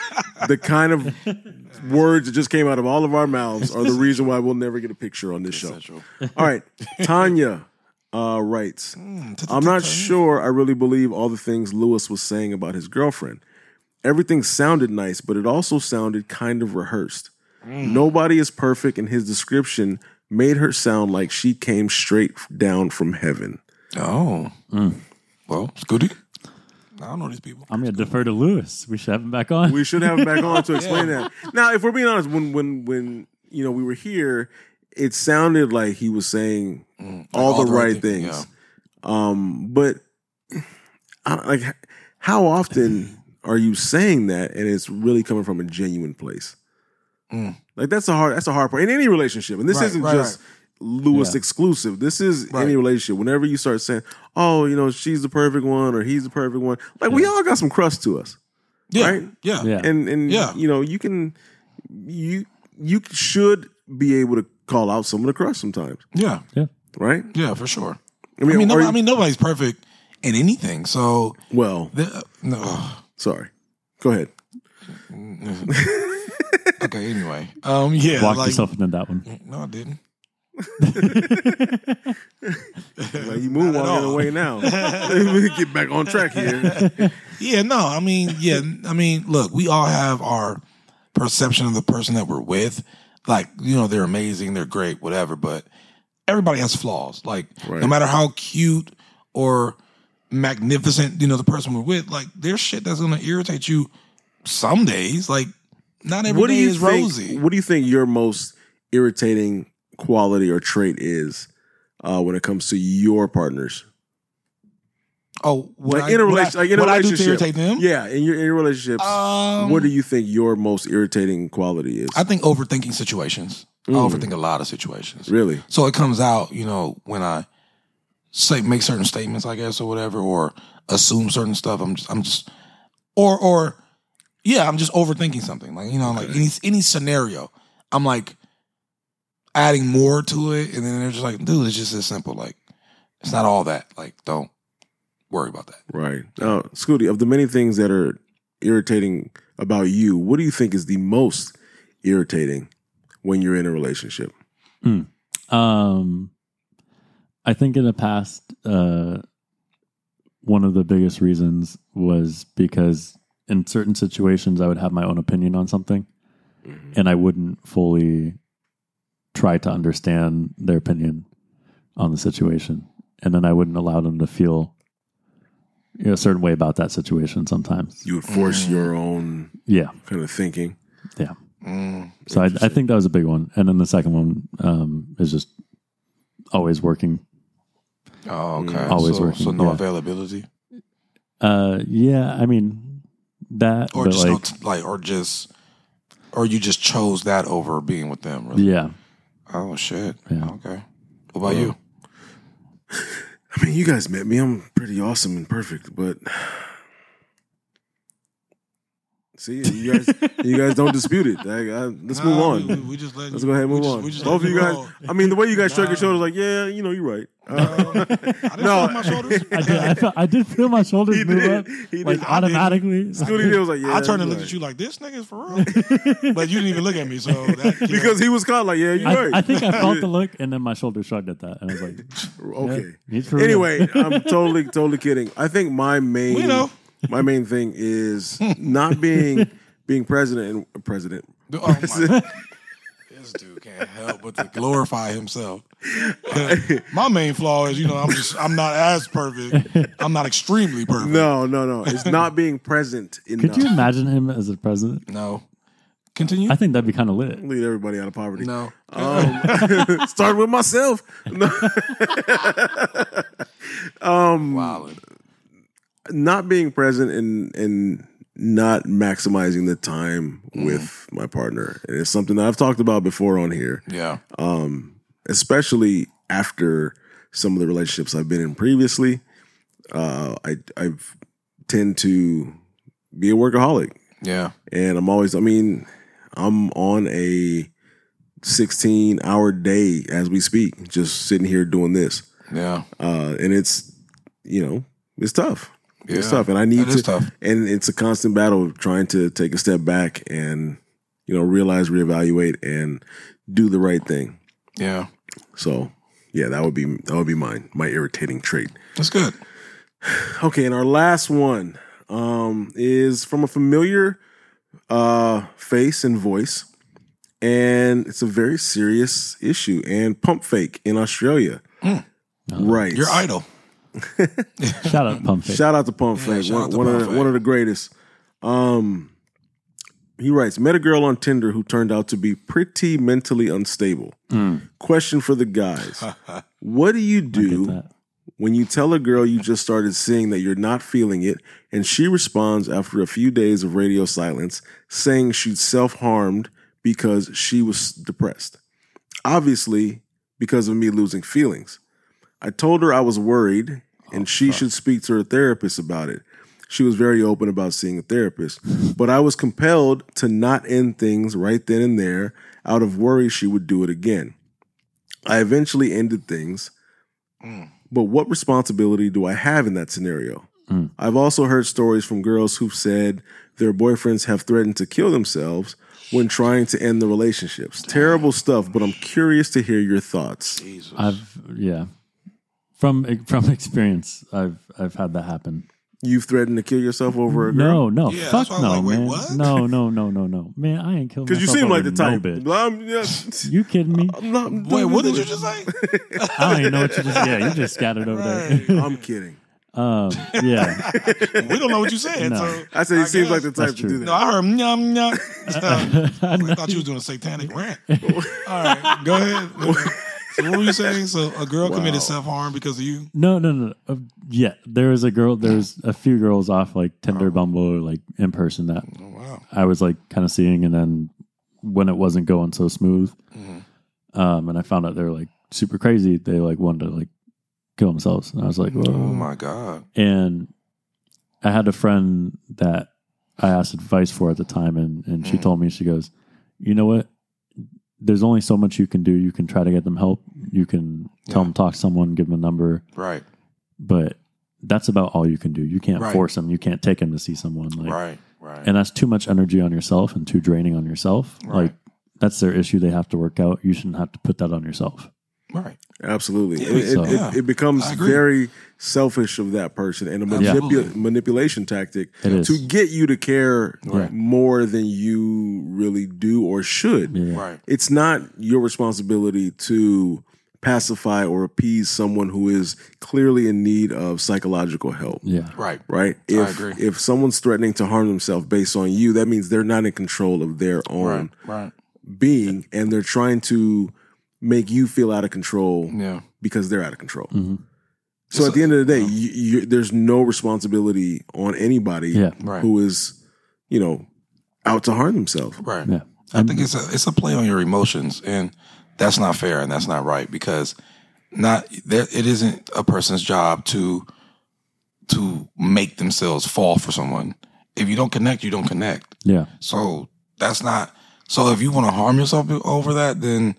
S1: the kind of words that just came out of all of our mouths are the reason why we'll never get a picture on this show. All right, Tanya uh, writes. I'm not sure I really believe all the things Lewis was saying about his girlfriend. Everything sounded nice, but it also sounded kind of rehearsed. Nobody is perfect, and his description made her sound like she came straight down from heaven.
S3: Oh.
S1: Mm.
S3: Well, Scooty. I don't know these people.
S2: I'm going to defer to Lewis. We should have him back on.
S1: We should have him back on to explain that. Now, if we're being honest, when when when you know we were here, it sounded like he was saying all,
S3: Mm, all
S1: the, right things. Um, but I, like, how often are you saying that, and it's really coming from a genuine place?
S3: Mm.
S1: Like that's a hard that's a hard part in any relationship, and this
S3: Right,
S1: isn't
S3: right,
S1: just. Lewis
S2: Yeah.
S1: exclusive. This is
S3: Right.
S1: any relationship. Whenever you start saying, "Oh, you know, she's the perfect one" or "He's the perfect one," like we all got some crust to us
S3: Yeah.
S1: Right?
S3: Yeah.
S2: yeah.
S1: and and
S3: Yeah.
S1: you know you can you you should be able to call out someone to crush sometimes
S3: Yeah.
S1: right
S3: Yeah, for sure.
S1: i
S3: I mean,
S1: or
S3: no,
S1: you-
S3: I mean nobody's perfect in anything. So
S1: well
S3: the, no. ugh.
S1: sorry go ahead
S3: okay. Anyway, um, yeah,
S2: Walked
S3: like,
S2: yourself into that one.
S3: no, I didn't.
S1: like you
S3: Not at
S1: moonwalking
S3: all.
S1: away now We get back on track here
S3: Yeah, no, I mean, yeah, I mean, look, we all have our perception of the person that we're with. Like, you know, they're amazing, they're great, whatever, but everybody has flaws. Like, no
S1: Right.
S3: matter how cute or magnificent, you know, the person we're with, like, there's shit that's gonna irritate you some days. Like, not every
S1: what do
S3: day
S1: you
S3: is
S1: think
S3: rosy.
S1: what do you think your most irritating quality or trait is uh, when it comes to your partners
S3: Oh, what
S1: like
S3: I,
S1: in a
S3: what I-
S1: relationship like in a
S3: what I do to
S1: relationship
S3: irritate them?
S1: yeah in your in your relationships
S3: Hmm? Um,
S1: what do you think your most irritating quality is
S3: I think overthinking situations. I
S1: Mm.
S3: overthink a lot of situations.
S1: really
S3: So it comes out, you know, when I say make certain statements, I guess, or whatever, or assume certain stuff. I'm just, I'm just, or or yeah, I'm just overthinking something. Like you know, like any any scenario, I'm like adding more to it, and then they're just like, dude, it's just as simple. Like it's not all that. Like don't worry about that.
S1: Right. Now, Scooty, of the many things that are irritating about you, what do you think is the most irritating when you're in a relationship?
S2: Um, I think in the past, uh, one of the biggest reasons was because in certain situations, I would have my own opinion on something and I wouldn't fully try to understand their opinion on the situation. And then I wouldn't allow them to feel you know, a certain way about that situation sometimes.
S1: You would force your own
S2: Yeah.
S1: kind of thinking.
S2: Yeah.
S3: Mm.
S2: So I, I think that was a big one. And then the second one um, is just always working
S3: Oh, okay.
S2: Always
S3: so,
S2: working,
S3: So no
S2: yeah.
S3: availability,
S2: Uh, yeah. I mean that,
S3: or
S2: but
S3: just
S2: like,
S3: no, like, or just, or you just chose that over being with them. Really.
S2: yeah,
S3: Oh shit.
S2: Yeah.
S3: Okay. What about you?
S1: I mean, you guys met me. I'm pretty awesome and perfect, but see, you guys, you guys don't dispute it. Like, I, let's move on.
S3: just let
S1: let's go ahead and move on. Both of you guys. I mean, the way you guys shrug your shoulders, like, yeah, you know, you're right. Uh,
S3: I didn't
S1: No.
S3: shrug my shoulders.
S2: I did. I, felt, I did feel my shoulders
S1: He
S2: move
S1: did.
S2: up
S1: He
S2: like
S1: did. I did.
S2: automatically.
S1: Scooty did was like, yeah,
S3: I turned and
S1: you're
S3: looked at
S1: right.
S3: you like this nigga's for real, but you didn't even look at me. So that, you know,
S1: because he was caught. Like, yeah, you're
S2: I,
S1: right.
S2: I think I felt the look, and then my shoulder shrugged at that, and I was like,
S1: okay.
S2: he's for real.
S1: anyway, I'm totally, totally kidding. I think my main,
S3: We know.
S1: my main thing is not being being president and president.
S3: oh my, this dude can't help but to glorify himself. my main flaw is, you know, I'm just I'm not as perfect. I'm not extremely perfect.
S1: No, no, no. It's not being present enough.
S2: Could you imagine him as a president?
S3: No. Continue.
S2: I think that'd be kind of lit.
S1: lead everybody out of poverty?
S3: no.
S1: Um, start with myself. No,
S3: Wildin'.
S1: not being present and and not maximizing the time
S2: Mm.
S1: with my partner. And it's something that I've talked about before on here.
S3: Yeah.
S1: especially after some of the relationships I've been in previously. Uh, I I tend to be a workaholic,
S3: Yeah.
S1: and I'm always. I mean, I'm on a 16 hour day as we speak, just sitting here doing this,
S3: Yeah.
S1: uh, and it's you know it's tough. It's
S3: Yeah.
S1: tough, and I need
S3: That is
S1: to.
S3: tough.
S1: And it's a constant battle of trying to take a step back and you know, realize, reevaluate, and do the right thing.
S3: Yeah.
S1: So, yeah, that would be that would be mine, my irritating trait.
S3: That's good.
S1: Okay, and our last one um, is from a familiar uh, face and voice, and it's a very serious issue. And Pump Fake in Australia,
S2: Mm.
S1: right?
S3: Your idol.
S2: Shout out Pump Fake.
S1: Shout out to Pump
S3: Yeah,
S1: Fake,
S3: shout
S1: one,
S3: out to
S1: one of
S3: Pump
S1: the,
S3: Fake.
S1: one of the greatest. Um, he writes, met a girl on Tinder who turned out to be pretty mentally unstable.
S2: Mm.
S1: Question for the guys: What do you do?
S2: that.
S1: when you tell a girl you just started seeing that you're not feeling it, and she responds after a few days of radio silence, saying she'd self harmed because she was depressed. Obviously, because of me losing feelings. I told her I was worried and she should speak to her therapist about it. She was very open about seeing a therapist, but I was compelled to not end things right then and there out of worry she would do it again. I eventually ended things, but what responsibility do I have in that scenario?
S2: Hmm.
S1: I've also heard stories from girls who've said their boyfriends have threatened to kill themselves when trying to end the relationships. Terrible stuff, but I'm curious to hear your thoughts.
S2: I've yeah. From from experience, I've I've had that happen.
S1: You've threatened to kill yourself over a girl?
S2: No, no,
S3: Yeah,
S2: fuck
S3: that's why I was
S2: no,
S3: like, wait,
S2: man.
S3: what?
S2: No, no, no, no, no, man. I ain't killing
S1: Because you
S2: myself
S1: seem like
S2: over
S1: the type.
S2: No bitch.
S1: I'm, yeah,
S2: You kidding me?
S1: I'm not-
S3: Wait, what did you just say?
S2: I don't even know what you just. Yeah, you just scattered over
S3: Right.
S2: there.
S1: I'm kidding.
S2: um, yeah,
S3: we don't know what you said.
S2: No.
S3: So
S1: I said he
S3: I
S1: seems
S3: guess.
S1: like the type
S2: That's
S1: to do
S2: true.
S1: that.
S3: No, I heard yum yum.
S2: I
S3: I thought you was doing a satanic rant. All right, go ahead. So what were you saying? So a girl committed self harm because of you?
S2: No, no, no. Uh, yeah, there was a girl. There was a few girls off like
S3: Uh-huh.
S2: Tinder, Bumble, or like in person that
S3: Oh wow.
S2: I was like kind of seeing, and then when it wasn't going so smooth,
S3: Mm-hmm.
S2: um, and I found out they were like super crazy. They like wanted to like kill themselves, and I was like,
S3: Oh
S2: Whoa.
S3: my god.
S2: and I had a friend that I asked advice for at the time, and and she
S3: Mhm.
S2: told me she goes, you know what? There's only so much you can do. You can try to get them help. You can tell
S3: Yeah.
S2: them talk to someone, give them a number,
S3: Right.
S2: but that's about all you can do. You can't
S3: Right.
S2: force them. You can't take them to see someone. Like,
S3: Right. Right.
S2: and that's too much energy on yourself and too draining on yourself.
S3: Right.
S2: Like, that's their issue. They have to work out. You shouldn't have to put that on yourself.
S3: right.
S1: Absolutely.
S3: Yeah,
S1: it, it-
S2: so-
S1: it-
S3: Yeah.
S1: it becomes
S3: I agree.
S1: very selfish of that person and a manipu-
S3: Absolutely.
S1: manipulation tactic
S2: It is.
S1: to get you to care
S2: Right.
S1: more than you really do or should.
S2: Yeah.
S3: Right.
S1: It's not your responsibility to pacify or appease someone who is clearly in need of psychological help.
S2: Yeah.
S3: Right.
S1: right?
S3: I
S1: If
S3: agree.
S1: if someone's threatening to harm themselves based on you, that means they're not in control of their
S3: Right.
S1: own
S3: Right.
S1: being, and they're trying to make you feel out of control
S3: Yeah.
S1: because they're out of control.
S2: Mhm.
S1: So
S3: It's
S1: at the
S3: a-
S1: end of the day, you, you, there's no responsibility on anybody
S2: Yeah.
S3: Right.
S1: who is, you know, out to harm themselves.
S3: Right.
S2: Yeah.
S3: I think it's a it's a play on your emotions, and that's not fair and that's not right because not there, it isn't a person's job to to make themselves fall for someone. If you don't connect, you don't connect.
S2: Yeah.
S3: So that's not. So if you want to harm yourself over that, then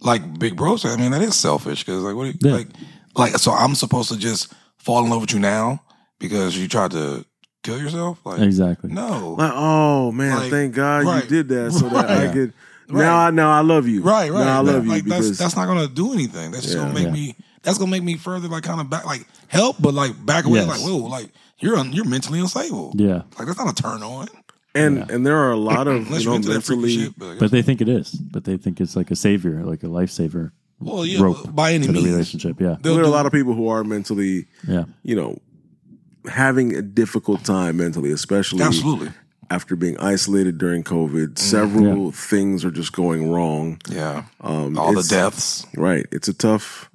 S3: like Big Bro said, I mean that is selfish because like what do you,
S2: Yeah.
S3: like like so I'm supposed to just fall in love with you now because you tried to kill yourself? Like
S2: Exactly.
S3: no,
S1: Like, oh man,
S3: Like,
S1: thank God
S3: right,
S1: you did that so that I
S3: right,
S1: could.
S3: right.
S1: Now, I, now I love you.
S3: right, right.
S1: Now I love
S3: like,
S1: you
S3: that's
S1: because
S3: that's not gonna do anything. That's just
S1: Yeah.
S3: gonna make
S2: Yeah.
S3: me. That's gonna make me further like kind of back like help, but like back away.
S2: Yes.
S3: Like whoa, like you're un, you're mentally unstable.
S2: Yeah.
S3: Like that's not a turn on
S1: and and there are a lot of
S3: unless
S1: you
S3: you are
S1: know
S3: into that freaky
S1: mentally
S3: shit. But, like,
S2: But they think it is. But they think it's like a savior, like a lifesaver
S3: well, yeah,
S2: rope
S3: by any
S2: to the
S3: means,
S2: relationship. Yeah.
S3: they'll
S1: there are a
S3: do-
S1: lot of people who are mentally,
S2: Yeah.
S1: you know, having a difficult time mentally, especially
S3: absolutely. Mm.
S1: after being isolated during COVID. Several things are just going wrong.
S3: Yeah.
S1: Um,
S3: All the
S1: it's-
S3: deaths.
S1: Right. It's a tough,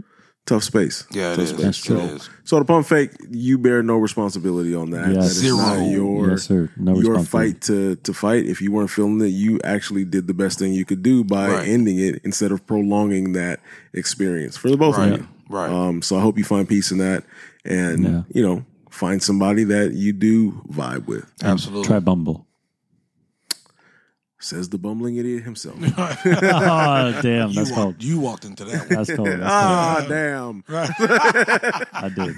S1: tough space.
S3: Yeah, it
S1: tough
S3: is.
S1: space.
S2: That's
S3: It
S1: So,
S3: is.
S1: so the pump fake, you bear no responsibility on that.
S2: Yes.
S1: That is not
S3: Zero.
S1: your
S2: yes, sir. No
S1: your
S2: responsibility.
S1: fight to to fight. If you weren't feeling it, you actually did the best thing you could do by
S3: Right.
S1: ending it instead of prolonging that experience for the both
S3: Right.
S1: of you.
S3: Right.
S1: Um, so I hope you find peace in that, and
S2: Yeah.
S1: you know, find somebody that you do vibe with.
S3: Absolutely.
S2: Try Bumble.
S1: Says the bumbling idiot himself.
S2: oh damn,
S3: you,
S2: that's cold.
S3: walked, you walked into that one.
S2: That's cold. That's cold.
S1: ah, damn.
S2: I did.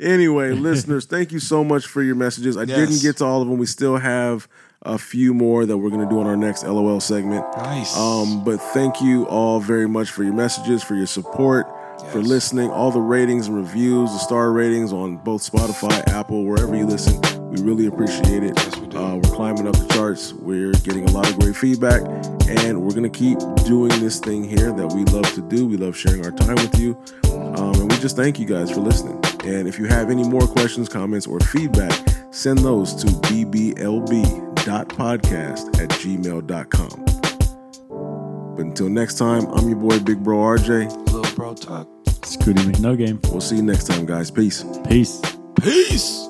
S1: Anyway, listeners, thank you so much for your messages. I
S3: Yes.
S1: didn't get to all of them. We still have a few more that we're going to do on our next LOL segment.
S3: Nice.
S1: Um, but thank you all very much for your messages, for your support, for
S3: Yes.
S1: listening, all the ratings and reviews, the star ratings on both Spotify, Apple, wherever you listen. We really appreciate it.
S3: we do.
S1: uh, we're climbing up the charts. We're getting a lot of great feedback, and we're going to keep doing this thing here that we love to do. We love sharing our time with you. Um, and we just thank you guys for listening. And if you have any more questions, comments, or feedback, send those to bblb.podcast at gmail.com. But until next time, I'm your boy Big Bro RJ.
S3: Little bro tuck.
S2: Scooty McNo game.
S1: We'll see you next time, guys. Peace.
S2: Peace.
S3: Peace.